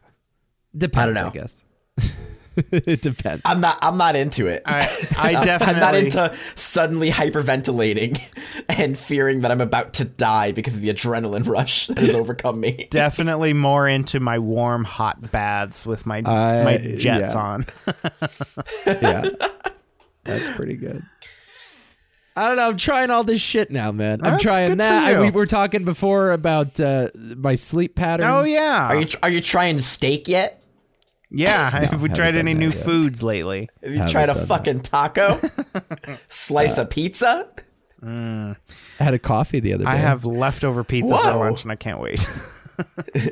Speaker 3: Depends. I,
Speaker 4: know.
Speaker 3: guess. [laughs] it depends.
Speaker 4: [laughs] I'm not. I'm not into it.
Speaker 2: i [laughs] i definitely
Speaker 4: [laughs] I'm not into suddenly hyperventilating [laughs] and fearing that I'm about to die because of the adrenaline rush that has
Speaker 2: [laughs]
Speaker 4: overcome me.
Speaker 2: definitely more into my warm hot baths with my
Speaker 3: I-
Speaker 2: my jets
Speaker 3: yeah.
Speaker 2: on.
Speaker 3: yeah. That's pretty good. I don't know. I'm trying all this shit now, man. I'm
Speaker 2: That's
Speaker 3: trying
Speaker 2: good for
Speaker 3: that. I,
Speaker 2: you.
Speaker 3: we were talking before about uh, my sleep pattern.
Speaker 2: [laughs] oh yeah.
Speaker 4: Are you are you trying steak yet?
Speaker 2: [laughs] yeah, have we
Speaker 3: haven't
Speaker 2: tried
Speaker 3: done
Speaker 2: any
Speaker 3: that
Speaker 2: new
Speaker 3: yet.
Speaker 2: foods lately?
Speaker 4: Have you tried
Speaker 3: done
Speaker 4: a
Speaker 3: that. Uh,
Speaker 4: fucking taco?
Speaker 3: [laughs]
Speaker 4: Slice a pizza?
Speaker 3: I had a coffee the other day.
Speaker 2: I have leftover pizza for
Speaker 4: Whoa.
Speaker 2: lunch and I can't wait. [laughs]
Speaker 4: Do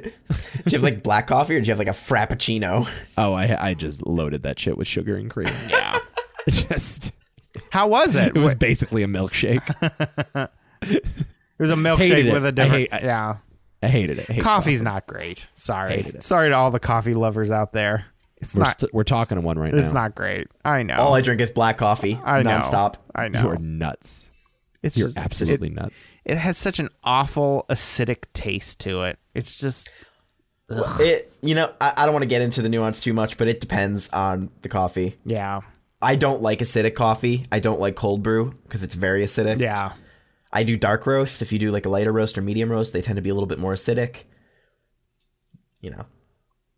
Speaker 4: you have like black coffee or do you have like
Speaker 3: [laughs]
Speaker 4: a frappuccino?
Speaker 3: Oh, I I just loaded that shit with sugar and cream. Yeah. [laughs] just
Speaker 2: How was [laughs] it?
Speaker 3: it was basically a milkshake.
Speaker 2: It was a milkshake
Speaker 3: it.
Speaker 2: with
Speaker 3: I
Speaker 2: a different
Speaker 3: hate- I-
Speaker 2: yeah.
Speaker 3: I hated it. I hate
Speaker 2: Coffee's not great. Sorry.
Speaker 3: Hated it.
Speaker 2: Sorry to all the coffee lovers out there. It's
Speaker 3: We're,
Speaker 2: not
Speaker 3: st- we're talking to one right
Speaker 2: it's
Speaker 3: now.
Speaker 2: not great. I know.
Speaker 4: All I drink is black coffee
Speaker 2: I know.
Speaker 4: nonstop.
Speaker 2: I
Speaker 3: You
Speaker 2: know.
Speaker 3: are nuts.
Speaker 2: It's
Speaker 3: You're
Speaker 2: just-
Speaker 3: absolutely nuts.
Speaker 2: it has such an awful acidic taste to it. It's just
Speaker 4: It, you know, I, I don't want to get into the nuance too much, but it depends on the coffee.
Speaker 2: Yeah.
Speaker 4: I don't like acidic coffee. I don't like cold brew because it's very acidic.
Speaker 2: Yeah.
Speaker 4: I do dark roast. If you do like a lighter roast or medium roast, they tend to be a little bit more acidic. You know,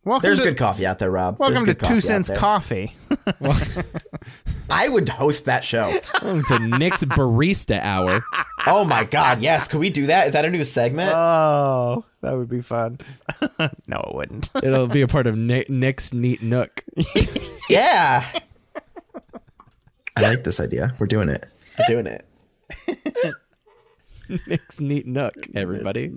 Speaker 2: Welcome
Speaker 4: there's
Speaker 2: to,
Speaker 4: good coffee out there, Rob. There's
Speaker 2: Welcome to
Speaker 4: good coffee
Speaker 2: Two
Speaker 4: out
Speaker 2: Cents
Speaker 4: there.
Speaker 2: Coffee. [laughs]
Speaker 4: I would host that show.
Speaker 3: Welcome to Nick's Barista Hour.
Speaker 4: oh my God. Yes. Could we do that? Is that a new segment?
Speaker 2: Oh, that would be fun. [laughs] no, it wouldn't. [laughs]
Speaker 3: It'll be a part of Nick, Nick's Neat Nook.
Speaker 2: [laughs]
Speaker 4: yeah. I like this idea. We're doing it. We're doing it.
Speaker 3: Nick's Neat Nook, everybody.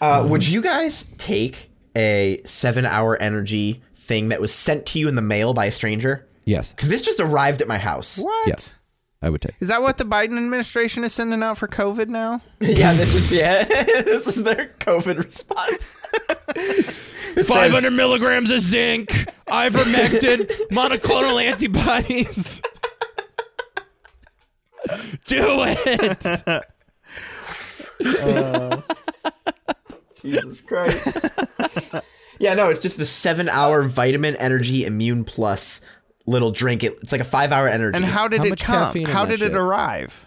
Speaker 4: Uh,
Speaker 2: Mm-hmm.
Speaker 4: Would you guys take a seven hour energy thing that was sent to you in the mail by a stranger?
Speaker 3: Yes.
Speaker 4: Because this just arrived at my house.
Speaker 2: What?
Speaker 3: Yes. I would take.
Speaker 2: Is that what the Biden administration is sending out for COVID now?
Speaker 4: [laughs] Yeah, this is yeah, [laughs] this is their COVID
Speaker 2: [laughs]
Speaker 4: response. It says,
Speaker 3: 500 milligrams of zinc, ivermectin, monoclonal antibodies. Do it.
Speaker 4: Jesus Christ. yeah, no, it's just the seven hour vitamin energy immune plus little drink. It, it's like a five hour energy
Speaker 2: And how did
Speaker 3: How
Speaker 2: it
Speaker 3: much
Speaker 2: come?
Speaker 3: caffeine in
Speaker 2: How
Speaker 3: that
Speaker 2: did it
Speaker 3: shit?
Speaker 2: arrive?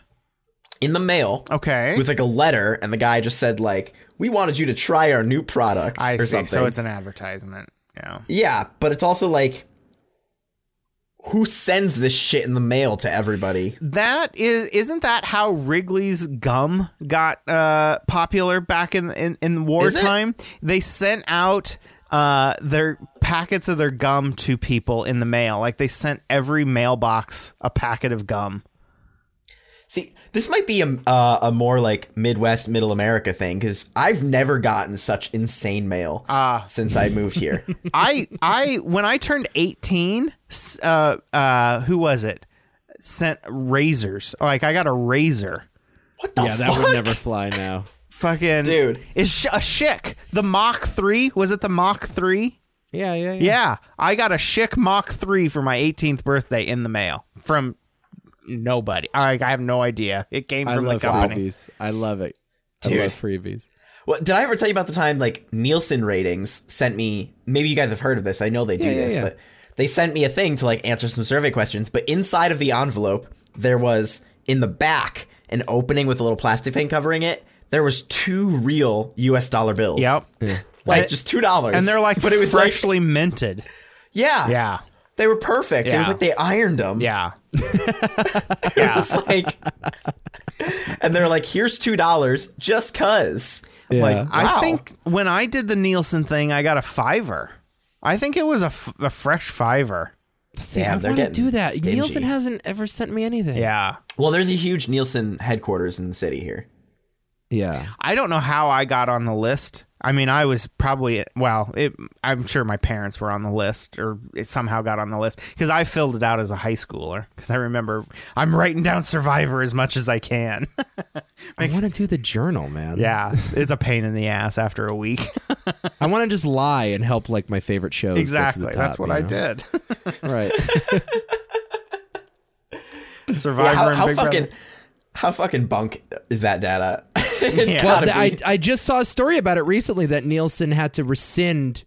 Speaker 4: in the mail.
Speaker 2: Okay.
Speaker 4: With like a letter, and the guy just said like, "We wanted you to try our new product."
Speaker 2: I
Speaker 4: or
Speaker 2: see.
Speaker 4: Something.
Speaker 2: So it's an advertisement. Yeah.
Speaker 4: yeah, but it's also like, who sends this shit in the mail to everybody?
Speaker 2: That is, isn't that how Wrigley's gum got uh, popular back in in, in wartime? They sent out uh, their packets of their gum to people in the mail. Like they sent every mailbox a packet of gum.
Speaker 4: See, this might be a, uh, a more like Midwest, Middle America thing because I've never gotten such insane mail
Speaker 3: Ah.
Speaker 4: since I
Speaker 3: [laughs]
Speaker 4: moved here.
Speaker 2: I I when I turned eighteen, s- uh, uh, who was it? Sent razors. Like I got a razor.
Speaker 4: What the
Speaker 3: Yeah, that
Speaker 4: fuck?
Speaker 3: would never fly now.
Speaker 2: Fucking
Speaker 4: Dude.
Speaker 2: it's sh- a chick. The Mach three was it the Mach three?
Speaker 3: [laughs] Yeah, yeah, yeah.
Speaker 2: Yeah, I got a Schick Mach 3 for my 18th birthday in the mail from nobody. I, I have no idea. It came
Speaker 3: I
Speaker 2: from the
Speaker 3: love
Speaker 2: company.
Speaker 3: freebies. I love it. I love freebies.
Speaker 4: Well, did I ever tell you about the time like Nielsen ratings sent me? Maybe you guys have heard of this. I know they do
Speaker 3: Yeah, yeah,
Speaker 4: this,
Speaker 3: yeah.
Speaker 4: but they sent me a thing to like answer some survey questions. But inside of the envelope, there was in the back an opening with a little plastic thing covering it. There was two real U.S. dollar bills.
Speaker 2: Yep.
Speaker 4: like just two dollars,
Speaker 2: And they're like
Speaker 4: but it was like-
Speaker 2: freshly minted.
Speaker 4: yeah,
Speaker 2: Yeah.
Speaker 4: they were perfect. It was
Speaker 2: Yeah.
Speaker 4: like they ironed them. [laughs]
Speaker 2: Yeah.
Speaker 4: it was like, [laughs] and they're like, here's two dollars just cuz. I'm
Speaker 3: Yeah.
Speaker 4: Like,
Speaker 2: I
Speaker 4: wow.
Speaker 2: think when I did the Nielsen thing, I got a fiver. I think it was a, f- a fresh fiver.
Speaker 3: See,
Speaker 4: Damn,
Speaker 3: I
Speaker 4: they're
Speaker 3: want to
Speaker 4: getting
Speaker 3: do that.
Speaker 4: stingy.
Speaker 3: Nielsen hasn't ever sent me anything.
Speaker 2: Yeah.
Speaker 4: Well, there's a huge Nielsen headquarters in the city here.
Speaker 3: Yeah.
Speaker 2: I don't know how I got on the list. I mean, I was probably well. It, I'm sure my parents were on the list, or it somehow got on the list because I filled it out as a high schooler. Because I remember I'm writing down Survivor as much as I can. [laughs]
Speaker 3: I want to do the journal, man.
Speaker 2: yeah, it's a pain in the ass after a week.
Speaker 3: I want to just lie and help like my favorite shows. get to the
Speaker 2: exactly, that's
Speaker 3: top,
Speaker 2: what
Speaker 3: you
Speaker 2: I did.
Speaker 3: know?
Speaker 2: [laughs]
Speaker 3: [laughs] Right.
Speaker 2: Survivor
Speaker 4: how,
Speaker 2: and
Speaker 4: how
Speaker 2: Big
Speaker 4: fucking
Speaker 2: Brother.
Speaker 4: how fucking bunk is that data? [laughs] It's
Speaker 2: Yeah.
Speaker 3: well,
Speaker 4: gotta
Speaker 3: I,
Speaker 4: be.
Speaker 3: I just saw a story about it recently that Nielsen had to rescind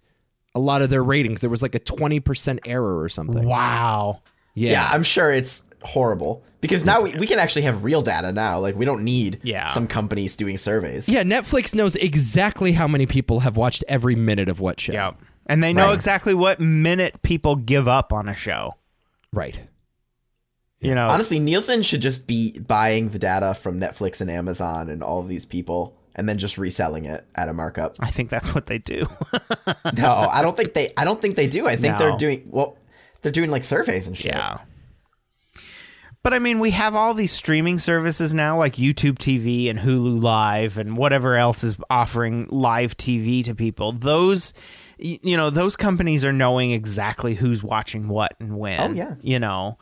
Speaker 3: a lot of their ratings. There was like a 20% error or something.
Speaker 2: Wow.
Speaker 3: Yeah.
Speaker 4: yeah, I'm sure it's horrible because now we, we can actually have real data now. Like we don't need
Speaker 2: Yeah.
Speaker 4: some companies doing surveys.
Speaker 3: Yeah, Netflix knows exactly how many people have watched every minute of what show.
Speaker 2: Yep. And they know exactly what minute people give up on a show.
Speaker 3: Right.
Speaker 2: You know,
Speaker 4: Oh. Honestly, Nielsen should just be buying the data from Netflix and Amazon and all of these people and then just reselling it at
Speaker 2: [laughs]
Speaker 4: a markup.
Speaker 2: I think that's what they do.
Speaker 4: no, I don't think they I don't think they do. I think
Speaker 2: No.
Speaker 4: they're doing well they're doing like surveys and shit.
Speaker 2: Yeah. But I mean, we have all these streaming services now, like YouTube TV and Hulu Live and whatever else is offering live TV to people. Those, y- you know, those companies are knowing exactly who's watching what and when.
Speaker 4: Oh, yeah.
Speaker 2: You know,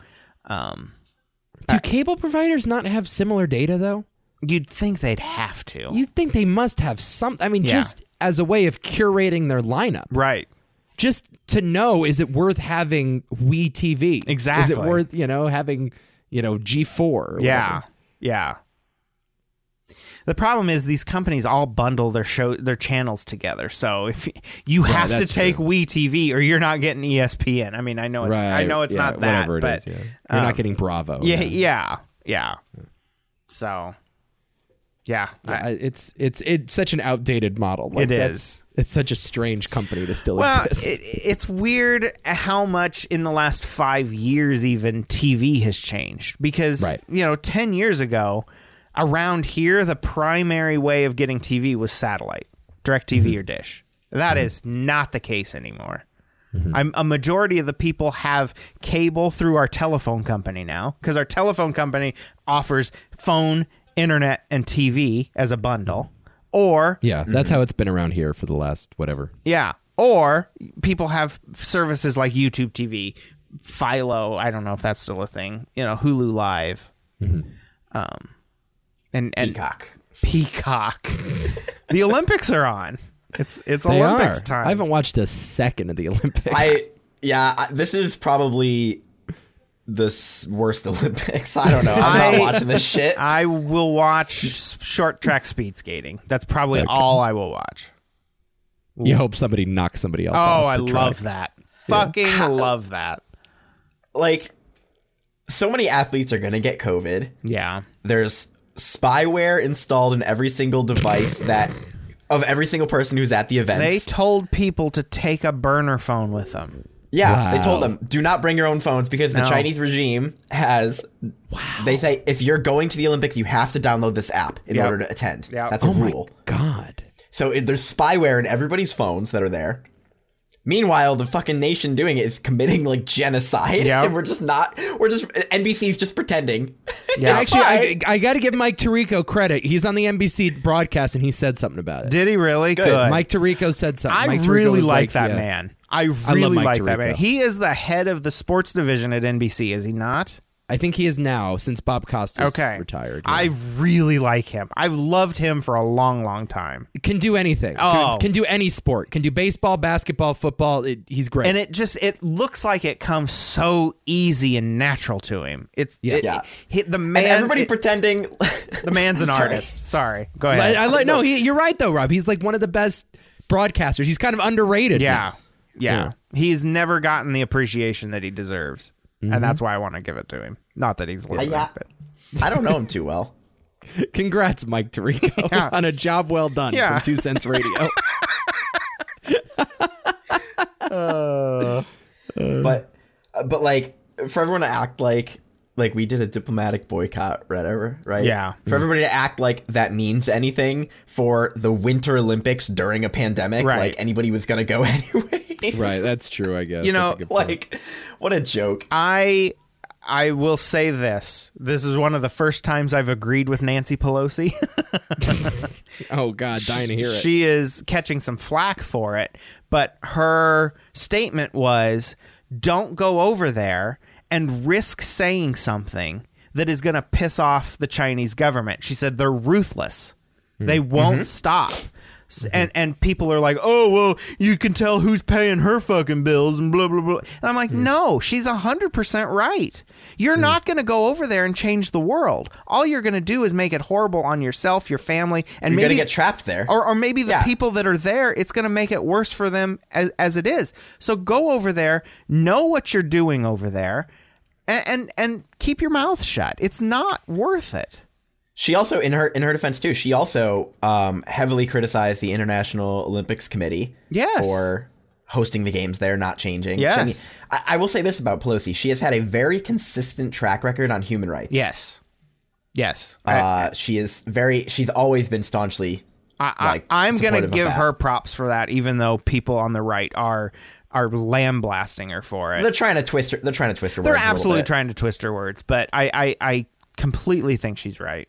Speaker 3: Do cable providers not have similar data though?
Speaker 2: you'd think they'd have to.
Speaker 3: You'd think they must have some. I mean,
Speaker 2: Yeah.
Speaker 3: just as a way of curating their lineup.
Speaker 2: right.
Speaker 3: just to know is it worth having we tv is
Speaker 2: Exactly.
Speaker 3: it worth you know having you know g4 or
Speaker 2: Yeah.
Speaker 3: whatever?
Speaker 2: Yeah. The problem is these companies all bundle their show their channels together. So if y- you have to
Speaker 3: that's
Speaker 2: take
Speaker 3: true.
Speaker 2: WE TV or you're not getting E ESPN. I mean, I know it's I know it's
Speaker 3: yeah,
Speaker 2: not that,
Speaker 3: whatever it
Speaker 2: but um,
Speaker 3: is, yeah. You're not getting Bravo.
Speaker 2: yeah, yeah, yeah. So yeah, I-
Speaker 3: I- it's it's it's such an outdated model. Like,
Speaker 2: It
Speaker 3: that's-
Speaker 2: is.
Speaker 3: It's such a strange company to still
Speaker 2: Well,
Speaker 3: exist.
Speaker 2: it, it's weird how much in the last five years, even TV has changed because,
Speaker 3: Right.
Speaker 2: you know, 10 years ago, around here, the primary way of getting TV was satellite, direct TV
Speaker 3: Mm-hmm.
Speaker 2: or dish. That is not the case anymore.
Speaker 3: Mm-hmm.
Speaker 2: I'm, a majority of the people have cable through our telephone company now because our telephone company offers phone, internet, and TV as a bundle. Or
Speaker 3: [laughs] yeah, that's how it's been around here for the last whatever.
Speaker 2: yeah. Or people have services like YouTube TV, Philo. I don't know if that's still a thing. You know, Hulu Live, um, and and
Speaker 4: Peacock.
Speaker 2: Peacock. [laughs] the Olympics are on. It's it's Olympics time.
Speaker 3: I haven't watched a second of the [laughs] Olympics.
Speaker 4: I yeah, I, this is probably the s- worst [laughs] Olympics. I don't know. I'm
Speaker 2: I-
Speaker 4: not watching this shit.
Speaker 2: I will watch s- short track speed skating. That's probably all I will watch.
Speaker 3: you hope somebody knocks somebody else.
Speaker 2: Oh,
Speaker 3: off
Speaker 2: I
Speaker 3: the track.
Speaker 2: love that. Fucking love that.
Speaker 4: Like so many athletes are going to get COVID.
Speaker 2: Yeah.
Speaker 4: There's spyware installed in every single device that of every single person who's at the
Speaker 2: They
Speaker 4: events.
Speaker 2: told people to take a burner phone with them.
Speaker 4: yeah, they
Speaker 3: Wow.
Speaker 4: told them do not bring your own phones because the
Speaker 2: No.
Speaker 4: Chinese regime has. Wow. They say if you're going to the Olympics, you have to download this app in
Speaker 2: Yep.
Speaker 4: order to attend.
Speaker 2: Yep.
Speaker 4: That's a
Speaker 3: Oh my
Speaker 4: rule.
Speaker 3: god.
Speaker 4: So it, there's spyware in everybody's phones that are there. Meanwhile, the fucking nation doing it is committing like genocide,
Speaker 2: Yeah.
Speaker 4: [laughs] and we're just not. We're just NBC's just pretending.
Speaker 2: Yeah.
Speaker 4: [laughs] It's
Speaker 3: Actually, I,
Speaker 4: fine.
Speaker 3: I got to give Mike Tirico credit. He's on the NBC broadcast and he said something about it.
Speaker 2: Did he really? Good.
Speaker 3: Mike Tirico said something.
Speaker 2: I
Speaker 3: Mike Tirico
Speaker 2: really
Speaker 3: was
Speaker 2: like, that
Speaker 3: yeah.
Speaker 2: man. I really
Speaker 3: Mike
Speaker 2: like that
Speaker 3: Tirico.
Speaker 2: man. He is the head of the sports division at NBC, is he not?
Speaker 3: I think he is now since Bob Costas
Speaker 2: Okay.
Speaker 3: retired. yeah.
Speaker 2: I really like him. I've loved him for a long, long time.
Speaker 3: can do anything.
Speaker 2: Oh.
Speaker 3: Can, can do any sport. Can do baseball, basketball, football. It, he's great.
Speaker 2: And it just it looks like it comes so easy and natural to him. It's yeah. It,
Speaker 4: Yeah.
Speaker 2: he- the man
Speaker 4: and everybody
Speaker 2: it-
Speaker 4: pretending.
Speaker 2: the
Speaker 3: [laughs]
Speaker 2: man's an
Speaker 4: Sorry.
Speaker 2: artist. Sorry. Go
Speaker 3: I,
Speaker 2: ahead.
Speaker 3: I like. No, he, you're right though, Rob. He's like one of the best broadcasters. He's kind of underrated. [laughs]
Speaker 2: yeah.
Speaker 3: Yeah.
Speaker 2: yeah. He's never gotten the appreciation that he deserves.
Speaker 3: Mm-hmm.
Speaker 2: And that's why I want to give it to him. Not that he's listening,
Speaker 4: yeah.
Speaker 2: but
Speaker 4: [laughs] I don't know him too well.
Speaker 3: Congrats, Mike Tirico,
Speaker 2: Yeah.
Speaker 3: [laughs] on a job well done
Speaker 2: Yeah.
Speaker 3: from Two Cents [laughs] Radio.
Speaker 4: but uh, but like for everyone to act like like we did a diplomatic boycott whatever right
Speaker 2: Yeah.
Speaker 4: for everybody to act like that means anything for the winter olympics during a pandemic
Speaker 2: Right.
Speaker 4: like anybody was gonna go [laughs] anyway
Speaker 3: that's true. I guess
Speaker 2: You That's know, a good
Speaker 4: like what a joke
Speaker 2: I I will say this. This is one of the first times I've agreed with Nancy Pelosi. [laughs]
Speaker 3: oh god, dying to hear it.
Speaker 2: she is catching some flack for it, but her statement was don't go over there and risk saying something that is going to piss off the Chinese government. She said they're ruthless.
Speaker 3: Hmm.
Speaker 2: They won't
Speaker 3: Mm-hmm.
Speaker 2: stop. S- And and people are like, "Oh, well, you can tell who's paying her fucking bills and blah blah blah." And I'm
Speaker 3: Hmm.
Speaker 2: like, "No, she's 100% right. You're not going to go over there and change the world. All you're going to do is make it horrible on yourself, your family, and
Speaker 4: you're
Speaker 2: maybe
Speaker 4: gonna get trapped there
Speaker 2: or, or maybe the
Speaker 4: Yeah.
Speaker 2: people that are there, it's going to make it worse for them as, as it is. So go over there, know what you're doing over there, and, and and keep your mouth shut. It's not worth it.
Speaker 4: she also in her in her defense too she also um heavily criticized the international olympics committee
Speaker 2: Yes.
Speaker 4: for hosting the games there not changing
Speaker 2: Yes.
Speaker 4: I mean, I, I will say this about pelosi she has had a very consistent track record on human rights
Speaker 2: Yes, yes.
Speaker 4: Uh, she is very. She's always been staunchly.
Speaker 2: I, I,
Speaker 4: like,
Speaker 2: I'm gonna
Speaker 4: supportive of
Speaker 2: give
Speaker 4: that.
Speaker 2: her props for that, even though people on the right are are lamb blasting her for it.
Speaker 4: They're trying to twist her. They're trying to twist her.
Speaker 2: They're
Speaker 4: words a little
Speaker 2: absolutely
Speaker 4: bit.
Speaker 2: trying to twist her words, but I, I I completely think she's right.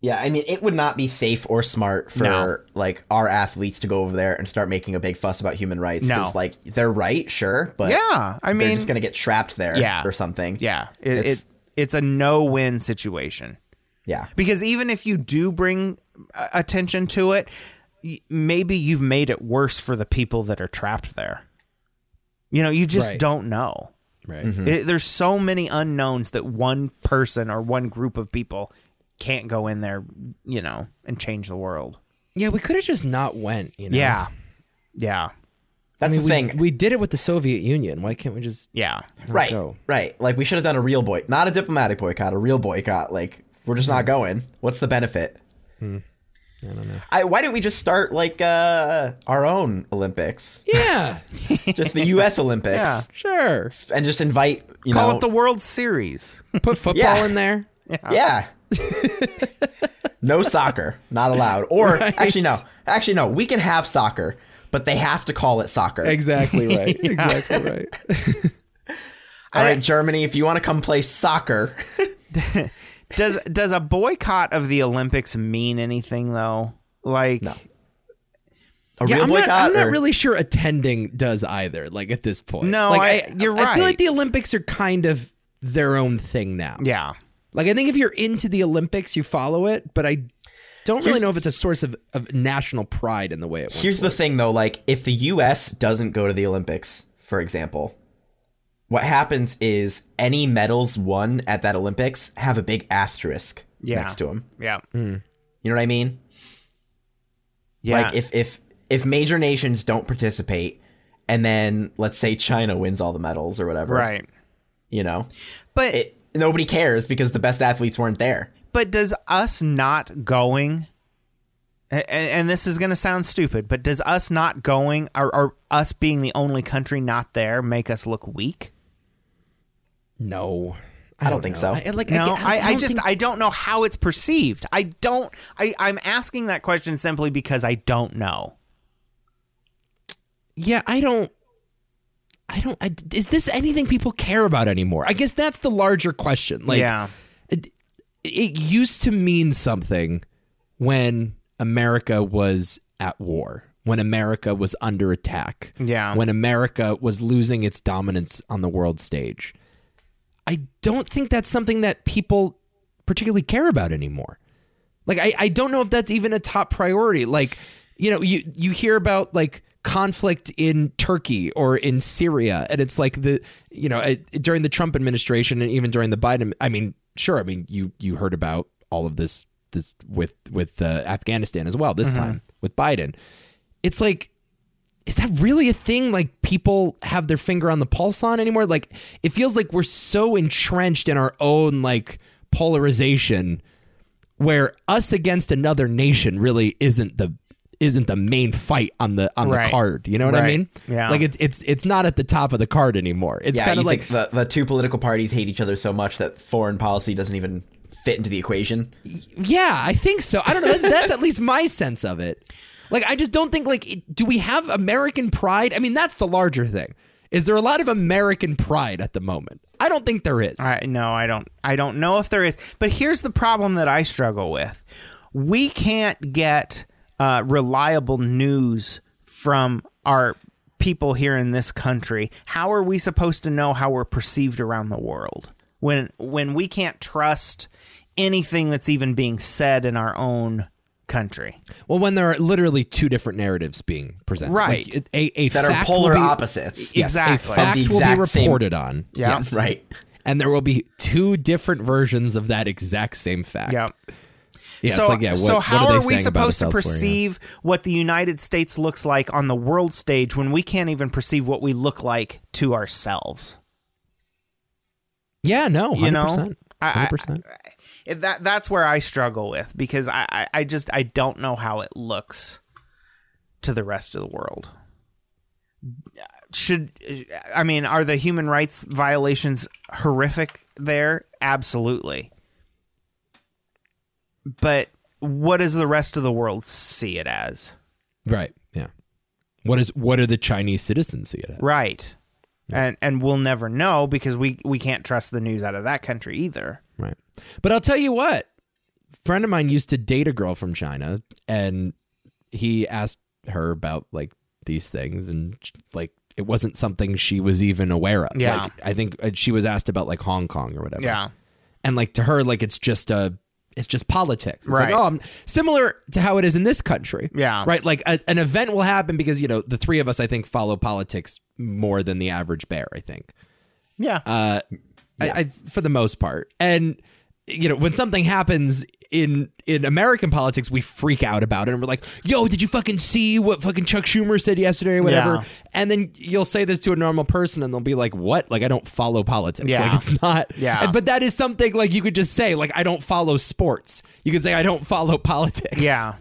Speaker 4: Yeah, I mean, it would not be safe or smart for
Speaker 2: No.
Speaker 4: like our athletes to go over there and start making a big fuss about human rights.
Speaker 2: No.
Speaker 4: like they're right, sure, but
Speaker 2: Yeah, I
Speaker 4: they're
Speaker 2: mean,
Speaker 4: just gonna get trapped there,
Speaker 2: Yeah.
Speaker 4: or something.
Speaker 2: yeah, it,
Speaker 4: It's-
Speaker 2: it's it's a no win situation.
Speaker 4: yeah.
Speaker 2: because even if you do bring uh, attention to it y- maybe you've made it worse for the people that are trapped there you know you just
Speaker 3: Right.
Speaker 2: don't know
Speaker 3: Right.
Speaker 2: Mm-hmm. It- there's so many unknowns that one person or one group of people can't go in there, you know, and change the world.
Speaker 3: Yeah, we could have just not went. You know?
Speaker 2: Yeah. Yeah.
Speaker 3: I
Speaker 4: That's
Speaker 3: mean,
Speaker 4: the
Speaker 3: we,
Speaker 4: thing.
Speaker 3: We did it with the Soviet Union. Why can't we just?
Speaker 2: Yeah.
Speaker 3: not
Speaker 4: right.
Speaker 3: Go?
Speaker 4: Right. Like we should have done a real boy, not a diplomatic boycott, a real boycott. Like we're just
Speaker 2: Hmm.
Speaker 4: not going. What's the benefit? I don't know. why didn't we just start like uh, our own
Speaker 2: [laughs]
Speaker 4: Olympics?
Speaker 3: [laughs] Yeah.
Speaker 4: just the U.S. Olympics,
Speaker 2: Yeah.
Speaker 3: [laughs] sure.
Speaker 4: and just invite you
Speaker 2: Call
Speaker 4: know,
Speaker 2: it the World Series.
Speaker 3: Put football
Speaker 4: Yeah.
Speaker 2: [laughs]
Speaker 3: in there.
Speaker 4: Yeah. no soccer, not allowed. Or actually, no, actually, no. We can have soccer, but they have to call it soccer.
Speaker 2: [laughs]
Speaker 3: Exactly right. Exactly right.
Speaker 4: All right, Germany, if you want to come play soccer,
Speaker 2: does does a boycott of the Olympics mean anything though? Like
Speaker 4: a
Speaker 3: Yeah,
Speaker 4: real
Speaker 3: I'm,
Speaker 4: boycott.
Speaker 3: not, I'm not
Speaker 4: or-
Speaker 3: really sure attending does either. Like at this point,
Speaker 2: No,
Speaker 3: like,
Speaker 2: I- you're
Speaker 3: I feel like
Speaker 2: right.
Speaker 3: the Olympics are kind of their own thing now.
Speaker 2: yeah.
Speaker 3: Like I think if you're into the Olympics, you follow it, but I don't really know if it's a source of, of national pride in the way it once
Speaker 4: Here's the thing, though. Like, if the U.S. doesn't go to the Olympics, for example, what happens is any medals won at that Olympics have a big asterisk
Speaker 2: Yeah.
Speaker 4: next to them.
Speaker 2: Yeah.
Speaker 4: You know what I mean?
Speaker 2: Yeah.
Speaker 4: Like if if if major nations don't participate and then let's say China wins all the medals or whatever.
Speaker 2: right.
Speaker 4: You know.
Speaker 2: But
Speaker 4: It, nobody cares because the best athletes weren't there.
Speaker 2: but does us not going and, and this is going to sound stupid, but does us not going or, or us being the only country not there make us look weak?
Speaker 3: No,
Speaker 4: I don't think
Speaker 3: know.
Speaker 4: so.
Speaker 3: I, like
Speaker 2: No,
Speaker 3: I,
Speaker 2: I, I,
Speaker 3: don't
Speaker 2: just
Speaker 3: think-
Speaker 2: I don't know how it's perceived. I don't. I I'm asking that question simply because I don't know.
Speaker 3: yeah, I don't. I don't. I, is this anything people care about anymore? I guess that's the larger question. Like,
Speaker 2: yeah.
Speaker 3: it used to mean something when America was at war, when America was under attack,
Speaker 2: Yeah.
Speaker 3: when America was losing its dominance on the world stage. I don't think that's something that people particularly care about anymore. Like I, I don't know if that's even a top priority. Like, you know, you you hear about like conflict in Turkey or in Syria, and it's like the you know I, during the Trump administration and even during the Biden. I mean, sure. I mean, you you heard about all of this this with with uh, Afghanistan as well. This time with Biden, it's like is that really a thing like people have their finger on the pulse on anymore like it feels like we're so entrenched in our own like polarization where us against another nation really isn't the isn't the main fight on the on
Speaker 2: Right.
Speaker 3: the card you know what i
Speaker 2: Right.
Speaker 3: mean
Speaker 2: Yeah.
Speaker 3: like it's it's it's not at the top of the card anymore it's
Speaker 4: Yeah,
Speaker 3: kind
Speaker 4: you
Speaker 3: of like
Speaker 4: think the the two political parties hate each other so much that foreign policy doesn't even fit into the equation.
Speaker 3: Yeah, I think so. I don't know. That, that's at least my sense of it. Like, I just don't think like it, do we have American pride? I mean, that's the larger thing. Is there a lot of American pride at the moment? I don't think there is.
Speaker 2: I no, I don't I don't know if there is. But here's the problem that I struggle with. We can't get uh, reliable news from our people here in this country. How are we supposed to know how we're perceived around the world when when we can't trust anything that's even being said in our own country?
Speaker 3: Well, when there are literally two different narratives being presented,
Speaker 2: Right.
Speaker 3: Like, a, a
Speaker 4: That are
Speaker 3: fact will
Speaker 4: polar
Speaker 3: be-
Speaker 4: opposites.
Speaker 3: Yes,
Speaker 2: Exactly.
Speaker 3: A
Speaker 2: Of the
Speaker 3: fact will be
Speaker 4: exact same-
Speaker 3: reported on.
Speaker 2: Yeah.
Speaker 3: Yes.
Speaker 4: Right.
Speaker 3: And there will be two different versions of that exact same fact.
Speaker 2: Yep.
Speaker 3: Yeah.
Speaker 2: so,
Speaker 3: it's like, yeah. What,
Speaker 2: so how
Speaker 3: what are,
Speaker 2: are,
Speaker 3: they
Speaker 2: we
Speaker 3: saying about
Speaker 2: supposed
Speaker 3: us
Speaker 2: to
Speaker 3: elsewhere?
Speaker 2: perceive what the United States looks like on the world stage when we can't even perceive what we look like to ourselves?
Speaker 3: Yeah. Yeah, No. 100%,
Speaker 2: You know, I- I-
Speaker 3: 100%.
Speaker 2: It- That that's where I struggle with because I, I, I just I don't know how it looks to the rest of the world. Should I mean are the human rights violations horrific there? Absolutely. But what does the rest of the world see it as?
Speaker 3: Right. Yeah. What is what do the Chinese citizens see it as?
Speaker 2: Right. And and we'll never know because we we can't trust the news out of that country either.
Speaker 3: Right. But I'll tell you what, a friend of mine used to date a girl from China and he asked her about like these things and like it wasn't something she was even aware of.
Speaker 2: Yeah.
Speaker 3: Like, I think uh, she was asked about like Hong Kong or whatever.
Speaker 2: Yeah.
Speaker 3: And like to her, like it's just a it's just politics. It's
Speaker 2: Right.
Speaker 3: like, oh, I'm, similar to how it is in this country.
Speaker 2: Yeah.
Speaker 3: Right. Like a, an event will happen because, you know, the three of us, I think, follow politics more than the average bear, I think.
Speaker 2: Yeah.
Speaker 3: Uh, I, I for the most part. And you know, when something happens in in American politics, we freak out about it, and we're like, "Yo, did you fucking see what fucking Chuck Schumer said yesterday, or whatever?"
Speaker 2: Yeah.
Speaker 3: And then you'll say this to a normal person, and they'll be like, "What? Like, I don't follow politics.
Speaker 2: Yeah.
Speaker 3: Like, it's not.
Speaker 2: Yeah.
Speaker 3: But that is something like you could just say, like, I don't follow sports. You could say, I don't follow [laughs] politics.
Speaker 2: Yeah.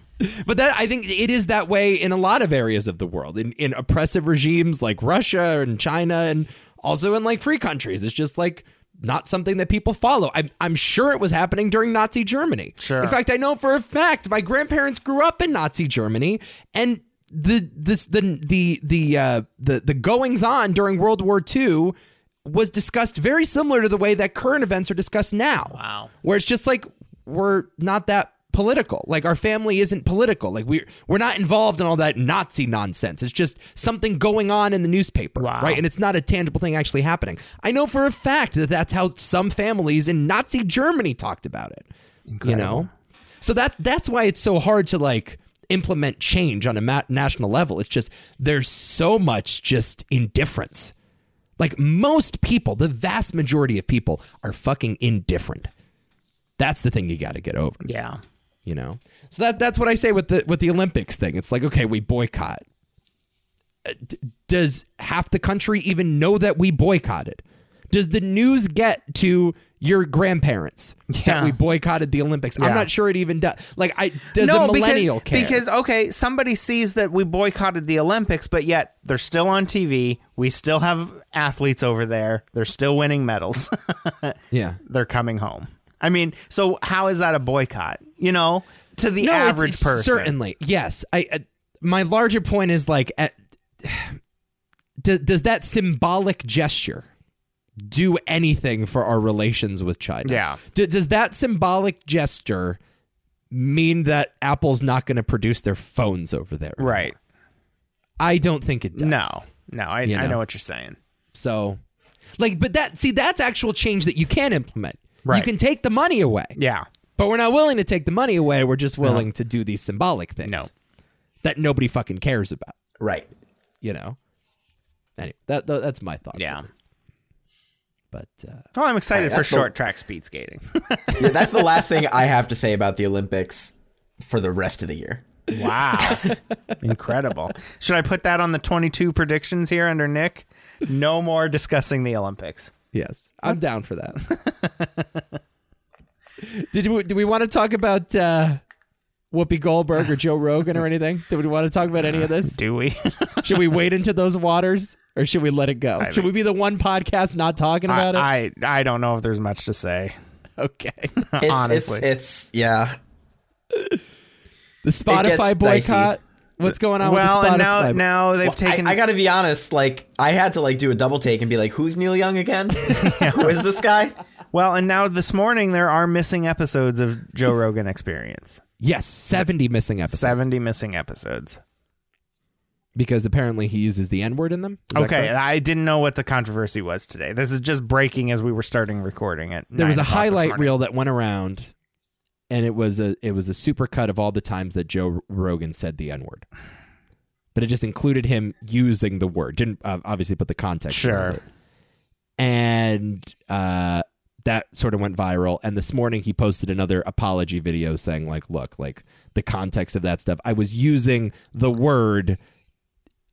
Speaker 3: But that I think it is that way in a lot of areas of the world, in, in oppressive regimes like Russia and China, and also in like free countries. It's just like not something that people follow. I'm, I'm sure it was happening during Nazi Germany.
Speaker 2: Sure.
Speaker 3: In fact, I know for a fact my grandparents grew up in Nazi Germany, and the this the the the uh, the the goings on during World War II was discussed very similar to the way that current events are discussed now.
Speaker 2: Wow.
Speaker 3: Where it's just like we're not that political. Like our family isn't political. Like we we're not involved in all that Nazi nonsense. It's just something going on in the newspaper,
Speaker 2: Wow.
Speaker 3: right? And it's not a tangible thing actually happening. I know for a fact that that's how some families in Nazi Germany talked about it. You know. So that that's why it's so hard to like implement change on a ma- national level. It's just there's so much just indifference. Like most people, the vast majority of people are fucking indifferent. That's the thing you got to get over,
Speaker 2: Yeah.
Speaker 3: you know. So that that's what I say with the with the Olympics thing. It's like, okay, we boycott. Uh, d- Does half the country even know that we boycotted? Does the news get to your grandparents
Speaker 2: Yeah.
Speaker 3: that we boycotted the Olympics? I'm
Speaker 2: Yeah.
Speaker 3: not sure it even does. Like, I does a
Speaker 2: because-
Speaker 3: millennial
Speaker 2: because,
Speaker 3: care?
Speaker 2: okay, somebody sees that we boycotted the Olympics, but yet they're still on TV. We still have athletes over there. They're still winning medals. [laughs]
Speaker 3: yeah,
Speaker 2: they're coming home. I mean, so how is that a boycott? You know, to the
Speaker 3: it's-
Speaker 2: average
Speaker 3: it's
Speaker 2: person.
Speaker 3: Certainly, yes. I uh, my larger point is like, at, [sighs] do, does that symbolic gesture do anything for our relations with China?
Speaker 2: Yeah.
Speaker 3: Do, does that symbolic gesture mean that Apple's not going to produce their phones over there?
Speaker 2: Right.
Speaker 3: I don't think it does.
Speaker 2: No. No, I, I
Speaker 3: know.
Speaker 2: know what you're saying.
Speaker 3: So, like, but that see, that's actual change that you can implement. You
Speaker 2: Right.
Speaker 3: can take the money away.
Speaker 2: Yeah.
Speaker 3: But we're not willing to take the money away. We're just willing to do these symbolic things
Speaker 2: No.
Speaker 3: that nobody fucking cares about.
Speaker 4: Right.
Speaker 3: You know. Anyway, that, tha- that's my thoughts.
Speaker 2: Yeah.
Speaker 3: on it. But uh,
Speaker 2: Oh, I'm excited for
Speaker 4: that's the-
Speaker 2: short track speed skating.
Speaker 4: Yeah, that's the last thing I have to say about the Olympics for the rest of the year.
Speaker 2: wow. [laughs] Incredible. Should I put that on the 22 predictions here under Nick? No more discussing the Olympics.
Speaker 3: yes, I'm down for that.
Speaker 2: [laughs]
Speaker 3: [laughs] Did we, do we want to talk about uh, Whoopi Goldberg or Joe Rogan or anything? Do we want to talk about any
Speaker 2: [laughs]
Speaker 3: of this?
Speaker 2: Do we?
Speaker 3: Should we wade into those waters or should we let it go? Should we be the one podcast not talking about it?
Speaker 2: I, I I don't know if there's much to say.
Speaker 3: [laughs]
Speaker 2: [laughs]
Speaker 3: okay.
Speaker 4: It's,
Speaker 2: Honestly.
Speaker 4: it's it's yeah.
Speaker 3: The Spotify
Speaker 4: gets dicey.
Speaker 3: boycott. What's going on
Speaker 2: well,
Speaker 3: with Oh, the Spotify?
Speaker 2: and now now they've
Speaker 4: Well, I-
Speaker 2: taken
Speaker 4: I, gotta be honest. Like I had to like do a double take and be like, "Who's Neil
Speaker 3: [laughs]
Speaker 4: Young again? Who is this guy?"
Speaker 2: Well, and now this morning there are missing episodes of Joe Rogan Experience.
Speaker 3: yes, 70 missing episodes
Speaker 2: 70 missing episodes.
Speaker 3: because apparently he uses the N word in them. Is that
Speaker 2: Okay,
Speaker 3: correct?
Speaker 2: I didn't know what the controversy was today. This is just breaking as we were starting recording it.
Speaker 3: There was a highlight reel that went around and it was a it was a super cut of all the times that Joe Rogan said the N word. But it just included him using the word. Didn't uh, obviously put the context. around
Speaker 2: Sure.
Speaker 3: it. And uh that sort of went viral and this morning he posted another apology video saying like look like the context of that stuff i was using the word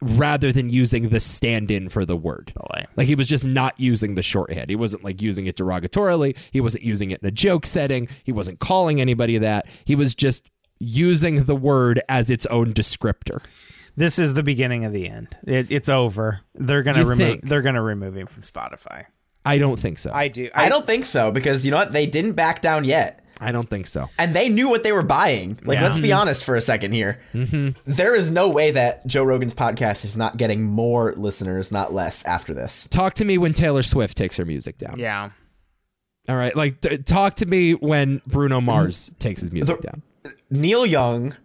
Speaker 3: rather than using the stand-in for the word
Speaker 2: Boy.
Speaker 3: like he was just not using the shorthand he wasn't like using it derogatorily he wasn't using it in a joke setting he wasn't calling anybody that he was just using the word as its own descriptor
Speaker 2: This is the beginning of the end. It, it's over. They're gonna
Speaker 3: You
Speaker 2: remove.
Speaker 3: think?
Speaker 2: They're gonna remove him from Spotify.
Speaker 3: i don't think so
Speaker 2: I do.
Speaker 4: I don't think so because you know what? They didn't back down yet,
Speaker 3: i don't think so
Speaker 4: and they knew what they were buying. Like,
Speaker 2: Yeah.
Speaker 4: let's be
Speaker 3: Mm-hmm.
Speaker 4: honest for a second here. There is no way that Joe Rogan's podcast is not getting more listeners, not less, after this.
Speaker 3: talk to me when taylor swift takes her music down
Speaker 2: Yeah.
Speaker 3: All right, like t- talk to me when Bruno Mars takes his music
Speaker 4: So-
Speaker 3: down.
Speaker 4: Neil Young,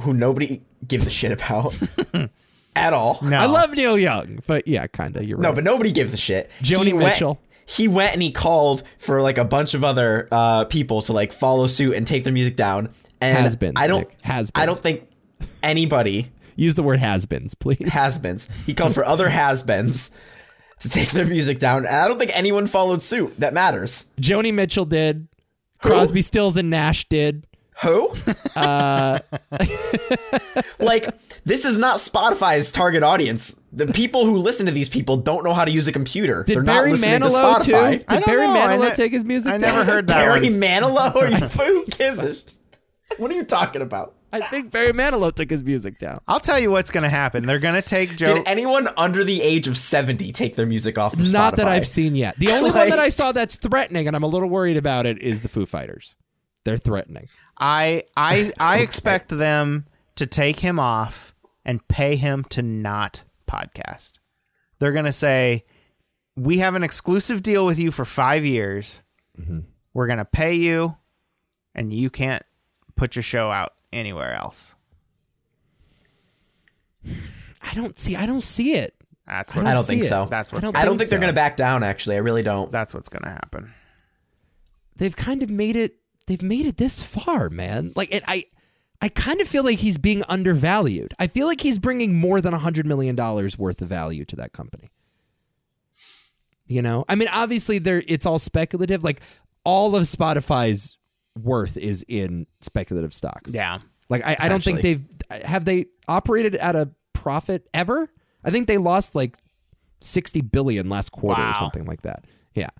Speaker 4: who nobody gives a shit
Speaker 3: [laughs]
Speaker 4: about at all.
Speaker 2: No.
Speaker 3: I love Neil Young, but yeah, kind of. You're
Speaker 4: No,
Speaker 3: right.
Speaker 4: but nobody gives a shit.
Speaker 3: Joni
Speaker 4: He went-
Speaker 3: Mitchell.
Speaker 4: he went and he called for like a bunch of other uh, people to like follow suit and take their music down. And
Speaker 3: Has-beens,
Speaker 4: I don't
Speaker 3: Nick. Has-beens.
Speaker 4: I don't think
Speaker 3: [laughs]
Speaker 4: anybody
Speaker 3: use the word has-beens, please.
Speaker 4: has beens. He called for other has beens to take their music down. And I don't think anyone followed suit. That matters.
Speaker 3: Joni Mitchell did. Crosby, Stills, and Nash did.
Speaker 4: Who?
Speaker 3: Uh, [laughs]
Speaker 4: like, this is not Spotify's target audience. The people who listen to these people don't know how to use a computer. They're
Speaker 3: Did
Speaker 4: not
Speaker 3: Barry
Speaker 4: listening
Speaker 3: Manilow
Speaker 4: to
Speaker 3: too?
Speaker 4: Spotify.
Speaker 3: Did Barry Manilow take his music
Speaker 2: I
Speaker 3: down?
Speaker 2: never heard that
Speaker 4: [laughs] Barry
Speaker 2: one.
Speaker 4: Manilow?
Speaker 3: [laughs]
Speaker 4: Are you, who gives a sh- What are you talking about?
Speaker 3: I think Barry Manilow took his music down.
Speaker 2: I'll tell you what's going to happen. They're going to take Joe.
Speaker 4: Did anyone under the age of 70 take their music off of
Speaker 3: Not that
Speaker 4: Spotify?
Speaker 3: I've seen yet. The only one
Speaker 4: Like-
Speaker 3: that I saw that's threatening, and I'm a little worried about it, is the Foo Fighters. They're threatening.
Speaker 2: I I
Speaker 3: [laughs]
Speaker 2: I expect them to take him off and pay him to not podcast. They're going to say we have an exclusive deal with you for 5 years.
Speaker 3: Mm-hmm.
Speaker 2: We're going to pay you and you can't put your show out anywhere else.
Speaker 3: I don't see. I don't see it.
Speaker 2: That's
Speaker 4: I
Speaker 2: what
Speaker 4: don't
Speaker 3: see
Speaker 4: think
Speaker 3: it.
Speaker 4: so.
Speaker 2: That's what's-
Speaker 3: I don't,
Speaker 4: I don't think
Speaker 3: so.
Speaker 4: they're going to back down, actually. I really don't.
Speaker 2: that's what's going to happen.
Speaker 3: They've kind of made it. They've made it this far, man. Like it, I, I kind of feel like he's being undervalued. I feel like he's bringing more than hundred million dollars worth of value to that company. You know, I mean, obviously, there it's all speculative. Like all of Spotify's worth is in speculative stocks.
Speaker 2: Yeah.
Speaker 3: Like I, I don't think they've have they operated at a profit ever. I think they lost like sixty billion last quarter
Speaker 2: Wow.
Speaker 3: or something like that. Yeah.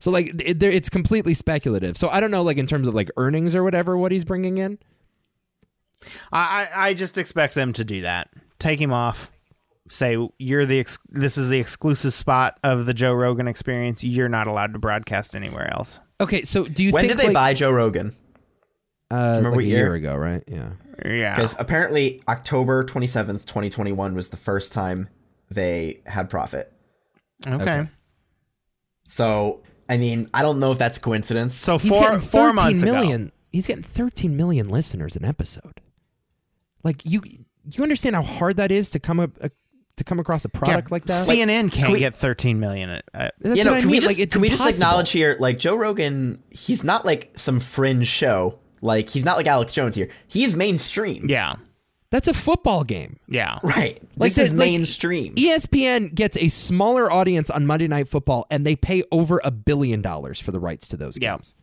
Speaker 3: So like it, there- it's completely speculative. So I don't know like in terms of like earnings or whatever what he's bringing in.
Speaker 2: I, I I just expect them to do that. Take him off. Say you're the ex- this is the exclusive spot of the Joe Rogan experience. You're not allowed to broadcast anywhere else.
Speaker 3: Okay, so do you
Speaker 4: When
Speaker 3: think
Speaker 4: did they
Speaker 3: like,
Speaker 4: buy Joe Rogan?
Speaker 3: Uh,
Speaker 4: Remember
Speaker 3: like a
Speaker 4: what
Speaker 3: year?
Speaker 4: year?
Speaker 3: ago, right? Yeah.
Speaker 2: Yeah.
Speaker 4: Because apparently October 27th, 2021 was the first time they had profit.
Speaker 2: Okay.
Speaker 4: So, I mean, I don't know if that's a coincidence.
Speaker 2: So
Speaker 3: He's
Speaker 2: four
Speaker 3: getting
Speaker 2: four
Speaker 3: 13
Speaker 2: months
Speaker 3: million-
Speaker 2: ago.
Speaker 3: He's getting 13 million listeners an episode. Like you you understand how hard that is to come up uh, to come across a product like that? Like,
Speaker 2: CNN can't
Speaker 4: we-
Speaker 2: get 13 million. At, at-
Speaker 3: that's
Speaker 4: you know,
Speaker 3: what I
Speaker 4: can
Speaker 3: mean.
Speaker 4: we just
Speaker 3: like it's
Speaker 4: can we just
Speaker 3: impossible.
Speaker 4: acknowledge here, like Joe Rogan, he's not like some fringe show. Like he's not like Alex Jones here. He is mainstream.
Speaker 2: yeah.
Speaker 3: That's a football game. E
Speaker 2: Yeah.
Speaker 4: Right.
Speaker 3: Like
Speaker 4: this is
Speaker 3: that- like-
Speaker 4: mainstream.
Speaker 3: ESPN gets a smaller audience on Monday Night Football, and they pay over a billion dollars for the rights to those
Speaker 2: Yeah.
Speaker 3: games.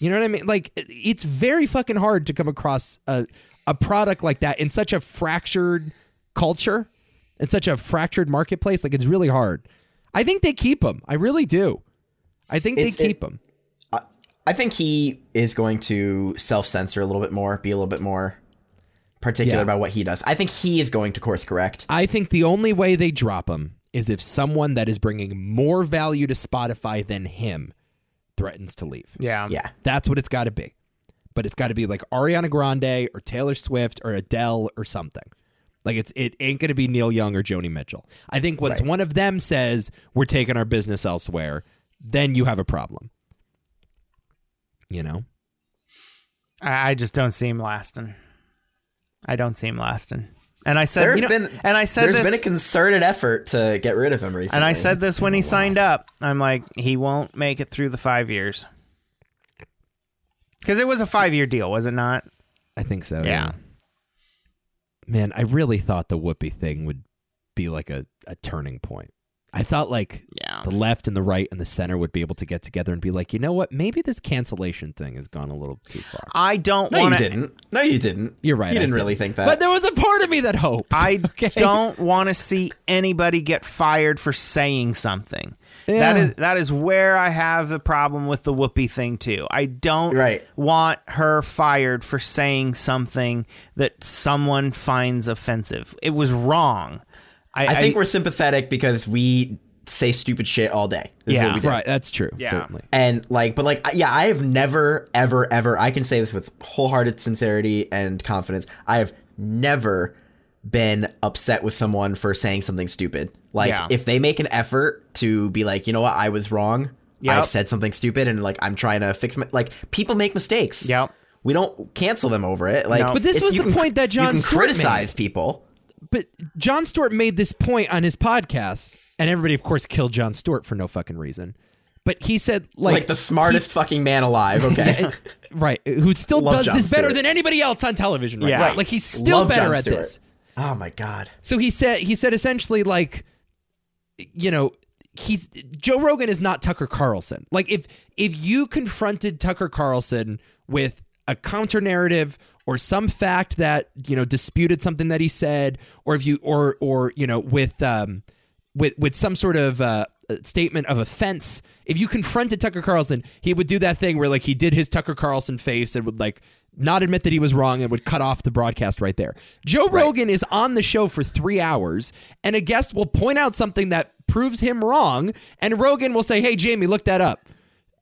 Speaker 3: You know what I mean? Like, it- it's very fucking hard to come across a, a product like that in such a fractured culture and such a fractured marketplace. Like, it's really hard. I think they keep them. I really do. I think
Speaker 4: It's-
Speaker 3: they
Speaker 4: it-
Speaker 3: keep them.
Speaker 4: I think he is going to self censor a little bit more, be a little bit more particular
Speaker 3: Yeah.
Speaker 4: about what he does. I think he is going to course correct.
Speaker 3: I think the only way they drop him is if someone that is bringing more value to Spotify than him threatens to leave.
Speaker 2: Yeah.
Speaker 4: Yeah.
Speaker 3: That's what it's got to be. But it's got to be like Ariana Grande or Taylor Swift or Adele or something. Like it's it ain't going to be Neil Young or Joni Mitchell. I think once one of them says we're taking our business elsewhere, then you have a problem. You know?
Speaker 2: I, I just don't see him lasting. I don't see him lasting. And I said,
Speaker 4: There's
Speaker 2: you know,
Speaker 4: been
Speaker 2: and I said
Speaker 4: there's
Speaker 2: this,
Speaker 4: been a concerted effort to get rid of him recently.
Speaker 2: and I said this when he signed up. I'm like, he won't make it through the five years. Because it was a five year deal, was it not?
Speaker 3: I think so.
Speaker 2: Yeah.
Speaker 3: Man, I really thought the whoopee thing would be like a, a turning point. I thought like
Speaker 2: Yeah.
Speaker 3: the left and the right and the center would be able to get together and be like, you know what? Maybe this cancellation thing has gone a little too far.
Speaker 2: I don't
Speaker 4: No,
Speaker 2: want
Speaker 4: you
Speaker 2: to
Speaker 4: didn't. No, you didn't.
Speaker 3: You're right.
Speaker 4: You
Speaker 3: I
Speaker 4: didn't really think that.
Speaker 3: But there was a part of me that
Speaker 2: [laughs]
Speaker 3: hoped.
Speaker 2: Uh,
Speaker 4: [laughs]
Speaker 2: I
Speaker 3: Okay.
Speaker 2: don't want to see anybody get fired for saying something. That
Speaker 3: Yeah.
Speaker 2: is that is where I have the problem with the whoopee thing too. I don't
Speaker 4: Right.
Speaker 2: want her fired for saying something that someone finds offensive. It was wrong. I,
Speaker 4: I think we're sympathetic because we say stupid shit all day. This is
Speaker 2: Yeah.
Speaker 4: what we do.
Speaker 3: Right. That's true.
Speaker 2: Yeah.
Speaker 3: Certainly.
Speaker 4: And like, but like, I- yeah, I have never, ever, ever. I can say this with wholehearted sincerity and confidence. I have never been upset with someone for saying something stupid. Like,
Speaker 2: Yeah.
Speaker 4: if they make an effort to be like, you know what, I was wrong. I
Speaker 2: Yep.
Speaker 4: said something stupid, and like, I'm trying to fix my. Like, people make mistakes.
Speaker 2: Yep.
Speaker 4: We don't cancel them over it. Like,
Speaker 2: No. But
Speaker 3: this
Speaker 4: it's-
Speaker 3: was
Speaker 4: you
Speaker 3: the point that Jon
Speaker 4: you can
Speaker 3: Stewart made.
Speaker 4: criticize people.
Speaker 3: But John Stewart made this point on his podcast, and everybody, of course, killed John Stewart for no fucking reason. But he said, like,
Speaker 4: Like, the smartest fucking man
Speaker 3: [laughs]
Speaker 4: alive. Okay. [laughs]
Speaker 3: right, who still
Speaker 4: Love
Speaker 3: does
Speaker 4: Jon
Speaker 3: this better
Speaker 4: Stewart.
Speaker 3: than anybody else on television right
Speaker 2: Yeah.
Speaker 3: now.
Speaker 2: Right.
Speaker 3: Like, he's still
Speaker 4: Love
Speaker 3: better
Speaker 4: Jon
Speaker 3: at
Speaker 4: Stewart.
Speaker 3: this.
Speaker 4: Oh my god.
Speaker 3: So he said, he said essentially, like, you know, he's Joe Rogan is not Tucker Carlson. Like if if you confronted Tucker Carlson with a counter narrative or some fact that you know disputed something that he said, or if you or or you know with um with with some sort of uh, statement of offense, if you confronted Tucker Carlson, he would do that thing where like he did his Tucker Carlson face and would like not admit that he was wrong and would cut off the broadcast right there. Joe Rogan is on the show for three hours, and a guest will point out something that proves him wrong, and Rogan will say, "Hey, Jamie, look that up."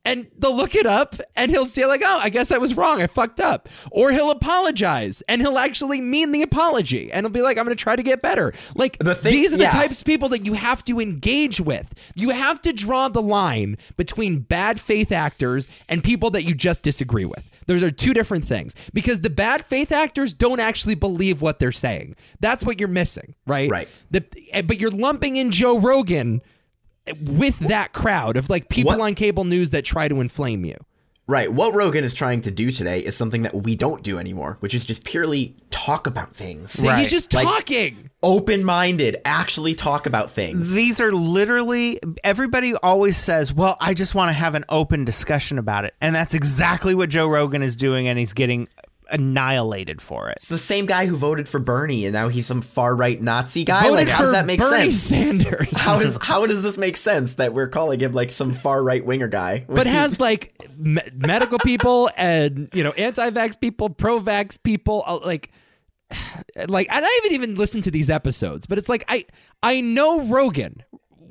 Speaker 3: And they'll look it up and he'll say, like, oh, I guess I was wrong. I fucked up. Or he'll apologize and he'll actually mean the apology and he'll be like, I'm going to try to get better. Like,
Speaker 4: The thing-
Speaker 3: these are the
Speaker 4: yeah.
Speaker 3: types of people that you have to engage with. You have to draw the line between bad faith actors and people that you just disagree with. Those are two different things because the bad faith actors don't actually believe what they're saying. That's what you're missing, right?
Speaker 4: Right.
Speaker 3: The, eh, but you're lumping in Joe Rogan with that crowd of like people
Speaker 4: What-
Speaker 3: on cable news that try to inflame you.
Speaker 4: Right. What Rogan is trying to do today is something that we don't do anymore, which is just purely talk about things.
Speaker 3: He's just
Speaker 4: Like,
Speaker 3: talking.
Speaker 4: open minded, actually talk about things.
Speaker 2: These are literally everybody always says, "Well, I just want to have an open discussion about it." And that's exactly what Joe Rogan is doing and he's getting annihilated for it.
Speaker 4: It's the same guy who voted for Bernie and now he's some far right Nazi guy.
Speaker 3: Voted
Speaker 4: like, how
Speaker 3: for
Speaker 4: does that make
Speaker 3: Bernie
Speaker 4: sense?
Speaker 3: Sanders.
Speaker 4: How does how does this make sense that we're calling him like some far right winger guy?
Speaker 3: but has like me- medical people and you know anti-vax people, pro-vax people, uh, like [sighs] like and I haven't even listened to these episodes, but it's like I I know Rogan.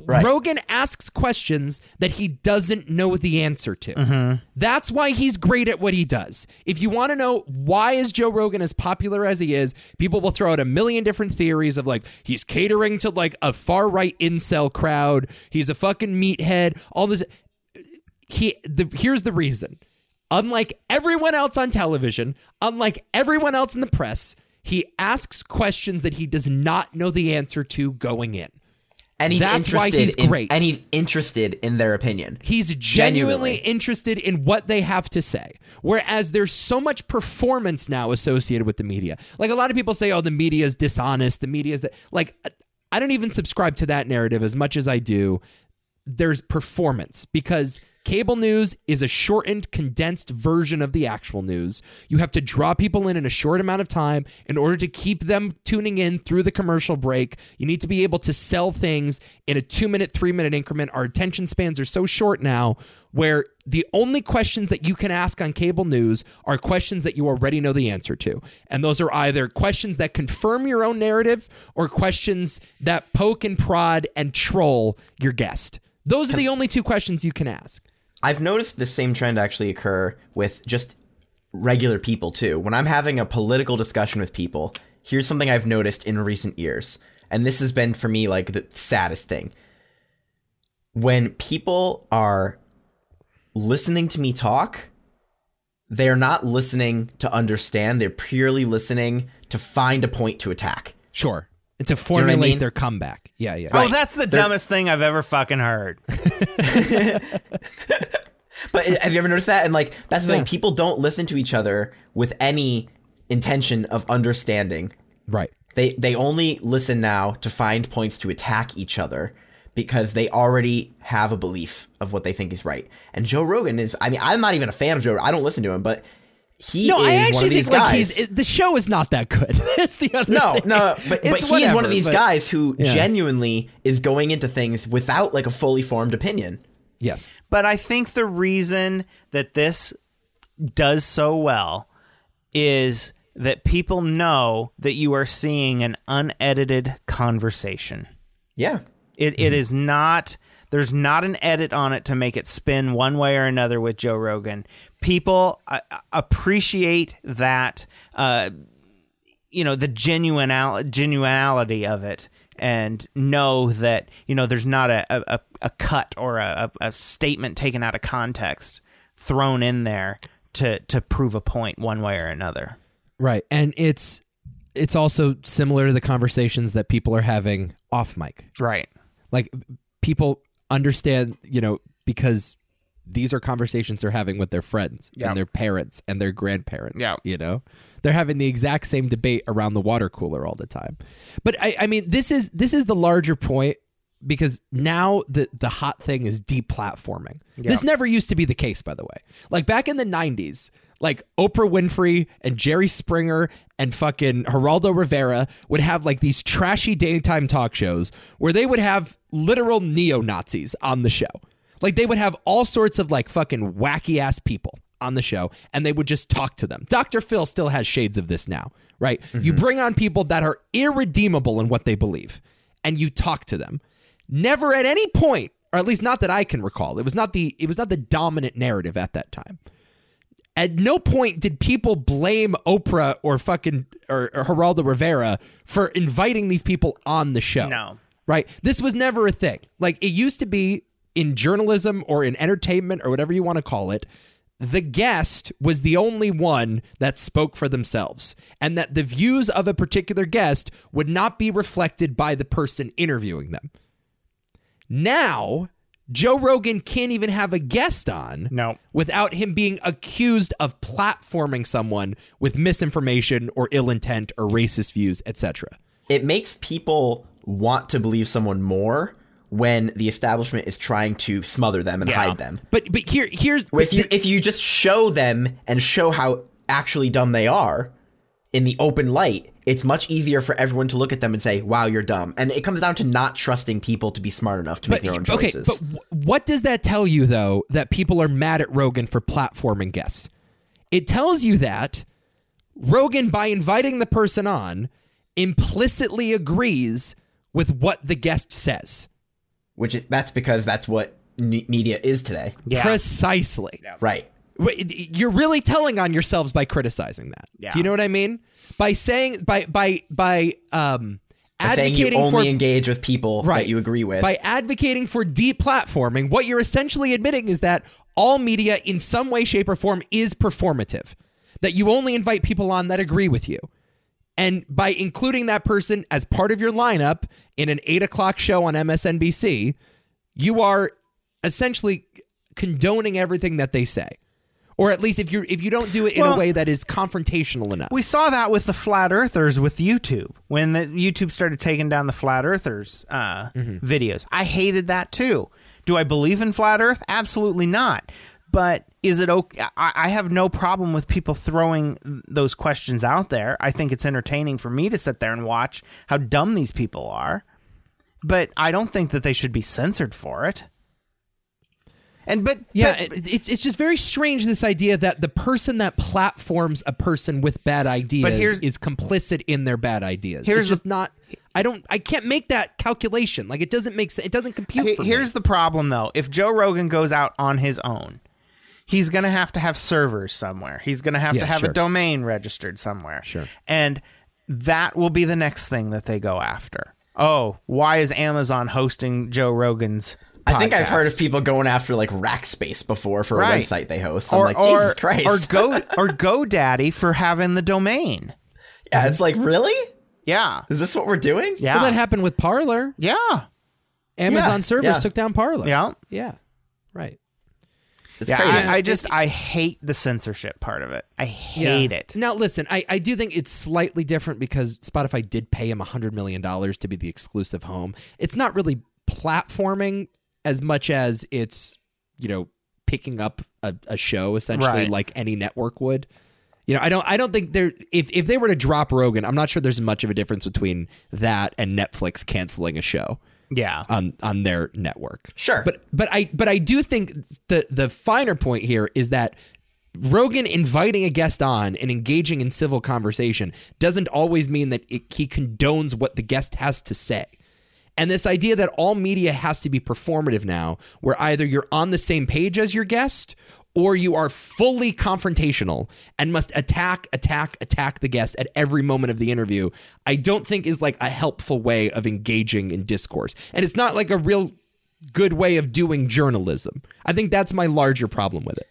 Speaker 4: Right.
Speaker 3: Rogan asks questions that he doesn't know the answer to. That's why he's great at what he does. If you want to know why is Joe Rogan as popular as he is, people will throw out a million different theories of like he's catering to like a far right incel crowd, he's a fucking meathead, all this he the here's the reason. Unlike everyone else on television, unlike everyone else in the press, he asks questions that he does not know the answer to going in.
Speaker 4: and he's
Speaker 3: that's why
Speaker 4: interested
Speaker 3: he's
Speaker 4: in,
Speaker 3: great.
Speaker 4: And he's interested in their opinion.
Speaker 3: He's genuinely
Speaker 4: Genuinely.
Speaker 3: interested in what they have to say. Whereas there's so much performance now associated with the media. Like a lot of people say, oh, the media is dishonest. The media is that. Like, I don't even subscribe to that narrative as much as I do. There's performance because cable news is a shortened, condensed version of the actual news. You have to draw people in in a short amount of time in order to keep them tuning in through the commercial break. You need to be able to sell things in a two minute, three minute increment. Our attention spans are so short now where the only questions that you can ask on cable news are questions that you already know the answer to. And those are either questions that confirm your own narrative or questions that poke and prod and troll your guest. Those are the only two questions you can ask.
Speaker 4: I've noticed the same trend actually occur with just regular people too. When I'm having a political discussion with people, here's something I've noticed in recent years. And this has been for me like the saddest thing. When people are listening to me talk, they're not listening to understand, they're purely listening to find a point to attack.
Speaker 3: Sure. And to
Speaker 4: what I
Speaker 3: formulate
Speaker 4: mean?
Speaker 3: their comeback. Yeah, yeah.
Speaker 2: Oh, that's the dumbest thing I've ever fucking heard.
Speaker 4: But eh, have you ever noticed that? And like that's the thing, people don't listen to each other with any intention of understanding.
Speaker 3: Right.
Speaker 4: They they only listen now to find points to attack each other because they already have a belief of what they think is right. And Joe Rogan is I mean, I'm not even a fan of Joe. I don't listen to him, but he
Speaker 3: No,
Speaker 4: is
Speaker 3: I
Speaker 4: one
Speaker 3: actually
Speaker 4: of these
Speaker 3: think like
Speaker 4: guys.
Speaker 3: he's it- the show is not that good. [laughs] that's the other
Speaker 4: [laughs] no,
Speaker 3: thing. [laughs]
Speaker 4: no, but, but
Speaker 3: It's
Speaker 4: he's one
Speaker 3: whatever,
Speaker 4: of these
Speaker 3: but-
Speaker 4: guys who
Speaker 3: Yeah.
Speaker 4: genuinely is going into things without like a fully formed opinion.
Speaker 3: Yes.
Speaker 2: But I think the reason that this does so well is that people know that you are seeing an unedited conversation.
Speaker 4: Yeah.
Speaker 2: It, it is not, there's not an edit on it to make it spin one way or another with Joe Rogan. People uh, appreciate that, uh, you know, the genuinal, genuality of it and know that, you know, there's not a, a, a- a cut or a, a a statement taken out of context thrown in there to, to prove a point one way or another.
Speaker 3: Right. And it's it's also similar to the conversations that people are having off mic.
Speaker 2: Right.
Speaker 3: Like people understand, you know, because these are conversations they're having with their friends
Speaker 2: Yeah.
Speaker 3: and their parents and their grandparents.
Speaker 2: Yeah.
Speaker 3: You know? They're having the exact same debate around the water cooler all the time. But I, I mean this is this is the larger point because now the the hot thing is deplatforming. This never used to be the case, by the way. Like back in the '90s, like Oprah Winfrey and Jerry Springer and fucking Geraldo Rivera would have like these trashy daytime talk shows where they would have literal neo Nazis on the show. Like they would have all sorts of like fucking wacky ass people on the show and they would just talk to them. Dr. Phil still has shades of this now, right? You bring on people that are irredeemable in what they believe and you talk to them. Never at any point, or at least not that I can recall, it was not the it was not the dominant narrative at that time. At no point did people blame Oprah or fucking or, or Geraldo Rivera for inviting these people on the show.
Speaker 2: No.
Speaker 3: Right? This was never a thing. Like it used to be in journalism or in entertainment or whatever you want to call it, the guest was the only one that spoke for themselves and that the views of a particular guest would not be reflected by the person interviewing them. Now, Joe Rogan can't even have a guest on
Speaker 2: No.
Speaker 3: without him being accused of platforming someone with misinformation or ill intent or racist views, etc.
Speaker 4: it makes people want to believe someone more when the establishment is trying to smother them and
Speaker 2: Yeah.
Speaker 4: hide them.
Speaker 3: But but here here's
Speaker 4: If you if you just show them and show how actually dumb they are in the open light, it's much easier for everyone to look at them and say, "Wow, you're dumb." And it comes down to not trusting people to be smart enough to make their own choices.
Speaker 3: Okay, but wh- what does that tell you though that people are mad at Rogan for platforming guests? It tells you that Rogan by inviting the person on implicitly agrees with what the guest says.
Speaker 4: Which is, that's because that's what n- media is today.
Speaker 2: Yeah.
Speaker 3: Precisely.
Speaker 4: Right.
Speaker 3: Wait, you're really telling on yourselves by criticizing that. Do you
Speaker 2: Yeah.
Speaker 3: know what I mean? By saying by by by um
Speaker 4: By Saying you
Speaker 3: advocating
Speaker 4: only
Speaker 3: for
Speaker 4: engage with people
Speaker 3: right.
Speaker 4: that you agree with.
Speaker 3: By advocating for deplatforming, what you're essentially admitting is that all media in some way, shape, or form is performative, that you only invite people on that agree with you. And by including that person as part of your lineup in an eight o'clock show on MSNBC, you are essentially condoning everything that they say. Or at least if you if you don't do it in a
Speaker 2: Well-
Speaker 3: way that is confrontational enough.
Speaker 2: We saw that with the flat earthers with YouTube when the, YouTube started taking down the flat earthers uh, videos. I hated that too. Do I believe in flat Earth? Absolutely not. But is it okay? I, I have no problem with people throwing those questions out there. I think it's entertaining for me to sit there and watch how dumb these people are. But I don't think that they should be censored for it. And but
Speaker 3: Yeah,
Speaker 2: but-
Speaker 3: it- it's it's just very strange this idea that the person that platforms a person with bad ideas
Speaker 2: here's-
Speaker 3: is complicit in their bad ideas.
Speaker 2: Here's
Speaker 3: it's
Speaker 2: the-
Speaker 3: just not. I don't. I can't make that calculation. Like it doesn't make sense. It doesn't compute.
Speaker 2: He-
Speaker 3: for me.
Speaker 2: here's the problem though if joe rogan goes out on his own he's going to have to have servers somewhere he's going to have
Speaker 3: Yeah,
Speaker 2: to have
Speaker 3: sure.
Speaker 2: a domain registered somewhere sure and that will be the next thing that they go after oh why is amazon hosting joe rogan's
Speaker 4: I think I've
Speaker 2: podcast?
Speaker 4: heard of people going after like Rackspace before for a
Speaker 2: Right.
Speaker 4: website they host. I'm
Speaker 2: or,
Speaker 4: like,
Speaker 2: or,
Speaker 4: Jesus Christ.
Speaker 2: or
Speaker 4: [laughs]
Speaker 2: go or GoDaddy for having the domain.
Speaker 4: yeah, it's like, really?
Speaker 2: Yeah,
Speaker 4: Is this what we're doing?
Speaker 2: yeah,
Speaker 3: well, that happened with Parler.
Speaker 2: yeah,
Speaker 3: Amazon
Speaker 4: Yeah,
Speaker 3: servers
Speaker 4: yeah.
Speaker 3: took down Parler.
Speaker 2: yeah.
Speaker 3: Yeah. Right.
Speaker 4: It's
Speaker 2: yeah
Speaker 4: crazy.
Speaker 2: I, I just I hate the censorship part of it. I hate
Speaker 3: Yeah.
Speaker 2: it.
Speaker 3: Now listen, I, I do think it's slightly different because Spotify did pay him hundred million dollars to be the exclusive home. It's not really platforming as much as it's, you know, picking up a, a show essentially
Speaker 2: Right.
Speaker 3: like any network would. You know, I don't I don't think there if, if they were to drop Rogan, I'm not sure there's much of a difference between that and Netflix canceling a show
Speaker 2: Yeah,
Speaker 3: on on their network.
Speaker 4: Sure.
Speaker 3: But but I but I do think the the finer point here is that Rogan inviting a guest on and engaging in civil conversation doesn't always mean that it, he condones what the guest has to say. And this idea that all media has to be performative now, where either you're on the same page as your guest or you are fully confrontational and must attack, attack, attack the guest at every moment of the interview, I don't think is like a helpful way of engaging in discourse. And it's not like a real good way of doing journalism. I think that's my larger problem with it.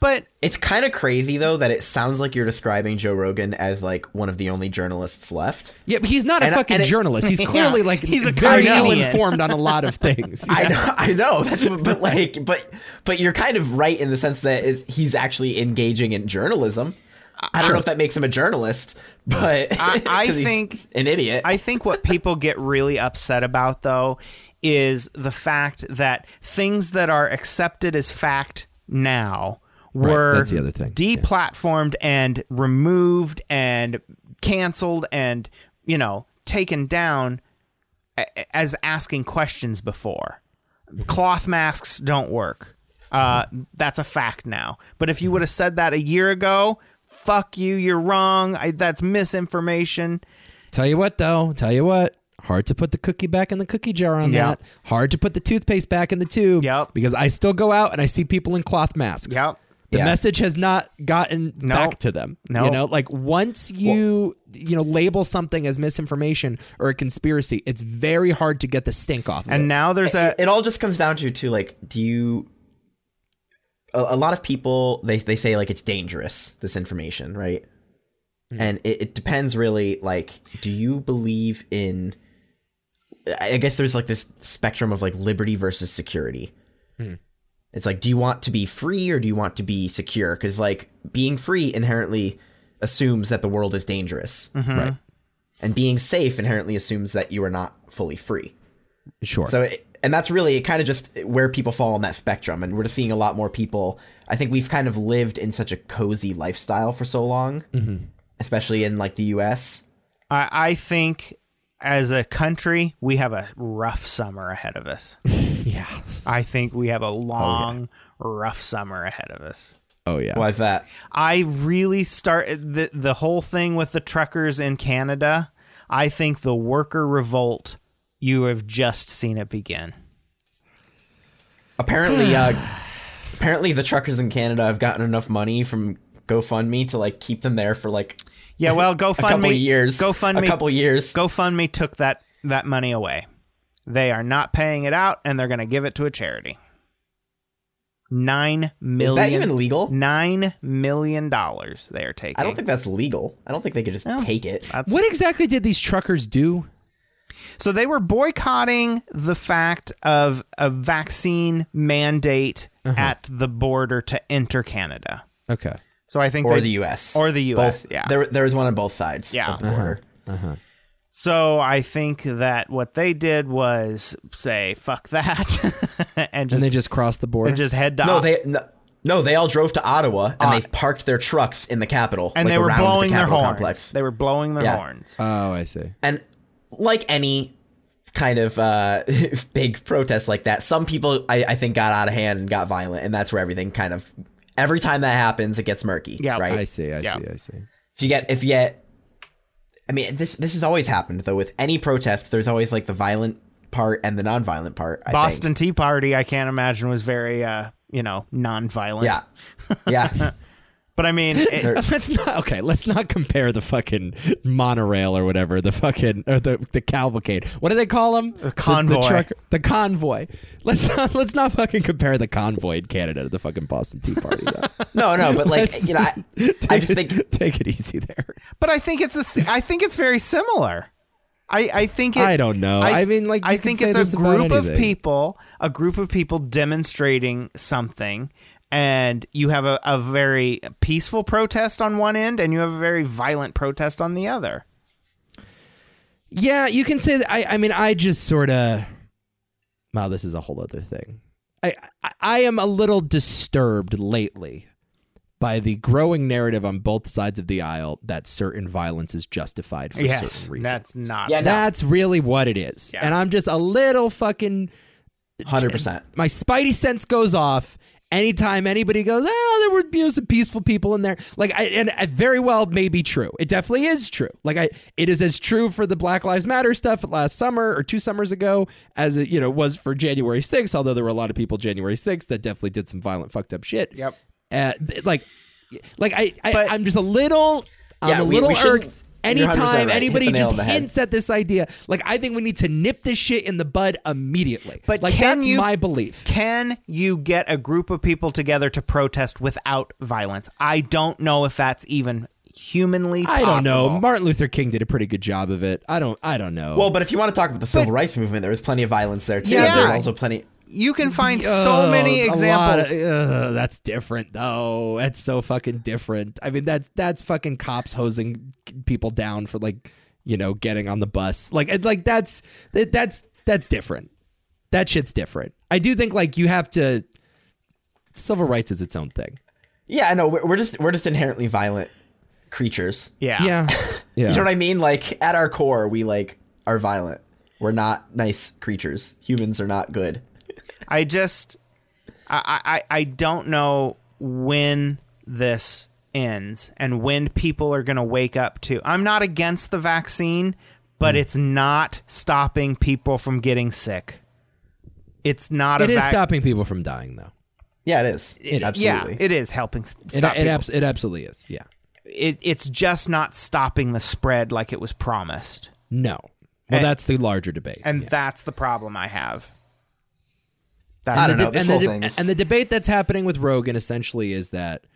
Speaker 2: but
Speaker 4: It's kind of crazy though that it sounds like you're describing Joe Rogan as like one of the only journalists left.
Speaker 3: Yeah, but he's not a
Speaker 4: And I-
Speaker 3: fucking
Speaker 4: and it-
Speaker 3: journalist.
Speaker 4: [laughs]
Speaker 3: He's clearly like
Speaker 2: He's a
Speaker 3: very ill
Speaker 2: comedian.
Speaker 3: informed on a lot of things.
Speaker 4: I know, I know. That's what- but like, but but you're kind of right in the sense that it's, he's actually engaging in journalism. I don't know if that makes him a journalist, but
Speaker 2: I- I
Speaker 4: [laughs] 'cause he's
Speaker 2: think-
Speaker 4: an idiot.
Speaker 2: I think what people get really upset about though is the fact that things that are accepted as fact now were
Speaker 3: that's the other thing.
Speaker 2: deplatformed and removed and canceled and you know taken down a- a- as asking questions before. Cloth masks don't work. Uh, that's a fact now. But if you
Speaker 3: Mm-hmm.
Speaker 2: would have said that a year ago, fuck you, you're wrong. I, that's misinformation.
Speaker 3: [laughs] Tell you what, though. Tell you what. Hard to put the cookie back in the cookie jar on
Speaker 2: Yep.
Speaker 3: that. Hard to put the toothpaste back in the tube.
Speaker 2: Yep.
Speaker 3: Because I still go out and I see people in cloth masks.
Speaker 2: Yep.
Speaker 3: The
Speaker 4: Yeah.
Speaker 3: message has not gotten back to them.
Speaker 2: No.
Speaker 3: You know, like once you you know label something as misinformation or a conspiracy, it's very hard to get the stink off. Of
Speaker 2: And
Speaker 3: it.
Speaker 2: now there's a
Speaker 4: it, it all just comes down to to like do you a, a lot of people they they say like it's dangerous this information right and it, it depends really like do you believe in i I guess there's like this spectrum of like liberty versus security it's like do you want to be free or do you want to be secure because like being free inherently assumes that the world is dangerous
Speaker 3: Right.
Speaker 4: and being safe inherently assumes that you are not fully free
Speaker 3: Sure.
Speaker 4: so, it, and that's really kind of just where people fall on that spectrum. And we're just seeing a lot more people. I think we've kind of lived in such a cozy lifestyle for so long,
Speaker 2: Mm-hmm.
Speaker 4: especially in like the U.S.
Speaker 2: I, I think as a country, we have a rough summer ahead of
Speaker 4: [laughs]
Speaker 2: us.
Speaker 3: yeah.
Speaker 2: I think we have a
Speaker 4: Oh,
Speaker 2: long, rough summer ahead of us.
Speaker 3: Oh yeah.
Speaker 4: Why is that?
Speaker 2: I really start the the whole thing with the truckers in Canada. I think the worker revolt. You have just seen it begin.
Speaker 4: Apparently,
Speaker 2: [sighs]
Speaker 4: uh, apparently the truckers in Canada have gotten enough money from GoFundMe to like keep them there for like
Speaker 2: Yeah, well, GoFundMe.
Speaker 4: [laughs] a couple years.
Speaker 2: GoFundMe.
Speaker 4: A couple years.
Speaker 2: GoFundMe took that that money away. They are not paying it out, and they're going to give it to a charity. Nine
Speaker 4: is
Speaker 2: million.
Speaker 4: that even legal?
Speaker 2: Nine million dollars they are taking.
Speaker 4: I don't think that's legal. I don't think they could just take it.
Speaker 3: What exactly did these truckers do?
Speaker 2: so. They were boycotting the fact of a vaccine mandate
Speaker 4: Mm-hmm.
Speaker 2: at the border to enter Canada.
Speaker 3: Okay.
Speaker 2: So I think
Speaker 4: Or
Speaker 2: they-
Speaker 4: the U.S.
Speaker 2: or the U.S.
Speaker 4: Both.
Speaker 2: yeah.
Speaker 4: There, there was one on both sides.
Speaker 2: Yeah. Uh-huh.
Speaker 4: Of the border.
Speaker 2: So I think that what they did was say "fuck that" [laughs] and just
Speaker 3: And they just crossed the border.
Speaker 2: and just head to
Speaker 4: No, they no, no, they all drove to Ottawa and they parked their trucks in the Capitol.
Speaker 2: Uh, and
Speaker 4: like,
Speaker 2: they were
Speaker 4: around the
Speaker 2: blowing their
Speaker 4: Capitol
Speaker 2: horns.
Speaker 4: complex.
Speaker 2: They were blowing their
Speaker 4: Yeah.
Speaker 2: horns.
Speaker 3: oh, I see.
Speaker 4: And like any kind of uh, [laughs] big protest like that, some people I, I think got out of hand and got violent, and that's where everything kind of every time that happens, it gets murky.
Speaker 2: Yeah.
Speaker 4: right.
Speaker 3: I see. I
Speaker 2: Yeah.
Speaker 3: see. I see. [laughs]
Speaker 4: If you get if you get, I mean this this has always happened though with any protest. There's always like the violent part and the nonviolent part. I think.
Speaker 2: Boston Tea Party, I can't imagine was very, uh, you know, nonviolent.
Speaker 4: Yeah.
Speaker 2: [laughs]
Speaker 4: Yeah.
Speaker 2: But I mean, it,
Speaker 3: Let's not okay. Let's not compare the fucking monorail or whatever the fucking or the the cavalcade. What do they call them? The
Speaker 2: convoy.
Speaker 3: The, trucker- the convoy. Let's not let's not fucking compare the convoy in Canada to the fucking Boston Tea Party. Though.
Speaker 4: no, no, but like
Speaker 3: Let's-
Speaker 4: you know, I,
Speaker 3: [laughs] take,
Speaker 4: I just think
Speaker 3: it, take it easy there.
Speaker 2: but I think it's a s I think it's very similar. I, I think it,
Speaker 3: I don't know. I mean, like,
Speaker 2: I
Speaker 3: you can
Speaker 2: think
Speaker 3: say
Speaker 2: it's
Speaker 3: this
Speaker 2: a
Speaker 3: about
Speaker 2: group of
Speaker 3: anything.
Speaker 2: people, a group of people demonstrating something, and you have a, a very peaceful protest on one end, and you have a very violent protest on the other.
Speaker 3: Yeah, you can say that. I, I mean, I just sort of. Wow, this is a whole other thing. I, I I am a little disturbed lately by the growing narrative on both sides of the aisle that certain violence is justified for
Speaker 2: yes,
Speaker 3: certain reasons.
Speaker 2: that's not
Speaker 4: Yeah, no.
Speaker 3: That's really what it is.
Speaker 2: Yeah.
Speaker 3: And I'm just a little fucking
Speaker 4: hundred percent.
Speaker 3: my spidey sense goes off anytime anybody goes, "Oh, there were you know, some peaceful people in there." Like I and it very well may be true. It definitely is true. Like I it is as true for the Black Lives Matter stuff last summer or two summers ago as it, you know, was for January 6th, although there were a lot of people January 6th that definitely did some violent fucked up shit.
Speaker 2: Yep.
Speaker 3: Uh, th- like like I, I
Speaker 2: But-
Speaker 3: I'm just a little I'm
Speaker 4: Yeah,
Speaker 3: a
Speaker 4: we-
Speaker 3: little
Speaker 4: we shouldn't-
Speaker 3: irked
Speaker 4: you're 100% right.
Speaker 3: anytime
Speaker 4: Hit the
Speaker 3: anybody
Speaker 4: nail
Speaker 3: just
Speaker 4: on the head.
Speaker 3: hints at this idea. Like, I think we need to nip this shit in the bud immediately.
Speaker 2: But
Speaker 3: like,
Speaker 2: can
Speaker 3: that's
Speaker 2: you-
Speaker 3: my belief.
Speaker 2: Can you get a group of people together to protest without violence? I don't know if that's even humanly
Speaker 3: I
Speaker 2: possible.
Speaker 3: don't know. Martin Luther King did a pretty good job of it. I don't. I don't know.
Speaker 4: Well, but if you want to talk about the civil rights movement, there was plenty of violence there too.
Speaker 2: Yeah.
Speaker 4: there was also plenty.
Speaker 2: you can find so many
Speaker 3: Oh, a lot
Speaker 2: examples.
Speaker 3: of- ugh, that's different, though. That's so fucking different. I mean, that's that's fucking cops hosing people down for like you know getting on the bus. Like, it- like that's that- that's that's different. that shit's different. I do think like you have to. Civil rights is its own thing.
Speaker 4: Yeah, I know. We're, we're just we're just inherently violent creatures.
Speaker 2: Yeah.
Speaker 3: Yeah,
Speaker 2: [laughs]
Speaker 3: yeah.
Speaker 4: You know what I mean? Like at our core, we like are violent. We're not nice creatures. Humans are not good.
Speaker 2: I just I, I I- I don't know when this ends and when people are going to wake up to. I'm not against the vaccine,
Speaker 3: Hmm.
Speaker 2: but it's not stopping people from getting sick. It's not
Speaker 3: It
Speaker 2: a
Speaker 3: is
Speaker 2: vac-
Speaker 3: stopping people from dying though.
Speaker 4: Yeah, it is.
Speaker 2: Yeah,
Speaker 4: Absolutely.
Speaker 2: it is helping s-
Speaker 3: It
Speaker 2: stop
Speaker 3: it,
Speaker 2: people.
Speaker 3: abs- it absolutely is. Yeah.
Speaker 2: It- it's just not stopping the spread like it was promised.
Speaker 3: No. Well,
Speaker 2: And-
Speaker 3: that's the larger debate.
Speaker 2: And that's the problem I have. That's
Speaker 4: I don't know.
Speaker 3: and,
Speaker 4: This
Speaker 3: the
Speaker 4: whole
Speaker 3: de-
Speaker 4: thing is.
Speaker 3: and the debate that's happening with Rogan essentially is that,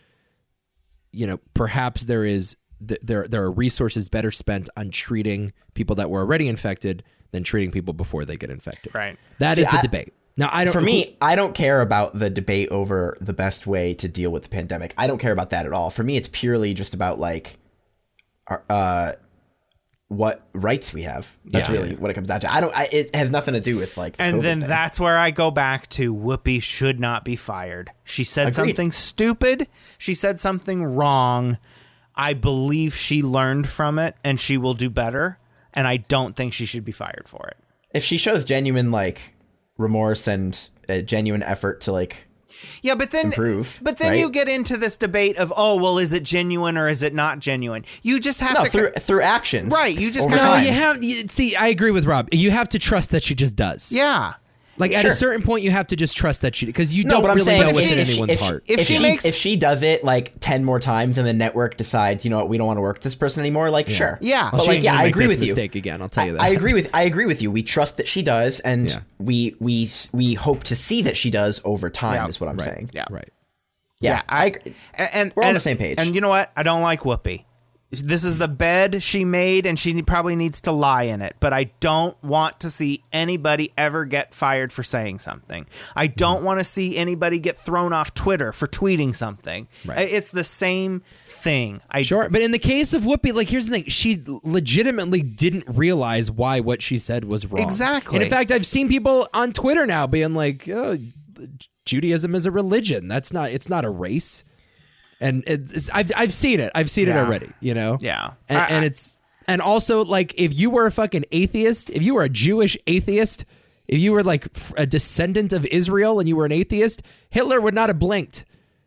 Speaker 3: you know, perhaps there is th- there there are resources better spent on treating people that were already infected than treating people before they get infected.
Speaker 2: Right.
Speaker 3: That is
Speaker 4: See,
Speaker 3: the
Speaker 4: I-
Speaker 3: debate. Now I don't.
Speaker 4: For me,
Speaker 2: [laughs]
Speaker 4: I don't care about the debate over the best way to deal with the pandemic. I don't care about that at all. For me, it's purely just about like, our- uh, what rights we have. That's
Speaker 3: Yeah.
Speaker 4: really what it comes down to. I don't. I, it has nothing to do with like. the COVID
Speaker 2: And then
Speaker 4: thing.
Speaker 2: that's where I go back to Whoopi should not be fired. She said
Speaker 4: Agreed.
Speaker 2: something stupid. She said something wrong. I believe she learned from it and she will do better. And I don't think she should be fired for it.
Speaker 4: if she shows genuine like remorse and a genuine effort to like
Speaker 2: Yeah, but then
Speaker 4: Improve,
Speaker 2: But then you
Speaker 4: right?
Speaker 2: get into this debate of oh well, is it genuine or is it not genuine? You just have
Speaker 4: no
Speaker 2: to
Speaker 4: through through actions,
Speaker 2: Right, you just
Speaker 4: over
Speaker 2: kinda-
Speaker 3: no,
Speaker 4: time.
Speaker 3: you have. You, see, I agree with Rob. You have to trust that she just does.
Speaker 2: yeah.
Speaker 3: Like at a
Speaker 4: Sure.
Speaker 3: certain point, you have to just trust that she because you
Speaker 4: No,
Speaker 3: don't
Speaker 4: but I'm
Speaker 3: really
Speaker 4: saying
Speaker 3: know
Speaker 4: if
Speaker 3: what's
Speaker 4: she-
Speaker 3: in
Speaker 4: if she-
Speaker 3: anyone's
Speaker 4: if she-
Speaker 3: heart.
Speaker 2: If
Speaker 4: if
Speaker 2: she
Speaker 4: she,
Speaker 2: makes-
Speaker 4: if she does it like ten more times and the network decides, you know what, we don't want to work with this person anymore, like sure,
Speaker 2: Yeah.
Speaker 4: but
Speaker 2: She
Speaker 4: like
Speaker 3: ain't
Speaker 4: yeah,
Speaker 3: gonna
Speaker 4: I
Speaker 3: make
Speaker 4: agree
Speaker 3: this
Speaker 4: with you.
Speaker 3: mistake again, I'll tell you
Speaker 4: I-
Speaker 3: that. [laughs]
Speaker 4: I, agree with I agree with you. We trust that she does, and
Speaker 3: Yeah.
Speaker 4: we we s- we hope to see that she does over time. is what I'm saying.
Speaker 2: Yeah.
Speaker 3: Right.
Speaker 4: yeah,
Speaker 2: Yeah,
Speaker 4: I, agree.
Speaker 2: And, and
Speaker 4: We're on
Speaker 2: and-
Speaker 4: the same page.
Speaker 2: And you know what? I don't like Whoopi. This is the bed she made, and she probably needs to lie in it. But I don't want to see anybody ever get fired for saying something. I don't want to see anybody get thrown off Twitter for tweeting something.
Speaker 3: Right.
Speaker 2: I- It's the same thing. I
Speaker 3: Sure, but in the case of Whoopi, like here's the thing: she legitimately didn't realize why what she said was wrong.
Speaker 2: Exactly.
Speaker 3: And in fact, I've seen people on Twitter now being like, oh, "Judaism is a religion. That's not. It's not a race." And it, it's- I've I've seen it. I've seen
Speaker 2: Yeah.
Speaker 3: it already. You know.
Speaker 2: Yeah.
Speaker 3: And,
Speaker 2: I-
Speaker 3: and
Speaker 2: I-
Speaker 3: it's and also like if you were a fucking atheist, if you were a Jewish atheist, if you were like f- a descendant of Israel and you were an atheist, Hitler would not have blinked.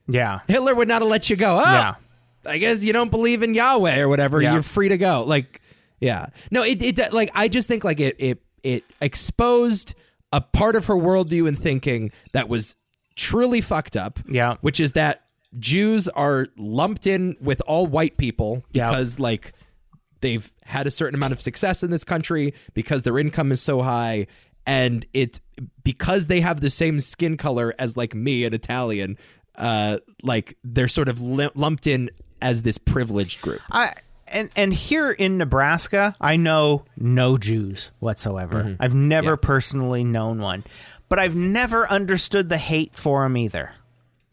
Speaker 2: yeah
Speaker 3: Hitler would not have let you go. Oh,
Speaker 2: Yeah.
Speaker 3: I guess you don't believe in Yahweh or whatever.
Speaker 2: Yeah.
Speaker 3: You're free to go. Like, yeah. No, it, it do- like I just think like it it it exposed a part of her worldview and thinking that was truly fucked up.
Speaker 2: Yeah.
Speaker 3: Which is that Jews are lumped in with all white people
Speaker 2: Yeah.
Speaker 3: because like they've had a certain amount of success in this country because their income is so high and it because they have the same skin color as like me an italian uh like they're sort of lu- lumped in as this privileged group
Speaker 2: I and and here in Nebraska, I know no Jews whatsoever.
Speaker 4: Mm-hmm.
Speaker 2: I've never personally known one, but I've never understood the hate for them either.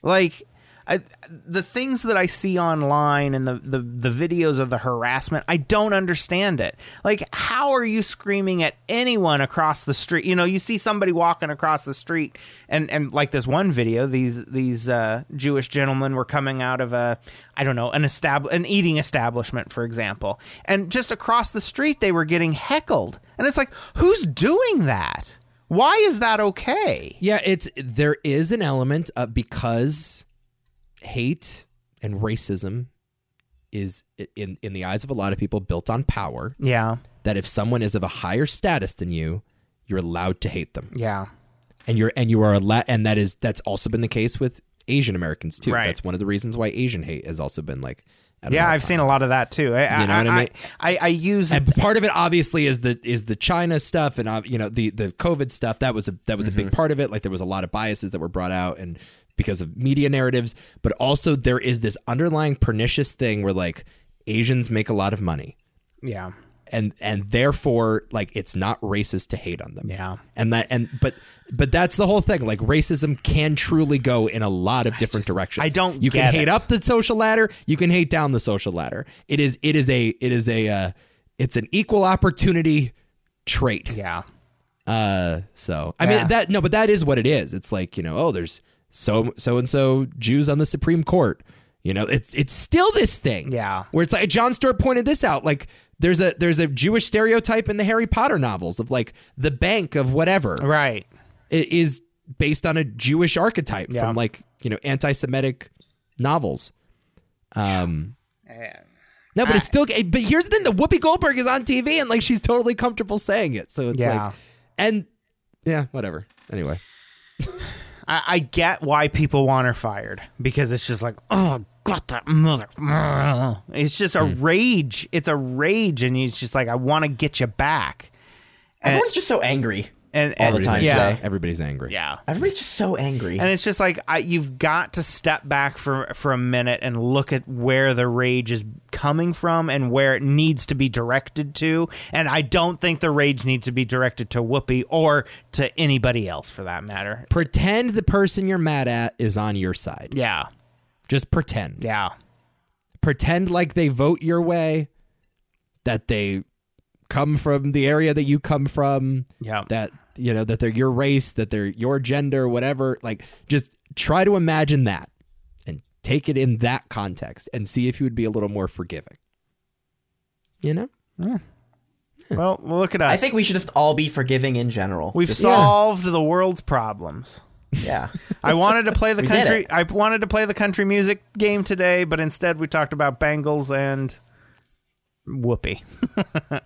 Speaker 2: Like I, the things that I see online and the, the the videos of the harassment, I don't understand it. Like, how are you screaming at anyone across the street? You know, you see somebody walking across the street, and and like this one video, these these uh, Jewish gentlemen were coming out of a I don't know an estab- an eating establishment, for example, and just across the street they were getting heckled, and it's like, who's doing that? Why is that okay?
Speaker 3: yeah it's there is an element of because hate and racism is i- in in the eyes of a lot of people built on power
Speaker 2: Yeah,
Speaker 3: that if someone is of a higher status than you you're allowed to hate them
Speaker 2: yeah,
Speaker 3: and you're and you are a la- and that is that's also been the case with Asian Americans too.
Speaker 2: Right.
Speaker 3: That's one of the reasons why Asian hate has also been like at an
Speaker 2: yeah. I've
Speaker 3: all-time
Speaker 2: seen a lot of that too. I,
Speaker 3: You know
Speaker 2: I,
Speaker 3: what I
Speaker 2: I,
Speaker 3: mean?
Speaker 2: I, I use
Speaker 3: and part of it obviously is the is the China stuff and uh, you know the the COVID stuff that was a that was a
Speaker 2: Mm-hmm.
Speaker 3: big part of it like there was a lot of biases that were brought out and because of media narratives but also there is this underlying pernicious thing where like Asians make a lot of money
Speaker 2: yeah.
Speaker 3: and and therefore like it's not racist to hate on them
Speaker 2: Yeah.
Speaker 3: and that and but but that's the whole thing like racism can truly go in a lot of different directions
Speaker 2: I don't
Speaker 3: you can
Speaker 2: get
Speaker 3: hate
Speaker 2: it.
Speaker 3: up the social ladder you can hate down the social ladder it is it is a it is a uh, it's an equal opportunity trait
Speaker 2: Yeah.
Speaker 3: Uh, so
Speaker 2: Yeah.
Speaker 3: I mean that no, but that is what it is. It's like you know, oh, there's so so and so Jews on the Supreme Court. You know, it's it's still this thing.
Speaker 2: Yeah.
Speaker 3: where it's like John Stewart pointed this out. Like there's a there's a Jewish stereotype in the Harry Potter novels of like the bank of whatever
Speaker 2: Right.
Speaker 3: it is based on a Jewish archetype
Speaker 2: Yeah.
Speaker 3: from like you know anti-Semitic novels. Um, no, but it's still. eh, But here's the thing: the Whoopi Goldberg is on TV, and like she's totally comfortable saying it. So it's
Speaker 2: Yeah.
Speaker 3: like, and yeah, whatever. Anyway,
Speaker 2: I, I get why people want her fired because it's just like, oh, got that mother. [laughs] It's just a
Speaker 3: Hmm.
Speaker 2: rage. It's a rage, and he's just like, I want to get you back.
Speaker 4: Everyone's just so angry.
Speaker 2: And
Speaker 4: All the
Speaker 2: and-
Speaker 4: time
Speaker 2: yeah,
Speaker 4: today.
Speaker 3: everybody's angry.
Speaker 2: yeah.
Speaker 4: Everybody's just so angry.
Speaker 2: And it's just like I, you've got to step back for for a minute and look at where the rage is coming from and where it needs to be directed to. And I don't think the rage needs to be directed to Whoopi or to anybody else for that matter.
Speaker 3: Pretend the person you're mad at is on your side.
Speaker 2: Yeah,
Speaker 3: Just pretend.
Speaker 2: yeah,
Speaker 3: Pretend like they vote your way, that they come from the area that you come from.
Speaker 2: yeah.
Speaker 3: that you know that they're your race that they're your gender whatever like just try to imagine that and take it in that context and see if you would be a little more forgiving you know
Speaker 2: well, look at us.
Speaker 4: I think we should just all be forgiving in general.
Speaker 2: We've
Speaker 4: Just-
Speaker 2: solved the world's problems.
Speaker 4: yeah.
Speaker 2: I wanted to play the
Speaker 4: [laughs] We did
Speaker 2: country. I wanted to play the country music game today, but instead we talked about Bengals and Whoopi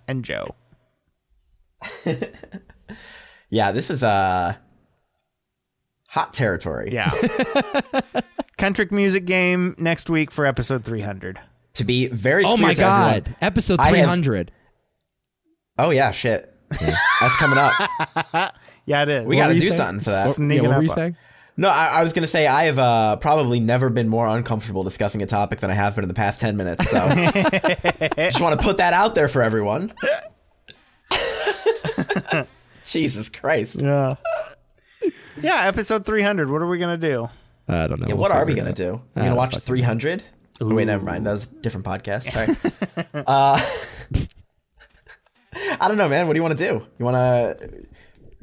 Speaker 2: [laughs] and Joe.
Speaker 4: Yeah, this is uh hot territory.
Speaker 2: Yeah. [laughs] country music game next week for episode 300.
Speaker 4: To be very
Speaker 3: oh
Speaker 4: clear
Speaker 3: my
Speaker 4: to everyone-
Speaker 3: god episode
Speaker 4: I have-
Speaker 3: 300
Speaker 4: Oh yeah, shit. That's
Speaker 3: [laughs]
Speaker 4: coming up.
Speaker 2: Yeah, it is.
Speaker 4: We
Speaker 2: Well,
Speaker 4: got to
Speaker 3: were you
Speaker 4: do
Speaker 3: saying?
Speaker 4: something for that.
Speaker 3: yeah,
Speaker 2: Sneaking
Speaker 3: what
Speaker 2: up
Speaker 3: were you
Speaker 2: on-
Speaker 3: saying
Speaker 4: No, I, I was gonna say I have uh, probably never been more uncomfortable discussing a topic than I have been in the past ten minutes.
Speaker 3: [laughs]
Speaker 4: So just want to put that out there for everyone. Jesus Christ!
Speaker 2: Yeah. [laughs] yeah, episode 300. What are we going to do?
Speaker 3: i don't know
Speaker 4: Yeah,
Speaker 3: We'll
Speaker 4: what are we
Speaker 3: figure it
Speaker 4: gonna
Speaker 3: out.
Speaker 4: do? We're gonna watch three hundred. Oh, wait, never mind. That was a different podcast. [laughs] Sorry. uh, [laughs] I don't know, man. What do you want to do? You want to?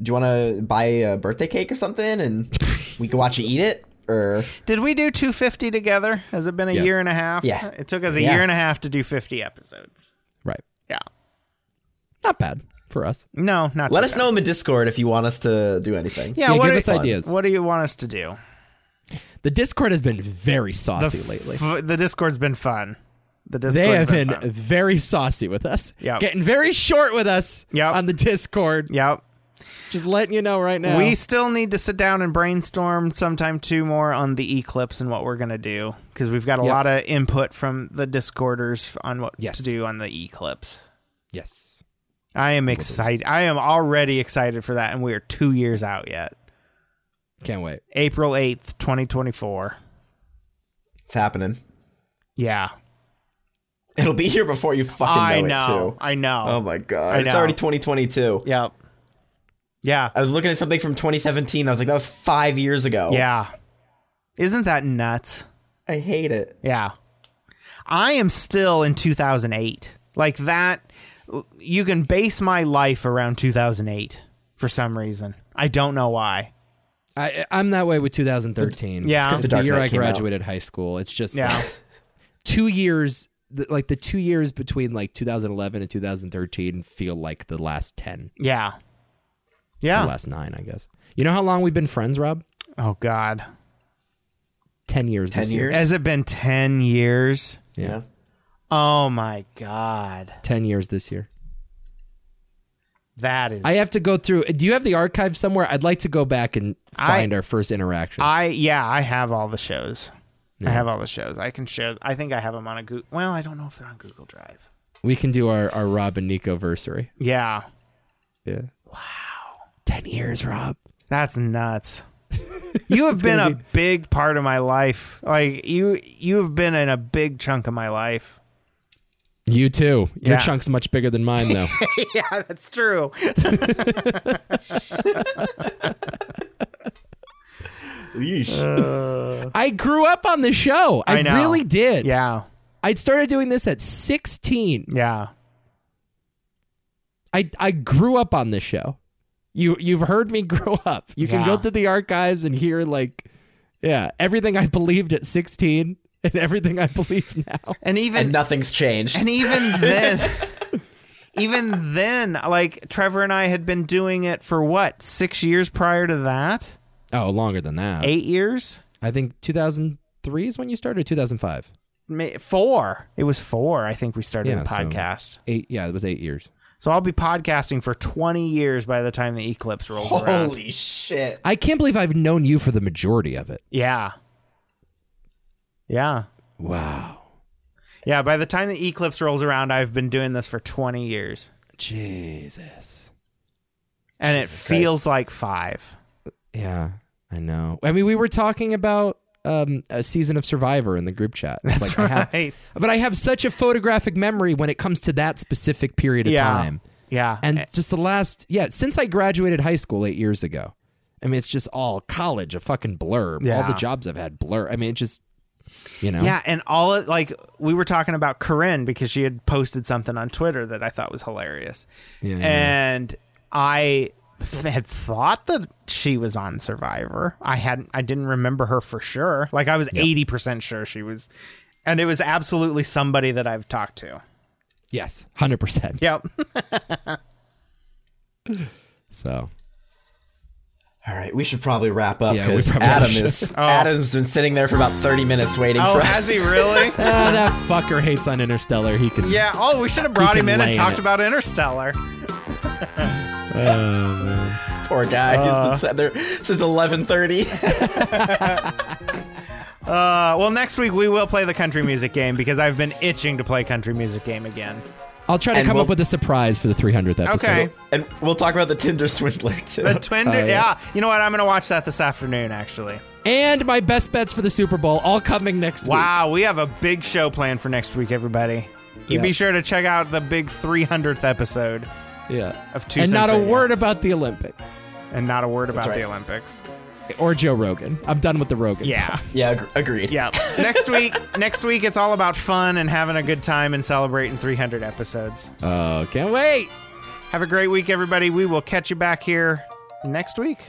Speaker 4: Do you want to buy a birthday cake or something, and we can watch you eat it? Or
Speaker 2: Did we do 250 together? Has it been a
Speaker 3: Yes.
Speaker 2: year and a half?
Speaker 4: Yeah.
Speaker 2: It took us a
Speaker 4: Yeah.
Speaker 2: year and a half to do 50 episodes.
Speaker 3: right
Speaker 2: Yeah.
Speaker 3: not bad for us
Speaker 2: No, not
Speaker 4: let
Speaker 2: too
Speaker 4: us
Speaker 2: bad.
Speaker 4: know in the Discord if you want us to do anything.
Speaker 2: Yeah,
Speaker 3: Yeah,
Speaker 2: what
Speaker 3: give
Speaker 2: do-
Speaker 3: us ideas.
Speaker 2: What do you want us to do?
Speaker 3: the discord has been very saucy
Speaker 2: f-
Speaker 3: lately
Speaker 2: F- the Discord's been fun. The Discord's
Speaker 3: they have
Speaker 2: been,
Speaker 3: been
Speaker 2: fun.
Speaker 3: very saucy with us
Speaker 2: Yep.
Speaker 3: getting very short with us
Speaker 2: Yep.
Speaker 3: on the discord
Speaker 2: Yep.
Speaker 3: just letting you know right now
Speaker 2: We still need to sit down and brainstorm sometime two more on the eclipse and what we're gonna do because we've got a
Speaker 3: Yep.
Speaker 2: lot of input from the discorders on what
Speaker 3: Yes.
Speaker 2: to do on the eclipse.
Speaker 3: yes
Speaker 2: I am excited. I am already excited for that, and we are two years out yet.
Speaker 3: can't wait
Speaker 2: April eighth, twenty twenty four.
Speaker 4: It's happening.
Speaker 2: Yeah,
Speaker 4: It'll be here before you fucking
Speaker 2: I
Speaker 4: know, it
Speaker 2: know.
Speaker 4: too.
Speaker 2: I know.
Speaker 4: Oh my god.
Speaker 2: I
Speaker 4: It's
Speaker 2: know.
Speaker 4: already 2022.
Speaker 2: Yep. Yeah.
Speaker 4: I was looking at something from 2017. I was like, that was five years ago.
Speaker 2: Yeah. Isn't that nuts?
Speaker 4: I hate it.
Speaker 2: Yeah. I am still in 2008. Like that, you can base my life around 2008 for some reason. I don't know why.
Speaker 3: I, I'm that way with 2013.
Speaker 2: Yeah.
Speaker 3: It's
Speaker 2: The
Speaker 3: the
Speaker 4: Dark
Speaker 3: year
Speaker 4: Knight
Speaker 3: I
Speaker 4: came out.
Speaker 3: graduated high school. It's just
Speaker 2: Yeah. [laughs]
Speaker 3: like, two years, th- like the two years between like 2011 and 2013 feel like the last 10,
Speaker 2: Yeah.
Speaker 3: the
Speaker 2: Yeah.
Speaker 3: last nine, I guess. You know how long we've been friends, Rob?
Speaker 2: Oh, God.
Speaker 3: 10 years.
Speaker 4: 10
Speaker 3: this year.
Speaker 4: years?
Speaker 2: Has it been 10 years?
Speaker 4: yeah.
Speaker 2: Oh, my God.
Speaker 3: 10 years this year.
Speaker 2: That is.
Speaker 3: I have to go through. Do you have the archive somewhere? I'd like to go back and find our first interaction.
Speaker 2: I, yeah, I have all the shows. I have all the shows. I can share. I think I have them on a Google. Well, I don't know if they're on Google Drive.
Speaker 3: we can do our, our Rob and Nico versary.
Speaker 2: Yeah.
Speaker 3: Yeah. Wow. 10 years, Rob.
Speaker 2: That's [laughs] nuts. You have been a big part of my life. Like you you have been in a big chunk of my life.
Speaker 3: You too. Your
Speaker 2: Yeah.
Speaker 3: chunk's much bigger than
Speaker 2: [laughs]
Speaker 3: mine, though.
Speaker 2: [laughs] yeah, that's true. Uh,
Speaker 3: I grew up on the show. I,
Speaker 2: I know.
Speaker 3: really did.
Speaker 2: Yeah.
Speaker 3: I started doing this at 16.
Speaker 2: Yeah.
Speaker 3: I, I grew up on this show. You you've heard me [laughs] grow up. You can
Speaker 2: Yeah.
Speaker 3: go through the archives and hear like yeah, everything I believed at 16 and everything I believe now.
Speaker 2: And even
Speaker 4: and nothing's changed.
Speaker 2: And even then, even then, like Trevor and I had been doing it for what six years prior to that,
Speaker 3: Oh, longer than that.
Speaker 2: eight years,
Speaker 3: I think 2003 is when you started 2005.
Speaker 2: May- four. It was four. I think we started
Speaker 3: Yeah,
Speaker 2: the
Speaker 3: so-
Speaker 2: podcast. So.
Speaker 3: 8 yeah, it was 8 years.
Speaker 2: I'll be podcasting for twenty years by the time the eclipse rolls around.
Speaker 4: Holy shit.
Speaker 3: I can't believe I've known you for the majority of it.
Speaker 2: Yeah, yeah,
Speaker 3: Wow.
Speaker 2: yeah. By the time the eclipse rolls around, I've been doing this for twenty years,
Speaker 3: Jesus.
Speaker 2: and it feels like five.
Speaker 3: Yeah, I know. I mean, we were talking about um, a season of Survivor in the group chat. It's
Speaker 2: That's
Speaker 3: I have-
Speaker 2: right.
Speaker 3: but I have such a photographic memory when it comes to that specific period of
Speaker 2: Yeah. Eh.
Speaker 3: time.
Speaker 2: Yeah,
Speaker 3: And just the last, yeah, since I graduated high school eight years ago, I mean, it's just all college, a fucking blur. All
Speaker 2: Yeah.
Speaker 3: the jobs I've had blur. I mean, it just, you know.
Speaker 2: Yeah, and all it, like we were talking about Corinne because she had posted something on Twitter that I thought was hilarious,
Speaker 3: Yeah.
Speaker 2: and I f- had thought that she was on Survivor. I hadn't, I didn't remember her for sure. Like I was eighty percent sure she was, and it was absolutely somebody that I've talked to.
Speaker 3: Yes, 100%.
Speaker 2: Yep. [laughs]
Speaker 3: So,
Speaker 4: All right, we should probably wrap up
Speaker 3: Yeah, we
Speaker 4: because
Speaker 3: probably
Speaker 4: Adam
Speaker 2: [laughs]
Speaker 3: should.
Speaker 4: is Adam's been sitting there for about thirty minutes waiting
Speaker 2: oh,
Speaker 4: for
Speaker 2: has
Speaker 4: us.
Speaker 2: he
Speaker 3: [laughs]
Speaker 2: really?
Speaker 3: Ah, that fucker hates on Interstellar. He can.
Speaker 2: yeah. Oh, we should have brought
Speaker 3: He
Speaker 2: him
Speaker 3: can
Speaker 2: in
Speaker 3: lay
Speaker 2: and
Speaker 3: in
Speaker 2: talked
Speaker 3: it.
Speaker 2: about Interstellar.
Speaker 4: [laughs] Poor guy,
Speaker 3: Uh.
Speaker 4: he's been sat there since eleven thirty. [laughs]
Speaker 2: Uh, well, next week we will play the country music game because I've been itching to play country music game
Speaker 3: [laughs]
Speaker 2: again.
Speaker 3: I'll try to
Speaker 4: And
Speaker 3: come
Speaker 4: we'll-
Speaker 3: up with a surprise for the 300th episode.
Speaker 2: Okay.
Speaker 4: and we'll talk about the Tinder swindler too.
Speaker 2: The Twinder,
Speaker 3: Oh, yeah.
Speaker 2: yeah. You know what? I'm gonna watch that this afternoon. Actually,
Speaker 3: And my best bets for the Super Bowl, all coming next week.
Speaker 2: wow, we have a big show planned for next week, everybody. You
Speaker 3: Yeah.
Speaker 2: be sure to check out the big 300th episode
Speaker 3: Yeah.
Speaker 2: of Two
Speaker 3: And not a
Speaker 2: Cents Radio.
Speaker 3: word about the Olympics
Speaker 2: and not a word about
Speaker 4: right.
Speaker 2: the Olympics.
Speaker 3: or Joe Rogan. I'm done with the Rogan.
Speaker 2: Yeah,
Speaker 4: yeah, ag- agreed.
Speaker 2: yeah. next
Speaker 3: [laughs]
Speaker 2: week, next week it's all about fun and having a good time and celebrating 300 episodes.
Speaker 3: Oh, can't wait.
Speaker 2: Have a great week, everybody. We will catch you back here next week.